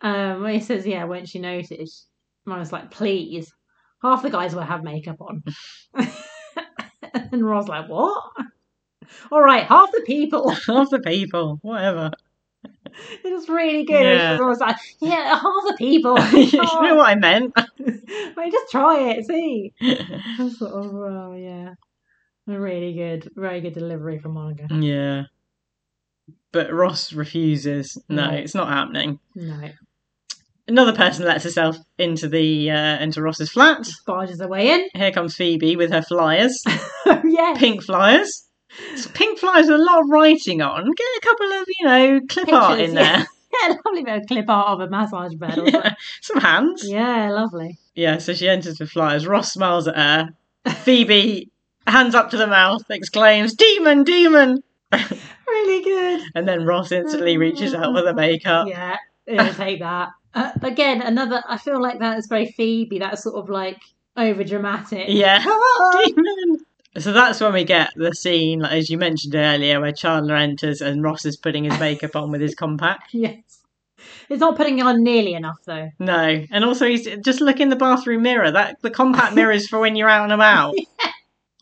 Speaker 1: Um, where he says, "Yeah, won't she notice?" And I was like, "Please." Half the guys will have makeup on, and Ron's like, "What?" All right, half the people.
Speaker 2: half the people, whatever.
Speaker 1: It was really good.
Speaker 2: Yeah.
Speaker 1: Ron's like, "Yeah, half the people."
Speaker 2: you know what I meant.
Speaker 1: Like, just try it, see. I was like, "Oh, wow, yeah." Really good, very good delivery from Monica.
Speaker 2: yeah, but Ross refuses. No,
Speaker 1: No.
Speaker 2: it's not happening.
Speaker 1: No,
Speaker 2: Another person lets herself into the uh, into Ross's flat.
Speaker 1: barges her way in.
Speaker 2: Here comes Phoebe with her flyers,
Speaker 1: yeah,
Speaker 2: pink flyers. It's pink flyers with a lot of writing on. Get a couple of you know clip art
Speaker 1: Pictures,
Speaker 2: in
Speaker 1: yeah.
Speaker 2: there,
Speaker 1: yeah, lovely bit of clip art of a massage bed. or
Speaker 2: Yeah.
Speaker 1: something.
Speaker 2: some hands. Yeah.
Speaker 1: Yeah, lovely.
Speaker 2: so she enters with flyers. Ross smiles at her. Phoebe hands up to the mouth, exclaims, "Demon, demon!"
Speaker 1: Really good.
Speaker 2: And then Ross instantly reaches out for the makeup.
Speaker 1: Yeah, it'll take that. Uh, again, another. I feel like that is very Phoebe. That sort of like over dramatic.
Speaker 2: Yeah. Demon. So that's when we get the scene, like, as you mentioned earlier, where Chandler enters and Ross is putting his makeup on with his compact.
Speaker 1: Yes. It's not putting it on nearly enough though.
Speaker 2: No, and also he's just look in the bathroom mirror. That the compact mirror is for when you're out and about.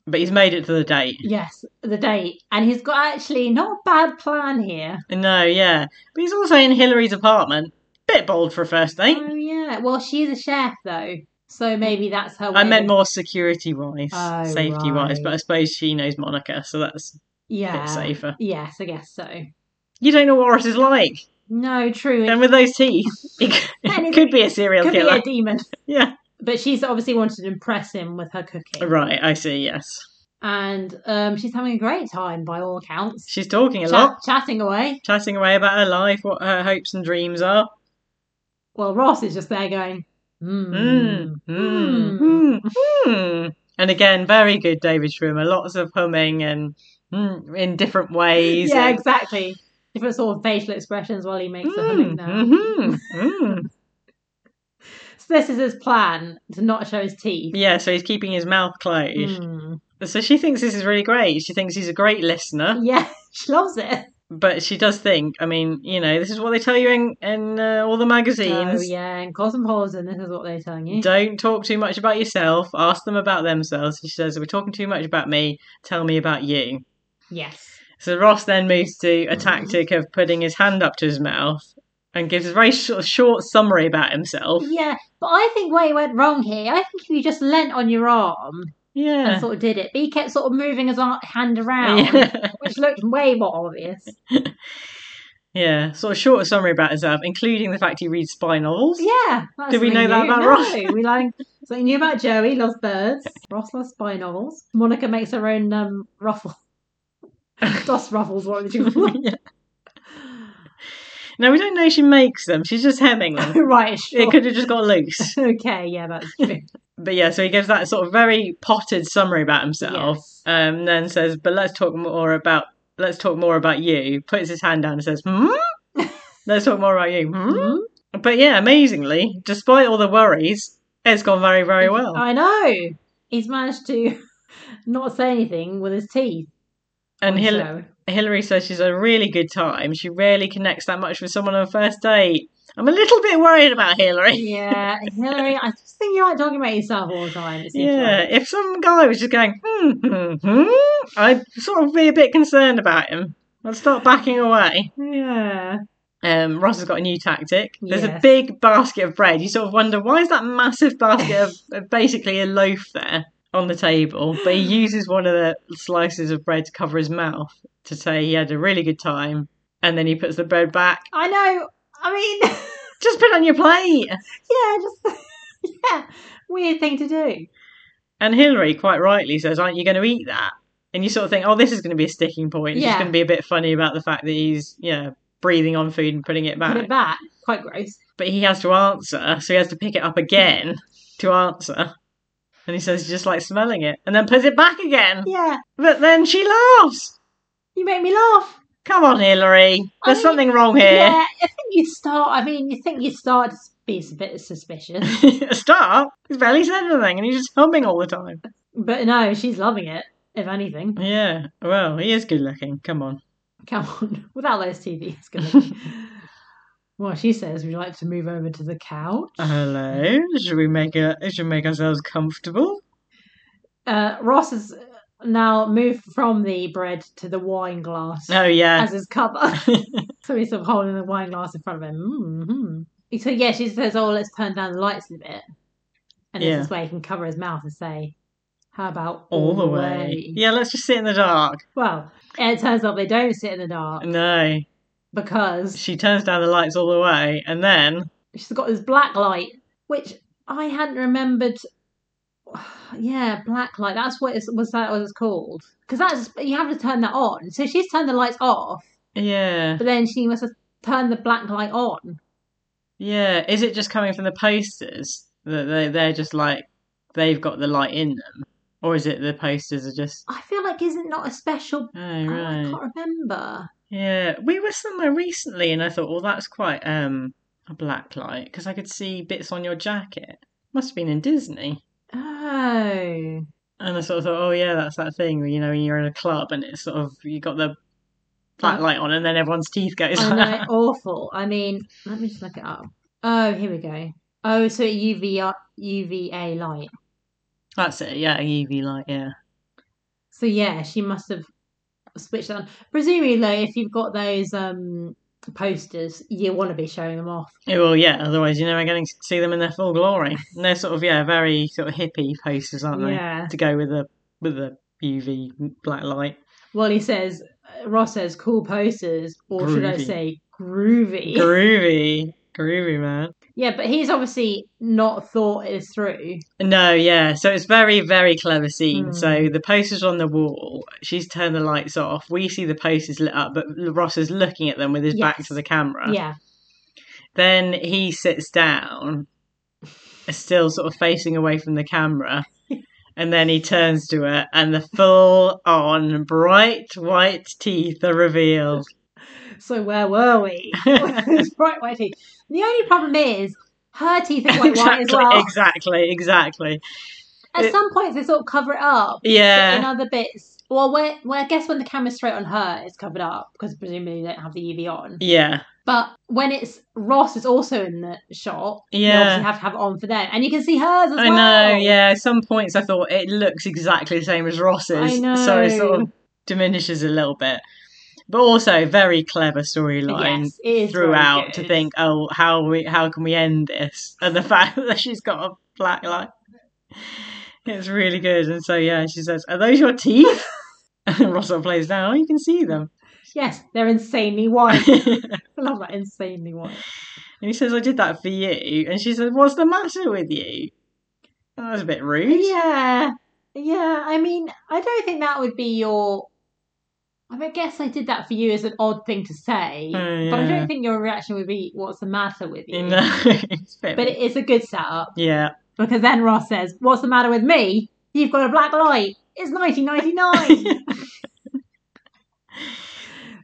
Speaker 2: But he's made it to the date.
Speaker 1: Yes, the date, and he's got actually not a bad plan here.
Speaker 2: No, yeah, but he's also in Hillary's apartment. Bit bold for a first date.
Speaker 1: Oh yeah. Well, she's a chef though, so maybe that's her. Way
Speaker 2: I meant
Speaker 1: of-
Speaker 2: more security wise,
Speaker 1: Oh,
Speaker 2: safety wise,
Speaker 1: right.
Speaker 2: but I suppose she knows Monica, so that's a
Speaker 1: Yeah.
Speaker 2: bit safer.
Speaker 1: Yes, I guess so.
Speaker 2: You don't know what Ross is like.
Speaker 1: No, true.
Speaker 2: And
Speaker 1: It
Speaker 2: with those teeth, it could-
Speaker 1: And it-
Speaker 2: could be a serial
Speaker 1: could be
Speaker 2: killer.
Speaker 1: a demon.
Speaker 2: Yeah.
Speaker 1: but she's obviously wanted to impress him with her cooking.
Speaker 2: Right, I see, yes.
Speaker 1: And um, she's having a great time by all accounts.
Speaker 2: She's talking a
Speaker 1: Chat-
Speaker 2: lot,
Speaker 1: chatting away.
Speaker 2: chatting away about her life, what her hopes and dreams are.
Speaker 1: Well, Ross is just there going, hmm.
Speaker 2: Mm, mm, mm, mm. And again, very good David Schwimmer. Lots of humming and mm, in different ways.
Speaker 1: Yeah,
Speaker 2: and-
Speaker 1: exactly. Different sort of facial expressions while he makes the humming
Speaker 2: Mm,
Speaker 1: there.
Speaker 2: mhm, mm.
Speaker 1: So this is his plan to not show his teeth.
Speaker 2: Yeah, so he's keeping his mouth closed.
Speaker 1: Hmm.
Speaker 2: So she thinks this is really great. She thinks he's a great listener,
Speaker 1: Yeah, she loves it.
Speaker 2: but she does think, I mean, you know, this is what they tell you in, in uh, all the magazines.
Speaker 1: Oh yeah, and Cosmopolitan, this is what they're telling you.
Speaker 2: Don't talk too much about yourself. Ask them about themselves. She says, We're talking too much about me. Tell me about you.
Speaker 1: Yes.
Speaker 2: So Ross then moves to a
Speaker 1: Mhm.
Speaker 2: tactic of putting his hand up to his mouth and gives a very short, short summary about himself.
Speaker 1: Yeah, but I think where he went wrong here, I think if you just leant on your arm and
Speaker 2: Yeah.
Speaker 1: sort of did it, but he kept sort of moving his ar- hand around,
Speaker 2: Yeah.
Speaker 1: which looked way more obvious.
Speaker 2: yeah. Sort of short summary about himself, including the fact he reads spy novels.
Speaker 1: Yeah. that's
Speaker 2: Did we
Speaker 1: something
Speaker 2: know that
Speaker 1: new.
Speaker 2: about
Speaker 1: no,
Speaker 2: Ross?
Speaker 1: we like something new about Joey, loves birds. Ross loves spy novels. Monica makes her own um, ruffle. Dos ruffles, what would you call
Speaker 2: Yeah. Now, we don't know she makes them. She's just hemming them.
Speaker 1: them? Right, sure.
Speaker 2: It could have just got loose.
Speaker 1: Okay, yeah, that's true.
Speaker 2: But yeah, so he gives that sort of very potted summary about himself.
Speaker 1: Yes.
Speaker 2: Um, and then says, but let's talk more about, let's talk more about you. Puts his hand down and says, hmm? let's talk more about you. Hmm?
Speaker 1: Mhm.
Speaker 2: But yeah, amazingly, despite all the worries, it's gone very, very well.
Speaker 1: I know. He's managed to not say anything with his teeth.
Speaker 2: And
Speaker 1: on
Speaker 2: Hil-
Speaker 1: show.
Speaker 2: Hillary says she's had a really good time. She rarely connects that much with someone on her first date. I'm a little bit worried about Hillary.
Speaker 1: Yeah, Hillary, I just think you like talking about yourself all the time. It seems
Speaker 2: Yeah,
Speaker 1: like.
Speaker 2: if some guy was just going, hmm, hmm, hmm, I'd sort of be a bit concerned about him. I'd start backing away.
Speaker 1: Yeah.
Speaker 2: Um, Ross has got a new tactic. There's a
Speaker 1: Yes.
Speaker 2: big basket of bread. You sort of wonder why is that massive basket of, of basically a loaf there on the table, but he uses one of the slices of bread to cover his mouth to say he had a really good time, and then he puts the bread back.
Speaker 1: I know. I mean,
Speaker 2: Just put it on your plate.
Speaker 1: yeah, just yeah, weird thing to do.
Speaker 2: And Hillary quite rightly says, "Aren't you going to eat that?" And you sort of think, "Oh, this is going to be a sticking point. It's just
Speaker 1: Yeah.
Speaker 2: going to be a bit funny about the fact that he's yeah." Breathing on food and putting it back,
Speaker 1: Put it back. Quite gross.
Speaker 2: but he has to answer, so he has to pick it up again to answer. And he says, just like smelling it, and then puts it back again.
Speaker 1: Yeah,
Speaker 2: But then she laughs.
Speaker 1: you make me laugh.
Speaker 2: Come on, Hillary. There's
Speaker 1: I-
Speaker 2: something wrong
Speaker 1: Yeah,
Speaker 2: here.
Speaker 1: I think you start. I mean, you think you start to be a bit suspicious,
Speaker 2: Stop. He's barely said anything, and he's just humming all the time.
Speaker 1: but no, she's loving it. If anything,
Speaker 2: Yeah, well, he is good looking. Come on.
Speaker 1: come on, without those TVs, going. well, she says, "Would you like to move over to the couch?"
Speaker 2: Hello. Should we make a, should we make ourselves comfortable?
Speaker 1: uh, Ross has now moved from the bread to the wine glass
Speaker 2: Oh yeah.
Speaker 1: as his cover. so he's sort of holding the wine glass in front of him. hmm So yeah, she says, "Oh, let's turn down the lights a bit," and
Speaker 2: Yeah.
Speaker 1: this is where he can cover his mouth and say, "How about
Speaker 2: all the way. Yeah, let's just sit in the dark.
Speaker 1: Well, it turns out they don't sit in the dark
Speaker 2: No.
Speaker 1: because
Speaker 2: She turns down the lights all the way, and then
Speaker 1: she's got this black light, which I hadn't remembered. Yeah, black light. That's what it was. That what it's called. Because that's you have to turn that on. So she's turned the lights off,
Speaker 2: yeah,
Speaker 1: But then she must have turned the black light on.
Speaker 2: yeah. Is it just coming from the posters that they they're just like they've got the light in them, or is it the posters are just?
Speaker 1: I feel like is it not a special?
Speaker 2: Oh
Speaker 1: Oh, I
Speaker 2: right,
Speaker 1: can't remember.
Speaker 2: yeah. We were somewhere recently, and I thought, well, that's quite um a black light because I could see bits on your jacket. Must have been in Disney.
Speaker 1: Oh,
Speaker 2: And I sort of thought, oh yeah, that's that thing where you know when you're in a club and it's sort of you got the black
Speaker 1: Oh.
Speaker 2: light on, and then everyone's teeth goes.
Speaker 1: I
Speaker 2: like
Speaker 1: know,
Speaker 2: that.
Speaker 1: Oh, awful. I mean, let me just look it up. Oh, here we go. Oh, so UV UVA light.
Speaker 2: That's it. Yeah, UV light. Yeah.
Speaker 1: So yeah, she must have switched that on. Presumably, though, if you've got those um posters, you want to be showing them off.
Speaker 2: Yeah, Well, yeah. Otherwise, you're never going to see them in their full glory. And they're sort of yeah, very sort of hippie posters, aren't they?
Speaker 1: Yeah.
Speaker 2: To go with the with the UV black light,
Speaker 1: Well, he says uh, Ross says cool posters, or should I
Speaker 2: Groovy.
Speaker 1: say groovy?
Speaker 2: groovy, groovy man.
Speaker 1: Yeah, but he's obviously not thought it through.
Speaker 2: No, yeah. So it's very, very clever scene.
Speaker 1: Hmm.
Speaker 2: So the poster's on the wall. She's turned the lights off. We see the posters lit up, but Ross is looking at them with his back
Speaker 1: Yes.
Speaker 2: to the camera.
Speaker 1: Yeah.
Speaker 2: Then he sits down, still sort of facing away from the camera. And then he turns to her, and the full on bright white teeth are revealed.
Speaker 1: So where were we? It's bright white teeth. The only problem is her teeth are quite white
Speaker 2: exactly,
Speaker 1: as well.
Speaker 2: exactly, exactly.
Speaker 1: At
Speaker 2: it-
Speaker 1: some points they sort of cover it up. But in
Speaker 2: Yeah,
Speaker 1: other bits, well, where, well, I guess when the camera's straight on her, it's covered up because presumably they don't have the UV on.
Speaker 2: yeah,
Speaker 1: But when it's Ross is also in the shot, you
Speaker 2: Yeah.
Speaker 1: obviously have to have it on for them, and you can see hers as
Speaker 2: I
Speaker 1: well.
Speaker 2: know. Yeah, at some points I thought it looks exactly the same as Ross's,
Speaker 1: I know.
Speaker 2: so it sort of diminishes a little bit. But also, very clever storyline
Speaker 1: Yes, it is very
Speaker 2: throughout to
Speaker 1: good.
Speaker 2: think, oh, how we how can we end this? And the fact that she's got a black light, it's really good. And so yeah, she says, "Are those your teeth?" and Russell plays down. Oh, you can see them.
Speaker 1: Yes, they're insanely white.
Speaker 2: and
Speaker 1: I love that insanely white.
Speaker 2: he says, "I did that for you." And she says, "What's the matter with you?" And That was a bit rude.
Speaker 1: Yeah, yeah. I mean, I don't think that would be your. I mean, I guess I did that for you is an odd thing to say,
Speaker 2: Oh,
Speaker 1: but I
Speaker 2: yeah.
Speaker 1: don't think your reaction would be "What's the matter with you?"
Speaker 2: You know, it's a bit-
Speaker 1: But it is a good setup
Speaker 2: yeah,
Speaker 1: because then Ross says, "What's the matter with me? You've got a black light. It's 1999."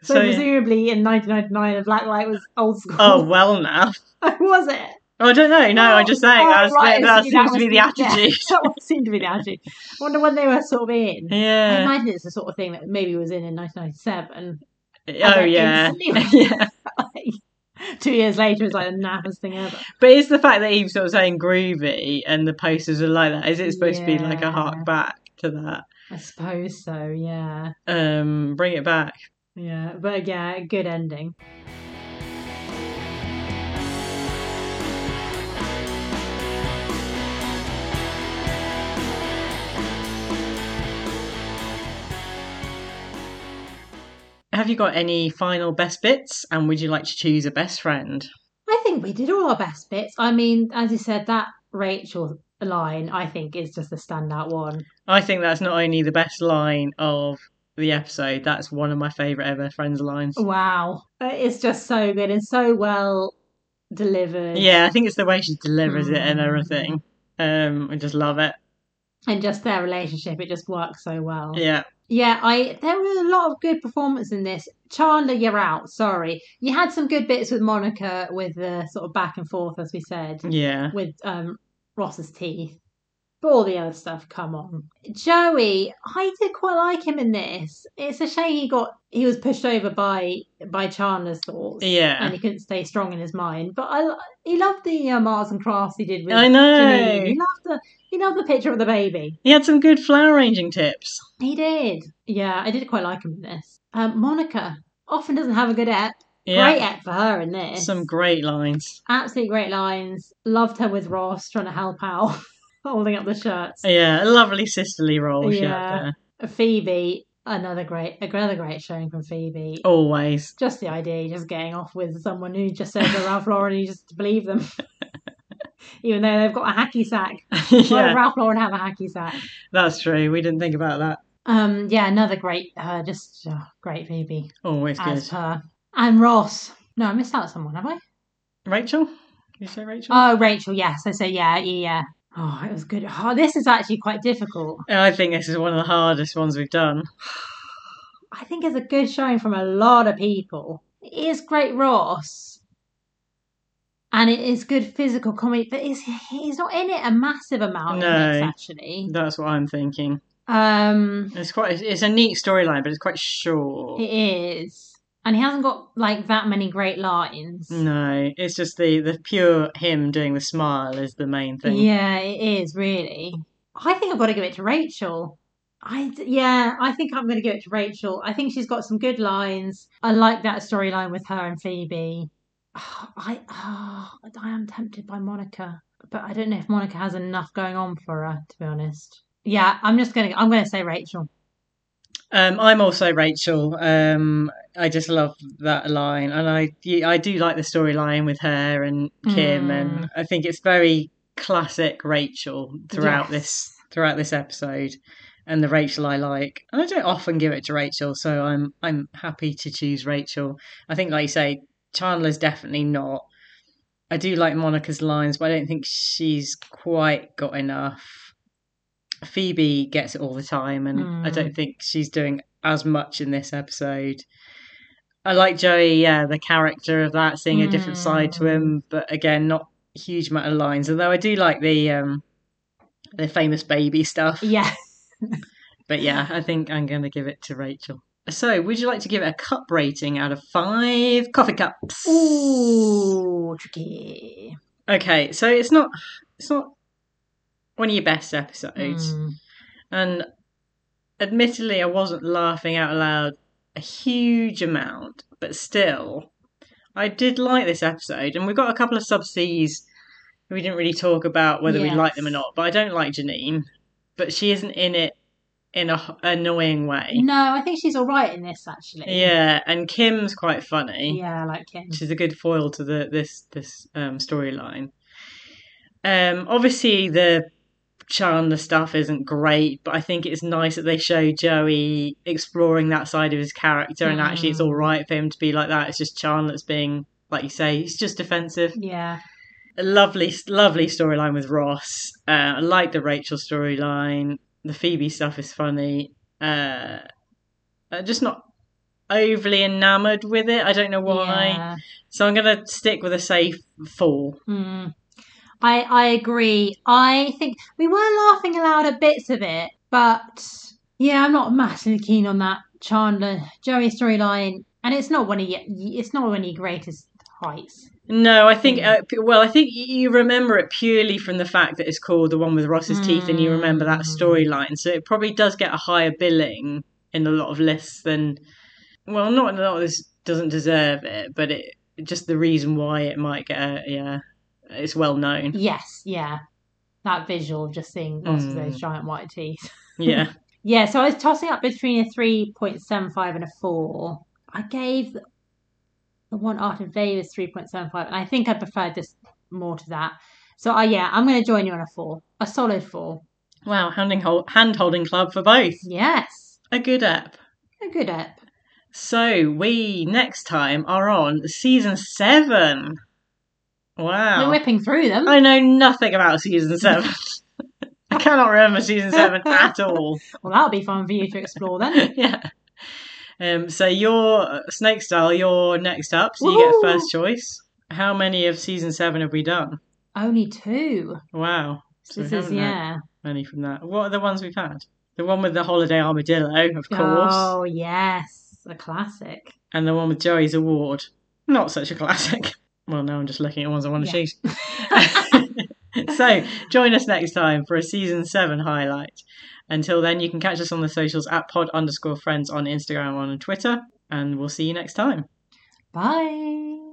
Speaker 1: So,
Speaker 2: So, yeah.
Speaker 1: presumably in 1999, a black light was old school.
Speaker 2: oh well now.
Speaker 1: was it?
Speaker 2: Oh, I don't know. No, I'm just saying
Speaker 1: Oh,
Speaker 2: that's,
Speaker 1: right,
Speaker 2: that, that
Speaker 1: so
Speaker 2: seems to be the
Speaker 1: was- yeah,
Speaker 2: attitude.
Speaker 1: that one seemed to be the attitude. I wonder when they were sort of in. I
Speaker 2: Yeah.
Speaker 1: imagine it's the sort of thing that maybe was in in 1997.
Speaker 2: Oh
Speaker 1: don't
Speaker 2: yeah.
Speaker 1: instantly-
Speaker 2: yeah.
Speaker 1: Two years later, it's like the nappest thing ever.
Speaker 2: But it's the fact that he's sort of saying groovy and the posters are like that. Is it supposed to be like a
Speaker 1: Yeah.
Speaker 2: hark back to that?
Speaker 1: I suppose so. Yeah,
Speaker 2: Um, bring it back.
Speaker 1: yeah. But yeah, good ending.
Speaker 2: Have you got any final best bits? And would you like to choose a best friend?
Speaker 1: I think we did all our best bits. I mean, as you said, that Rachel line I think is just a standout one.
Speaker 2: I think that's not only the best line of the episode, that's one of my favourite ever friends lines.
Speaker 1: Wow, it's just so good and so well delivered.
Speaker 2: Yeah, I think it's the way she delivers it and
Speaker 1: Mm.
Speaker 2: everything. Um, I just love it.
Speaker 1: and just their relationship, it just works so well.
Speaker 2: Yeah,
Speaker 1: Yeah, I there were a lot of good performances in this. Chandler, you're out. Sorry, you had some good bits with Monica with the sort of back and forth, as we said,
Speaker 2: yeah,
Speaker 1: with um, Ross's teeth. But all the other stuff, come on. Joey, I did quite like him in this. It's a shame he got he was pushed over by by Chandler's thoughts,
Speaker 2: yeah.
Speaker 1: and he couldn't stay strong in his mind. But I lo- he loved the uh, Mars and crafts he did with.
Speaker 2: I know.
Speaker 1: Janine. He loved the he loved the picture of the baby.
Speaker 2: He had some good flower arranging tips.
Speaker 1: He did. Yeah, I did quite like him in this. Um, Monica often doesn't have a good ep. Great
Speaker 2: Yeah,
Speaker 1: ep for her in this.
Speaker 2: some great lines.
Speaker 1: Absolutely great lines. Loved her with Ross trying to help out, holding up the shirts.
Speaker 2: Yeah, a lovely sisterly role she
Speaker 1: Yeah.
Speaker 2: had there.
Speaker 1: Phoebe, another great, another great showing from Phoebe.
Speaker 2: Oh. Always.
Speaker 1: Just the idea, just getting off with someone who just says they're Ralph Lauren and you just believe them. Even though they've got a hacky sack. Why
Speaker 2: yeah,
Speaker 1: would Ralph Lauren have a hacky sack?
Speaker 2: that's true. We didn't think about that.
Speaker 1: Um, yeah, another great, uh, just oh, great Phoebe.
Speaker 2: Always good.
Speaker 1: as per. And Ross. No, I missed out someone, have I?
Speaker 2: Rachel? You say Rachel?
Speaker 1: Oh, Rachel, yes. I say, yeah, yeah, yeah. Oh, it was good. Oh, this is actually quite difficult.
Speaker 2: I think this is one of the hardest ones we've done.
Speaker 1: I think it's a good showing from a lot of people. It is great Ross. And it is good physical comedy, but it's, he's not in it a massive amount
Speaker 2: No.
Speaker 1: in this, actually.
Speaker 2: That's what I'm thinking.
Speaker 1: Um,
Speaker 2: It's quite. It's a neat storyline, but it's quite short.
Speaker 1: it is. And he hasn't got, like, that many great lines.
Speaker 2: No, it's just the the pure him doing the smile is the main thing.
Speaker 1: Yeah, it is really. I think I've got to give it to Rachel. I d- yeah, I think I'm going to give it to Rachel. I think she's got some good lines. I like that storyline with her and Phoebe. Ah, I ah, I am tempted by Monica, but I don't know if Monica has enough going on for her. To be honest, yeah, I'm just going to I'm going to say Rachel.
Speaker 2: Um, I'm also Rachel. Um, I just love that line, and I I do like the storyline with her and Kim, and I think it's very classic Rachel
Speaker 1: Yes.
Speaker 2: throughout this throughout this episode, and the Rachel I like. And I don't often give it to Rachel, so I'm I'm happy to choose Rachel. I think, like you say, Chandler's definitely not. I do like Monica's lines, but I don't think she's quite got enough. Phoebe gets it all the time, and I
Speaker 1: Mm.
Speaker 2: don't think she's doing as much in this episode. I like Joey, yeah, the character of that, seeing a different side to
Speaker 1: Mm.
Speaker 2: him, but again, not a huge amount of lines. Although I do like the um, the famous baby stuff.
Speaker 1: Yeah.
Speaker 2: But yeah, I think I'm going to give it to Rachel. So, would you like to give it a cup rating out of five coffee cups?
Speaker 1: Ooh, tricky.
Speaker 2: Okay, so it's not it's not one of your best episodes,
Speaker 1: Mm.
Speaker 2: and admittedly, I wasn't laughing out loud a huge amount, but still, I did like this episode, and we've got a couple of subseas we didn't really talk about whether we like them or
Speaker 1: Yes.
Speaker 2: not. But I don't like Janine, but she isn't in it in a h- annoying way.
Speaker 1: No, I think she's all right in this actually.
Speaker 2: Yeah, and Kim's quite funny.
Speaker 1: Yeah, I like him.
Speaker 2: She's a good foil to the this this um, storyline. Um, obviously the Chandler stuff isn't great, but I think it's nice that they show Joey exploring that side of his character, and actually it's
Speaker 1: Mm.
Speaker 2: all right for him to be like that. It's just Chandler's being, like you say, he's just defensive.
Speaker 1: Yeah.
Speaker 2: A lovely, lovely storyline with Ross. Uh, I like the Rachel storyline. The Phoebe stuff is funny. Uh, i just not overly enamored with it. I don't know why.
Speaker 1: Yeah.
Speaker 2: So I'm gonna stick with a safe four.
Speaker 1: Mm. I I agree. I think we were laughing aloud at bits of it, but yeah, I'm not massively keen on that Chandler Joey storyline, and it's not one of your, it's not one of your greatest heights.
Speaker 2: No, I think
Speaker 1: Mm.
Speaker 2: uh, p- well, I think y- you remember it purely from the fact that it's called the one with Ross's teeth, and you remember that
Speaker 1: Mm.
Speaker 2: storyline. So it probably does get a higher billing in a lot of lists than well, not in a lot of this doesn't deserve it, but it just the reason why it might get a, yeah, it's well known.
Speaker 1: Yes, yeah, that visual of just seeing lots of those giant white teeth.
Speaker 2: Yeah,
Speaker 1: Yeah, so I was tossing up between a three point seven five and a four. I gave the the one after Vegas three point seven five, and I think I preferred this more to that. So I yeah, I'm going to join you on a four, a solid four.
Speaker 2: wow, handing hold, hand holding club for both.
Speaker 1: Yes,
Speaker 2: A good app.
Speaker 1: a good app.
Speaker 2: So we next time are on season seven. Wow.
Speaker 1: We're whipping through them.
Speaker 2: I know nothing about season seven. I cannot remember season seven at all.
Speaker 1: Well, that'll be fun for you to explore then.
Speaker 2: yeah. Um, so you're uh, Snake Style. You're next up, so you get
Speaker 1: Woohoo!
Speaker 2: first choice. How many of season seven have we done?
Speaker 1: Only two.
Speaker 2: Wow. So
Speaker 1: this
Speaker 2: we
Speaker 1: is
Speaker 2: haven't had
Speaker 1: yeah.
Speaker 2: many from that. What are the ones we've had? The one with the holiday armadillo, of course,
Speaker 1: Oh yes, a classic.
Speaker 2: and the one with Joey's award. Not such a classic. Well, now I'm just looking at ones I want to
Speaker 1: Yeah.
Speaker 2: choose. so join us next time for a season seven highlight. Until then, you can catch us on the socials at pod underscore friends on Instagram and on Twitter, and we'll see you next time.
Speaker 1: Bye.